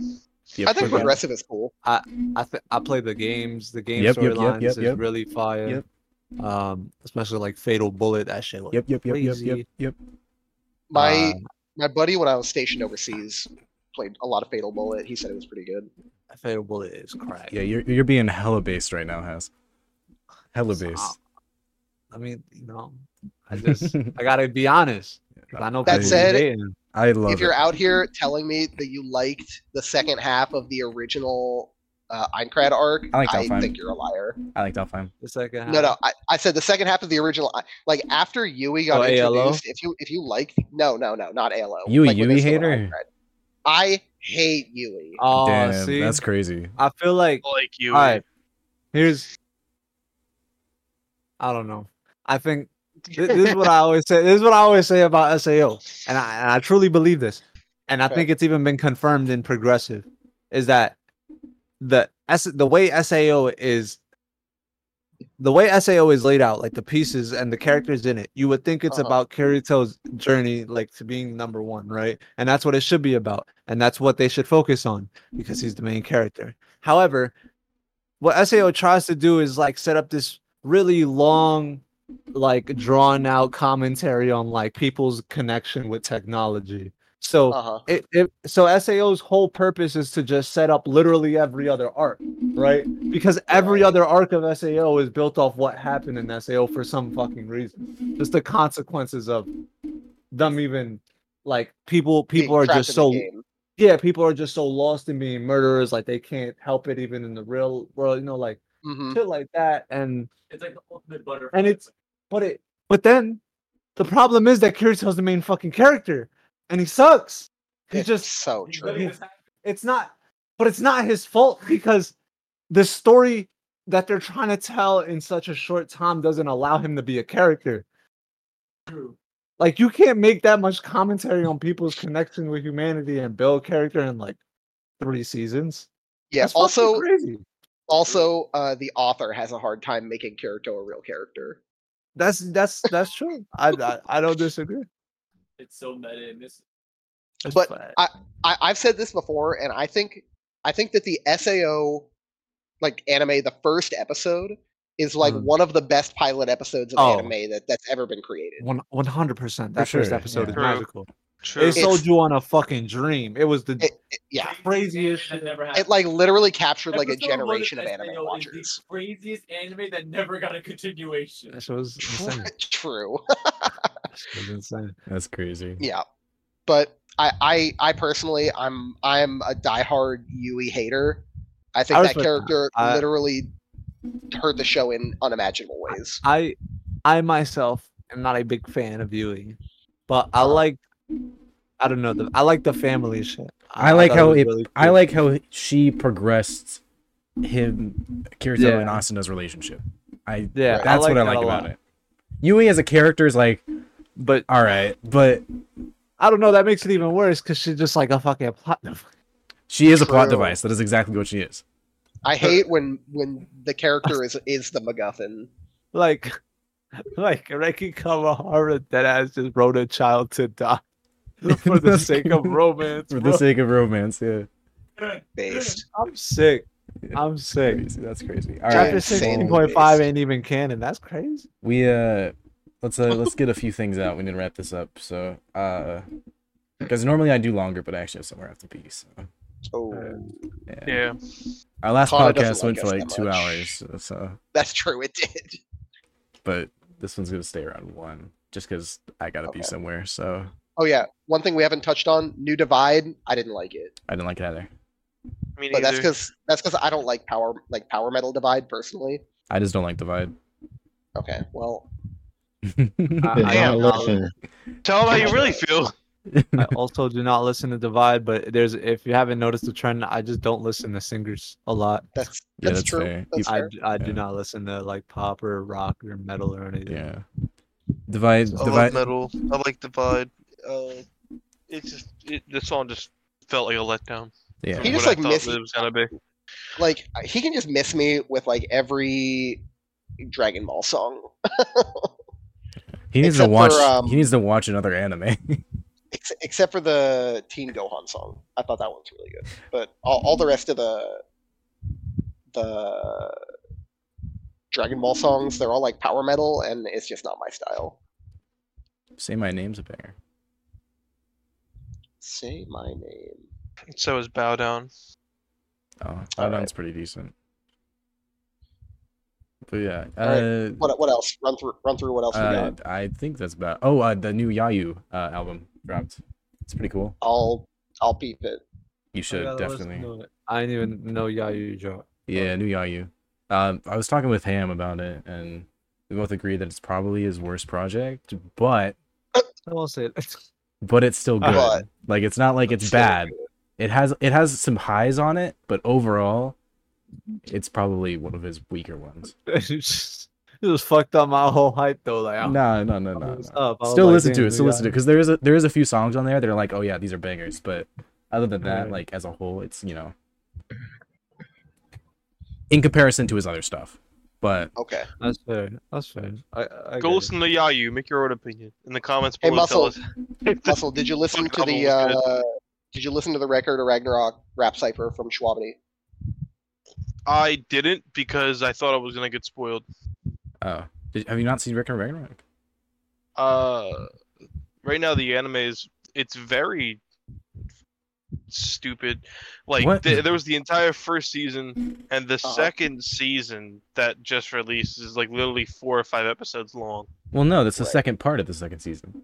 [SPEAKER 3] yep
[SPEAKER 1] I think
[SPEAKER 3] forgot.
[SPEAKER 1] progressive is cool.
[SPEAKER 2] I th- I play the games. The game
[SPEAKER 3] Yep, yep, yep,
[SPEAKER 2] storylines
[SPEAKER 3] yep,
[SPEAKER 2] is
[SPEAKER 3] yep.
[SPEAKER 2] really fire.
[SPEAKER 3] Yep.
[SPEAKER 2] Um, especially like Fatal Bullet. That shit. uh, Like,
[SPEAKER 3] Yep. Yep. Yep. Yep. Yep.
[SPEAKER 2] crazy.
[SPEAKER 3] Yep.
[SPEAKER 1] My
[SPEAKER 2] Uh,
[SPEAKER 1] my buddy when I was stationed overseas played a lot of Fatal Bullet. He said it was pretty good.
[SPEAKER 2] Fatal Bullet is crack.
[SPEAKER 3] Yeah. You're you're being hella based right now, Has. Hella
[SPEAKER 2] So,
[SPEAKER 3] based.
[SPEAKER 2] I mean, you
[SPEAKER 3] (laughs)
[SPEAKER 2] know, I just I gotta be honest. 'cause I know
[SPEAKER 1] That
[SPEAKER 2] people be
[SPEAKER 1] said,
[SPEAKER 2] hating.
[SPEAKER 3] I love
[SPEAKER 1] if you're
[SPEAKER 3] it.
[SPEAKER 1] out here telling me that you liked the second half of the original uh, Einkrad arc,
[SPEAKER 3] I like
[SPEAKER 1] I
[SPEAKER 3] Alfheim.
[SPEAKER 1] think you're a liar.
[SPEAKER 3] I like Alfheim.
[SPEAKER 2] the second half.
[SPEAKER 1] No, no, I, I said the second half of the original, like after Yui got
[SPEAKER 2] Oh, ALO?
[SPEAKER 1] introduced. If you if you like, no, no, no, not ALO.
[SPEAKER 3] You a
[SPEAKER 1] like, when
[SPEAKER 3] Yui
[SPEAKER 1] they still were
[SPEAKER 3] hater?
[SPEAKER 1] Einkrad. I hate Yui.
[SPEAKER 2] Oh,
[SPEAKER 3] Damn,
[SPEAKER 2] see,
[SPEAKER 3] that's crazy.
[SPEAKER 2] I feel like
[SPEAKER 6] Like you.
[SPEAKER 2] all right. Here's, I don't know. I think thi- this is what I always say. This is what I always say about SAO, and I and I truly believe this, and I
[SPEAKER 1] Okay.
[SPEAKER 2] think it's even been confirmed in Progressive, is that the S the way SAO is. The way SAO is laid out, like the pieces and the characters in it, you would think it's
[SPEAKER 1] Uh-huh.
[SPEAKER 2] about Kirito's journey, like to being number one, right? And that's what it should be about, and that's what they should focus on because he's the main character. However, what SAO tries to do is like set up this really long, like drawn out commentary on like people's connection with technology So
[SPEAKER 1] Uh huh.
[SPEAKER 2] it, it so SAO's whole purpose is to just set up literally every other arc, right? Because every other arc of SAO is built off what happened in SAO for some fucking reason. Just the consequences of them even like people people are just so yeah, people are just so lost in being murderers, like they can't help it even in the real world, you know, like (laughs)
[SPEAKER 1] hmm
[SPEAKER 2] shit like that. And
[SPEAKER 5] It's like the ultimate butter.
[SPEAKER 2] and it's but it but then the problem is that Kirito's the main fucking character and he sucks. He
[SPEAKER 1] It's
[SPEAKER 2] just
[SPEAKER 1] just so
[SPEAKER 5] It's
[SPEAKER 1] true.
[SPEAKER 5] literally just
[SPEAKER 2] it's not but it's not his fault because the story that they're trying to tell in such a short time doesn't allow him to be a character
[SPEAKER 5] true.
[SPEAKER 2] like you can't make that much commentary on people's connection with humanity and build character in like three seasons
[SPEAKER 1] Yeah.
[SPEAKER 2] That's fucking
[SPEAKER 1] Also,
[SPEAKER 2] crazy
[SPEAKER 1] also, uh, the author has a hard time making Kirito a real character.
[SPEAKER 2] that's that's that's true I, I i don't disagree
[SPEAKER 5] It's so meta and this.
[SPEAKER 2] That's
[SPEAKER 1] But
[SPEAKER 2] fine.
[SPEAKER 1] I, I've said this before, and I think I think that the Sao like anime, the first episode is like
[SPEAKER 2] Mhm.
[SPEAKER 1] one of the best pilot episodes of
[SPEAKER 2] Oh.
[SPEAKER 1] anime that, that's ever been created.
[SPEAKER 2] One, 100% that
[SPEAKER 3] For
[SPEAKER 2] first
[SPEAKER 3] sure,
[SPEAKER 2] episode
[SPEAKER 3] yeah.
[SPEAKER 2] is
[SPEAKER 6] True.
[SPEAKER 2] magical
[SPEAKER 6] True.
[SPEAKER 2] they sold you on a fucking dream it was the
[SPEAKER 1] It- it- yeah,
[SPEAKER 2] Craziest
[SPEAKER 5] That
[SPEAKER 2] shit.
[SPEAKER 5] never
[SPEAKER 1] (laughs)
[SPEAKER 5] happened.
[SPEAKER 1] it like literally captured like a
[SPEAKER 5] Episode one
[SPEAKER 1] generation of anime
[SPEAKER 5] SAO is the
[SPEAKER 1] watchers.
[SPEAKER 5] Craziest anime that never got a continuation.
[SPEAKER 2] (laughs) that shit was insane.
[SPEAKER 1] (laughs) True.
[SPEAKER 2] It was insane
[SPEAKER 3] That's crazy.
[SPEAKER 1] Yeah, but I, I, I personally, I'm, I'm a diehard Yui hater. I think
[SPEAKER 2] I
[SPEAKER 1] that
[SPEAKER 2] respect that.
[SPEAKER 1] character
[SPEAKER 2] I-
[SPEAKER 1] literally hurt the show in unimaginable ways.
[SPEAKER 2] I I myself am not a big fan of Yui, but I like I don't know the I like the family shit.
[SPEAKER 3] I like
[SPEAKER 2] thought
[SPEAKER 3] how
[SPEAKER 2] was
[SPEAKER 3] it.
[SPEAKER 2] really
[SPEAKER 3] I
[SPEAKER 2] cool.
[SPEAKER 3] like how she progressed him, Kirito
[SPEAKER 2] Yeah.
[SPEAKER 3] and Asuna's relationship. I
[SPEAKER 2] yeah.
[SPEAKER 3] that's what
[SPEAKER 2] that
[SPEAKER 3] I like
[SPEAKER 2] a
[SPEAKER 3] about
[SPEAKER 2] lot.
[SPEAKER 3] it. Yui as a character is like
[SPEAKER 2] But
[SPEAKER 3] all right, but
[SPEAKER 2] I don't know. That makes it even worse because she's just like a fucking plot.
[SPEAKER 3] she is a plot
[SPEAKER 1] True.
[SPEAKER 3] device. That is exactly what she is.
[SPEAKER 1] I hate when when the
[SPEAKER 2] (laughs)
[SPEAKER 1] character is is the MacGuffin.
[SPEAKER 2] Like, like Reki Kamahara that has just wrote a child to die (laughs) for the sake
[SPEAKER 3] (laughs)
[SPEAKER 2] of romance.
[SPEAKER 3] For
[SPEAKER 2] bro.
[SPEAKER 3] the sake of romance, yeah.
[SPEAKER 5] (laughs)
[SPEAKER 2] (laughs)
[SPEAKER 1] Based.
[SPEAKER 2] I'm sick.
[SPEAKER 3] Yeah.
[SPEAKER 2] I'm sick.
[SPEAKER 3] Crazy, That's crazy. All
[SPEAKER 1] Chapter
[SPEAKER 2] Chapter
[SPEAKER 3] right.
[SPEAKER 1] Insane.
[SPEAKER 2] sixteen point five ain't even canon. That's
[SPEAKER 3] (laughs)
[SPEAKER 2] crazy.
[SPEAKER 3] We uh let's uh let's get a few things out. We need to wrap this up. So uh because normally I do longer, but I actually have somewhere I have to be. So
[SPEAKER 1] Oh,
[SPEAKER 3] yeah.
[SPEAKER 6] Yeah.
[SPEAKER 3] Our last
[SPEAKER 1] Connor
[SPEAKER 3] podcast
[SPEAKER 1] doesn't
[SPEAKER 3] went
[SPEAKER 1] like us
[SPEAKER 3] for like
[SPEAKER 1] that
[SPEAKER 3] two
[SPEAKER 1] much.
[SPEAKER 3] hours, so
[SPEAKER 1] that's true. It did.
[SPEAKER 3] but this one's gonna stay around one just because I gotta be
[SPEAKER 1] Okay.
[SPEAKER 3] somewhere. So
[SPEAKER 1] Oh yeah, one thing we haven't touched on: New Divide. I didn't like it,
[SPEAKER 3] I didn't like it either.
[SPEAKER 6] Me
[SPEAKER 1] but that's
[SPEAKER 6] neither.
[SPEAKER 1] because that's because I don't like power like power metal Divide personally.
[SPEAKER 3] I just don't
[SPEAKER 1] (laughs)
[SPEAKER 3] like Divide.
[SPEAKER 1] Okay, well,
[SPEAKER 2] I- I
[SPEAKER 4] Now
[SPEAKER 6] Damn.
[SPEAKER 2] don't know.
[SPEAKER 4] listen,
[SPEAKER 6] Tell them how you really feel.
[SPEAKER 2] I also do not listen to Divide, but there's if you haven't noticed the trend, I just don't listen to singers a lot.
[SPEAKER 1] that's that's,
[SPEAKER 3] Yeah, that's
[SPEAKER 1] true.
[SPEAKER 3] fair.
[SPEAKER 1] That's
[SPEAKER 2] I,
[SPEAKER 1] fair.
[SPEAKER 2] d- I
[SPEAKER 3] Yeah.
[SPEAKER 2] do not listen to like pop or rock or metal or anything.
[SPEAKER 3] (laughs) yeah. Divide
[SPEAKER 6] I love
[SPEAKER 3] Divide
[SPEAKER 6] metal. I like Divide. Uh, it just it, the song just felt like a letdown.
[SPEAKER 3] Yeah.
[SPEAKER 6] from
[SPEAKER 1] He just,
[SPEAKER 6] what I
[SPEAKER 1] like,
[SPEAKER 6] thought
[SPEAKER 1] missed-
[SPEAKER 6] it was gonna be.
[SPEAKER 1] Like he can just miss me with like every Dragon Ball song, (laughs)
[SPEAKER 3] He needs to
[SPEAKER 1] Except for,
[SPEAKER 3] watch.
[SPEAKER 1] um,
[SPEAKER 3] he needs to watch another anime. (laughs)
[SPEAKER 1] Ex- except for the Teen Gohan song. I thought that one's really good, but all, all the rest of the the Dragon Ball songs, they're all like power metal, and it's just not my style.
[SPEAKER 3] Say my name's a banger.
[SPEAKER 1] Say my name.
[SPEAKER 6] So is Bow Down.
[SPEAKER 3] Oh,
[SPEAKER 1] All
[SPEAKER 3] that one's pretty decent. But yeah,
[SPEAKER 1] right,
[SPEAKER 3] uh,
[SPEAKER 1] What what else? Run through run through what else we
[SPEAKER 3] uh,
[SPEAKER 1] got.
[SPEAKER 3] I think that's about. Oh, uh, the new Yayu uh, album dropped. It's pretty cool.
[SPEAKER 1] I'll I'll peep it.
[SPEAKER 3] You
[SPEAKER 2] I
[SPEAKER 3] should
[SPEAKER 2] gotta listen
[SPEAKER 3] definitely.
[SPEAKER 2] to it. I didn't even know Yayu Joe.
[SPEAKER 3] Yeah, new Yayu. Um, I was talking with Ham about it, and we both agree that it's probably his worst project, but
[SPEAKER 2] I won't say it. (laughs)
[SPEAKER 3] but it's still good.
[SPEAKER 1] But-
[SPEAKER 3] like it's not like it's
[SPEAKER 1] Still
[SPEAKER 3] bad.
[SPEAKER 1] good.
[SPEAKER 3] It has it has some highs on it, but overall, it's probably one of his weaker ones.
[SPEAKER 2] it just it just fucked up my whole hype though. Like, I'm-
[SPEAKER 3] No, no, no,
[SPEAKER 2] I
[SPEAKER 3] no.
[SPEAKER 2] was
[SPEAKER 3] no.
[SPEAKER 2] up, I was
[SPEAKER 3] Still
[SPEAKER 2] like,
[SPEAKER 3] listen to
[SPEAKER 2] "Damn,
[SPEAKER 3] it.
[SPEAKER 2] we
[SPEAKER 3] Still
[SPEAKER 2] got
[SPEAKER 3] listen to it because there is a there is a few songs on there that are like, oh yeah, these are bangers. But other than that,
[SPEAKER 2] Right.
[SPEAKER 3] like as a whole, it's you know, in comparison to his other stuff. But
[SPEAKER 1] Okay.
[SPEAKER 2] That's fair. That's fair. I, I
[SPEAKER 6] Go
[SPEAKER 2] get it.
[SPEAKER 6] listen to Yayu. Make your own opinion in the comments
[SPEAKER 1] Hey,
[SPEAKER 6] below. and tell us.
[SPEAKER 1] Muscle. Russell, did you listen
[SPEAKER 6] Fuck
[SPEAKER 1] to the
[SPEAKER 6] Hubble was
[SPEAKER 1] uh, did you listen to the record of Ragnarok rap cipher from Schwabity?
[SPEAKER 6] I didn't because I thought I was gonna get spoiled.
[SPEAKER 3] oh, did, have you not seen Rick and Ragnarok?
[SPEAKER 6] Uh, right now the anime is it's very stupid. Like
[SPEAKER 3] What?
[SPEAKER 6] th- there was the entire first season, and the
[SPEAKER 1] Uh-huh.
[SPEAKER 6] second season that just released is like literally four or five episodes long.
[SPEAKER 3] Well, no, that's the
[SPEAKER 1] Right.
[SPEAKER 3] second part of the second season.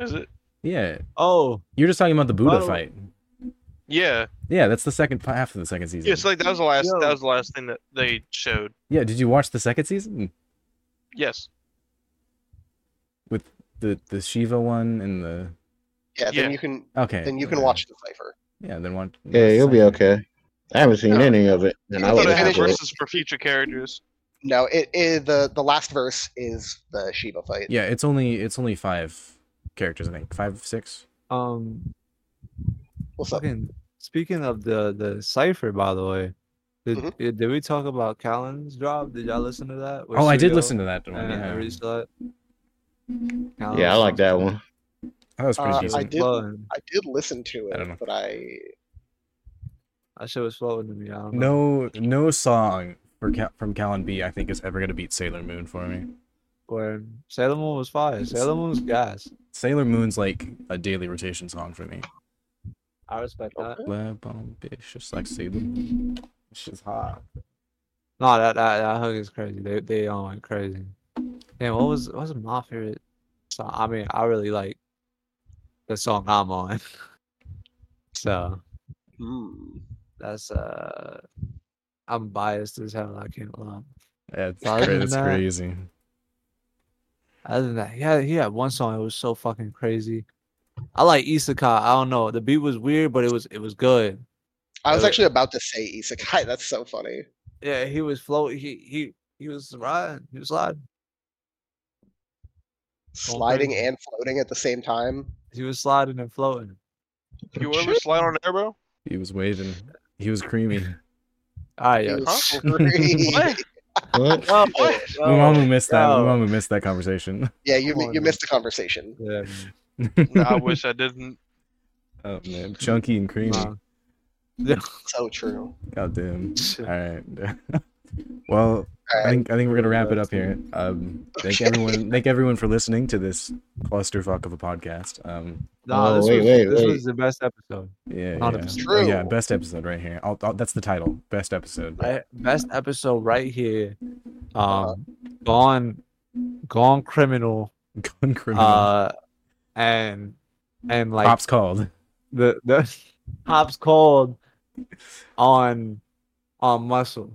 [SPEAKER 6] Is it?
[SPEAKER 3] Yeah,
[SPEAKER 2] Oh,
[SPEAKER 3] you're just talking about the Buddha
[SPEAKER 2] Well-
[SPEAKER 3] fight.
[SPEAKER 6] Yeah.
[SPEAKER 3] Yeah, that's the second pa- half of the second season.
[SPEAKER 6] Yeah. So like that was the last.
[SPEAKER 2] Yo.
[SPEAKER 6] That was the last thing that they showed.
[SPEAKER 3] yeah, did you watch the second season?
[SPEAKER 6] Yes.
[SPEAKER 3] The the Shiva one and the
[SPEAKER 1] Yeah,
[SPEAKER 6] Yeah.
[SPEAKER 1] then you can
[SPEAKER 3] okay.
[SPEAKER 1] then you can
[SPEAKER 3] okay.
[SPEAKER 1] watch Decipher.
[SPEAKER 3] Yeah, then watch.
[SPEAKER 4] Yeah, you'll be okay. I haven't seen
[SPEAKER 1] No.
[SPEAKER 4] any of it, and I
[SPEAKER 1] It's
[SPEAKER 4] was
[SPEAKER 6] But
[SPEAKER 1] like
[SPEAKER 6] it
[SPEAKER 1] how
[SPEAKER 6] had
[SPEAKER 1] they-
[SPEAKER 6] verses for future characters.
[SPEAKER 1] No, it, it the the last verse is the Shiva fight.
[SPEAKER 3] Yeah, it's only it's only five characters. I think five six.
[SPEAKER 2] um,
[SPEAKER 1] What's up?
[SPEAKER 2] fucking. Speaking of the the cipher, by the way, did
[SPEAKER 4] Mm-hmm.
[SPEAKER 1] Mhm.
[SPEAKER 2] eh, did we talk about Callan's drop? Did y'all listen to that?
[SPEAKER 3] Oh, I did listen to that
[SPEAKER 2] To
[SPEAKER 3] one. Yeah,
[SPEAKER 2] that.
[SPEAKER 4] Yeah, I like that one.
[SPEAKER 3] that was pretty
[SPEAKER 1] Uh, I
[SPEAKER 3] decent.
[SPEAKER 1] did- I did listen to
[SPEAKER 3] I don't know.
[SPEAKER 1] it, but I
[SPEAKER 2] That shit was flowing to me. I don't know.
[SPEAKER 3] No, no song for Cal- from Callan B. I think is ever gonna beat Sailor Moon for me.
[SPEAKER 2] Where Sailor Moon was fire. Sailor Moon was gas.
[SPEAKER 3] Sailor Moon's like a daily rotation song for me.
[SPEAKER 2] I
[SPEAKER 4] Oh.
[SPEAKER 2] respect that.
[SPEAKER 3] Lab on bitch, just like Sailor. Moon. She's hot.
[SPEAKER 2] No, that that, that hook is crazy. They they all went crazy. Damn, what was what was my favorite song? I mean, I really like the song I'm on. (laughs) so
[SPEAKER 1] Hmm.
[SPEAKER 2] that's uh I'm biased as hell, I can't lie.
[SPEAKER 3] Yeah, it's
[SPEAKER 2] Other
[SPEAKER 3] cra-
[SPEAKER 2] than
[SPEAKER 3] that's
[SPEAKER 2] that-
[SPEAKER 3] crazy.
[SPEAKER 2] Other than that, he had he had one song, it was so fucking crazy. I like Isekai. I don't know. The beat was weird, but it was it was good.
[SPEAKER 1] I was
[SPEAKER 2] Uh,
[SPEAKER 1] actually about to say Isekai. That's so funny.
[SPEAKER 2] Yeah, he was float he he he was riding. He was sliding.
[SPEAKER 1] Sliding
[SPEAKER 2] crazy.
[SPEAKER 1] and floating at the same time.
[SPEAKER 2] He was sliding and floating.
[SPEAKER 6] You ever slide on air, bro?
[SPEAKER 3] He was waving. He was creamy.
[SPEAKER 2] All right,
[SPEAKER 1] It
[SPEAKER 2] yo.
[SPEAKER 1] was
[SPEAKER 6] (laughs) Huh?
[SPEAKER 1] great.
[SPEAKER 6] What?
[SPEAKER 4] What?
[SPEAKER 3] (laughs)
[SPEAKER 2] Whoa,
[SPEAKER 6] What?
[SPEAKER 3] Umamu missed that.
[SPEAKER 2] yo.
[SPEAKER 3] Umamu missed that conversation.
[SPEAKER 1] (laughs)
[SPEAKER 3] (laughs)
[SPEAKER 1] yeah, you
[SPEAKER 2] Come
[SPEAKER 1] mi-
[SPEAKER 2] on,
[SPEAKER 1] you
[SPEAKER 2] man.
[SPEAKER 1] missed the conversation.
[SPEAKER 2] Yeah,
[SPEAKER 6] (laughs) Nah, I wish I didn't.
[SPEAKER 3] Oh man, chunky and creamy.
[SPEAKER 2] (laughs)
[SPEAKER 3] (laughs)
[SPEAKER 2] nah.
[SPEAKER 1] So true.
[SPEAKER 3] God damn. All right. (laughs) well,
[SPEAKER 6] Oh.
[SPEAKER 3] I think I think we're gonna wrap it up here. Um, thank
[SPEAKER 1] Okay.
[SPEAKER 3] everyone. Thank everyone for listening to this clusterfuck of a podcast. Um,
[SPEAKER 2] Nah,
[SPEAKER 4] Oh,
[SPEAKER 2] this,
[SPEAKER 4] wait,
[SPEAKER 2] was,
[SPEAKER 4] wait,
[SPEAKER 2] this
[SPEAKER 4] wait.
[SPEAKER 2] was the best episode.
[SPEAKER 3] yeah,
[SPEAKER 2] Not
[SPEAKER 3] yeah.
[SPEAKER 2] episode.
[SPEAKER 3] Oh, yeah,
[SPEAKER 1] True.
[SPEAKER 3] best episode right here. I'll, I'll, that's the title. Best episode. (laughs)
[SPEAKER 2] Be- Best episode right here. Um,
[SPEAKER 3] Uh,
[SPEAKER 1] Uh-huh.
[SPEAKER 2] gone, gone criminal.
[SPEAKER 3] Gun criminal.
[SPEAKER 2] Uh, and and like
[SPEAKER 3] Pops called.
[SPEAKER 2] the the (laughs) pops called on on muscle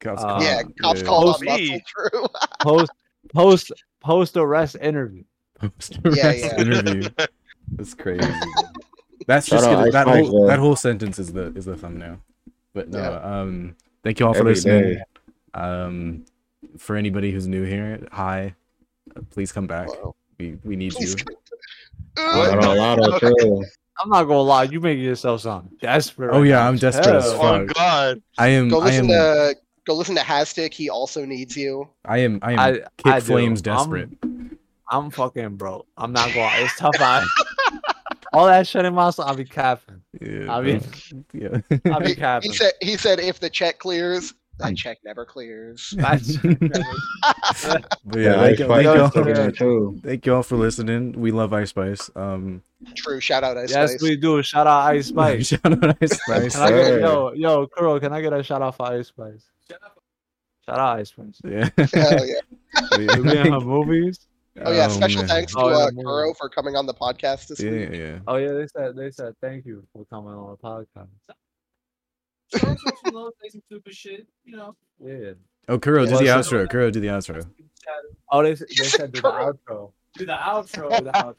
[SPEAKER 3] Cops
[SPEAKER 2] uh,
[SPEAKER 3] called.
[SPEAKER 1] yeah, cops called on muscle.
[SPEAKER 6] OC.
[SPEAKER 1] True.
[SPEAKER 2] post post post arrest interview.
[SPEAKER 3] (laughs) Post
[SPEAKER 1] Yeah,
[SPEAKER 3] arrest
[SPEAKER 1] yeah.
[SPEAKER 3] interview. That's crazy. That's
[SPEAKER 4] Shout
[SPEAKER 3] just
[SPEAKER 4] out
[SPEAKER 3] gonna,
[SPEAKER 4] Ice
[SPEAKER 3] that
[SPEAKER 4] Mike,
[SPEAKER 3] whole
[SPEAKER 4] though.
[SPEAKER 3] that whole sentence is the is the thumbnail. But no, um, thank you all for
[SPEAKER 4] Every
[SPEAKER 3] listening.
[SPEAKER 4] day.
[SPEAKER 3] Um, for anybody who's new here, hi, Uh, please come back.
[SPEAKER 1] Whoa.
[SPEAKER 3] We we need
[SPEAKER 1] Please (laughs)
[SPEAKER 3] you.
[SPEAKER 1] come-
[SPEAKER 4] I don't
[SPEAKER 6] What?
[SPEAKER 4] know, I
[SPEAKER 1] (laughs)
[SPEAKER 4] don't know.
[SPEAKER 2] I'm not gonna lie, you making yourself sound desperate.
[SPEAKER 3] Oh,
[SPEAKER 2] right
[SPEAKER 3] yeah,
[SPEAKER 2] now
[SPEAKER 3] I'm
[SPEAKER 2] as
[SPEAKER 3] desperate as
[SPEAKER 2] hell.
[SPEAKER 3] fuck.
[SPEAKER 6] Oh God.
[SPEAKER 3] I am
[SPEAKER 1] Go
[SPEAKER 3] I
[SPEAKER 1] listen
[SPEAKER 3] am,
[SPEAKER 1] to go listen to Hastic. He also needs you.
[SPEAKER 3] I am I am
[SPEAKER 2] I-
[SPEAKER 3] kick
[SPEAKER 2] I do.
[SPEAKER 3] flames
[SPEAKER 2] I'm-
[SPEAKER 3] desperate.
[SPEAKER 2] I'm fucking broke. I'm not going. It's tough out. All that shit in my soul, I'll be capping.
[SPEAKER 3] Yeah,
[SPEAKER 2] I mean-
[SPEAKER 3] bro. (laughs) yeah.
[SPEAKER 2] I'll be
[SPEAKER 1] He, he
[SPEAKER 2] capping.
[SPEAKER 1] said he said if the check clears, that check never clears.
[SPEAKER 2] (laughs)
[SPEAKER 3] (laughs)
[SPEAKER 2] That's-
[SPEAKER 3] But
[SPEAKER 4] Yeah,
[SPEAKER 3] yeah, thank, y'all- thank,
[SPEAKER 4] Ice Spice was
[SPEAKER 2] go.
[SPEAKER 4] looking
[SPEAKER 3] y'all,
[SPEAKER 4] at too.
[SPEAKER 3] thank y'all for listening. We love Ice Spice. Um,
[SPEAKER 1] True. Shout out Ice
[SPEAKER 2] yes,
[SPEAKER 1] Spice.
[SPEAKER 2] we do. Shout out Ice (laughs) Spice.
[SPEAKER 3] (laughs) shout out Ice Spice.
[SPEAKER 2] (laughs) Can I get,
[SPEAKER 4] sir.
[SPEAKER 2] yo, yo, Kuro, can I get a shout out for Ice Spice? Shout out Ice Spice.
[SPEAKER 3] yeah.
[SPEAKER 1] Hell yeah.
[SPEAKER 2] We
[SPEAKER 3] (laughs)
[SPEAKER 2] be (laughs) in her movies.
[SPEAKER 1] Oh yeah,
[SPEAKER 3] Oh,
[SPEAKER 1] special
[SPEAKER 3] man.
[SPEAKER 1] thanks to
[SPEAKER 2] Oh, yeah,
[SPEAKER 1] uh,
[SPEAKER 2] man.
[SPEAKER 1] Kuro for coming on the podcast this
[SPEAKER 3] Yeah,
[SPEAKER 1] week.
[SPEAKER 3] yeah.
[SPEAKER 2] Oh yeah, they said they said thank you for coming on the podcast.
[SPEAKER 5] Show us what you love, say some stupid shit, you know.
[SPEAKER 2] Yeah.
[SPEAKER 3] Oh, Kuro, do
[SPEAKER 1] Yeah,
[SPEAKER 3] the
[SPEAKER 2] that's-
[SPEAKER 3] outro. Kuro, do the outro.
[SPEAKER 2] Oh, they, s-
[SPEAKER 1] You (laughs)
[SPEAKER 2] they
[SPEAKER 1] said
[SPEAKER 2] said do the
[SPEAKER 1] Kuro.
[SPEAKER 2] outro.
[SPEAKER 5] Do the outro.
[SPEAKER 2] Do the
[SPEAKER 1] (laughs)
[SPEAKER 2] outro.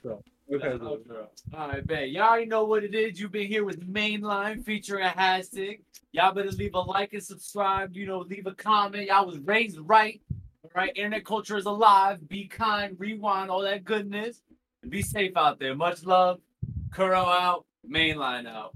[SPEAKER 5] Do the
[SPEAKER 2] Okay. good.
[SPEAKER 5] outro. All right, man. Y'all already know what it is. You've been here with Mainline featuring Hashtag. Y'all better leave a like and subscribe. You know, leave a comment. Y'all was raised right. All right. Internet culture is alive. Be kind, rewind, all that goodness. And be safe out there. Much love. Kuro out. Mainline out.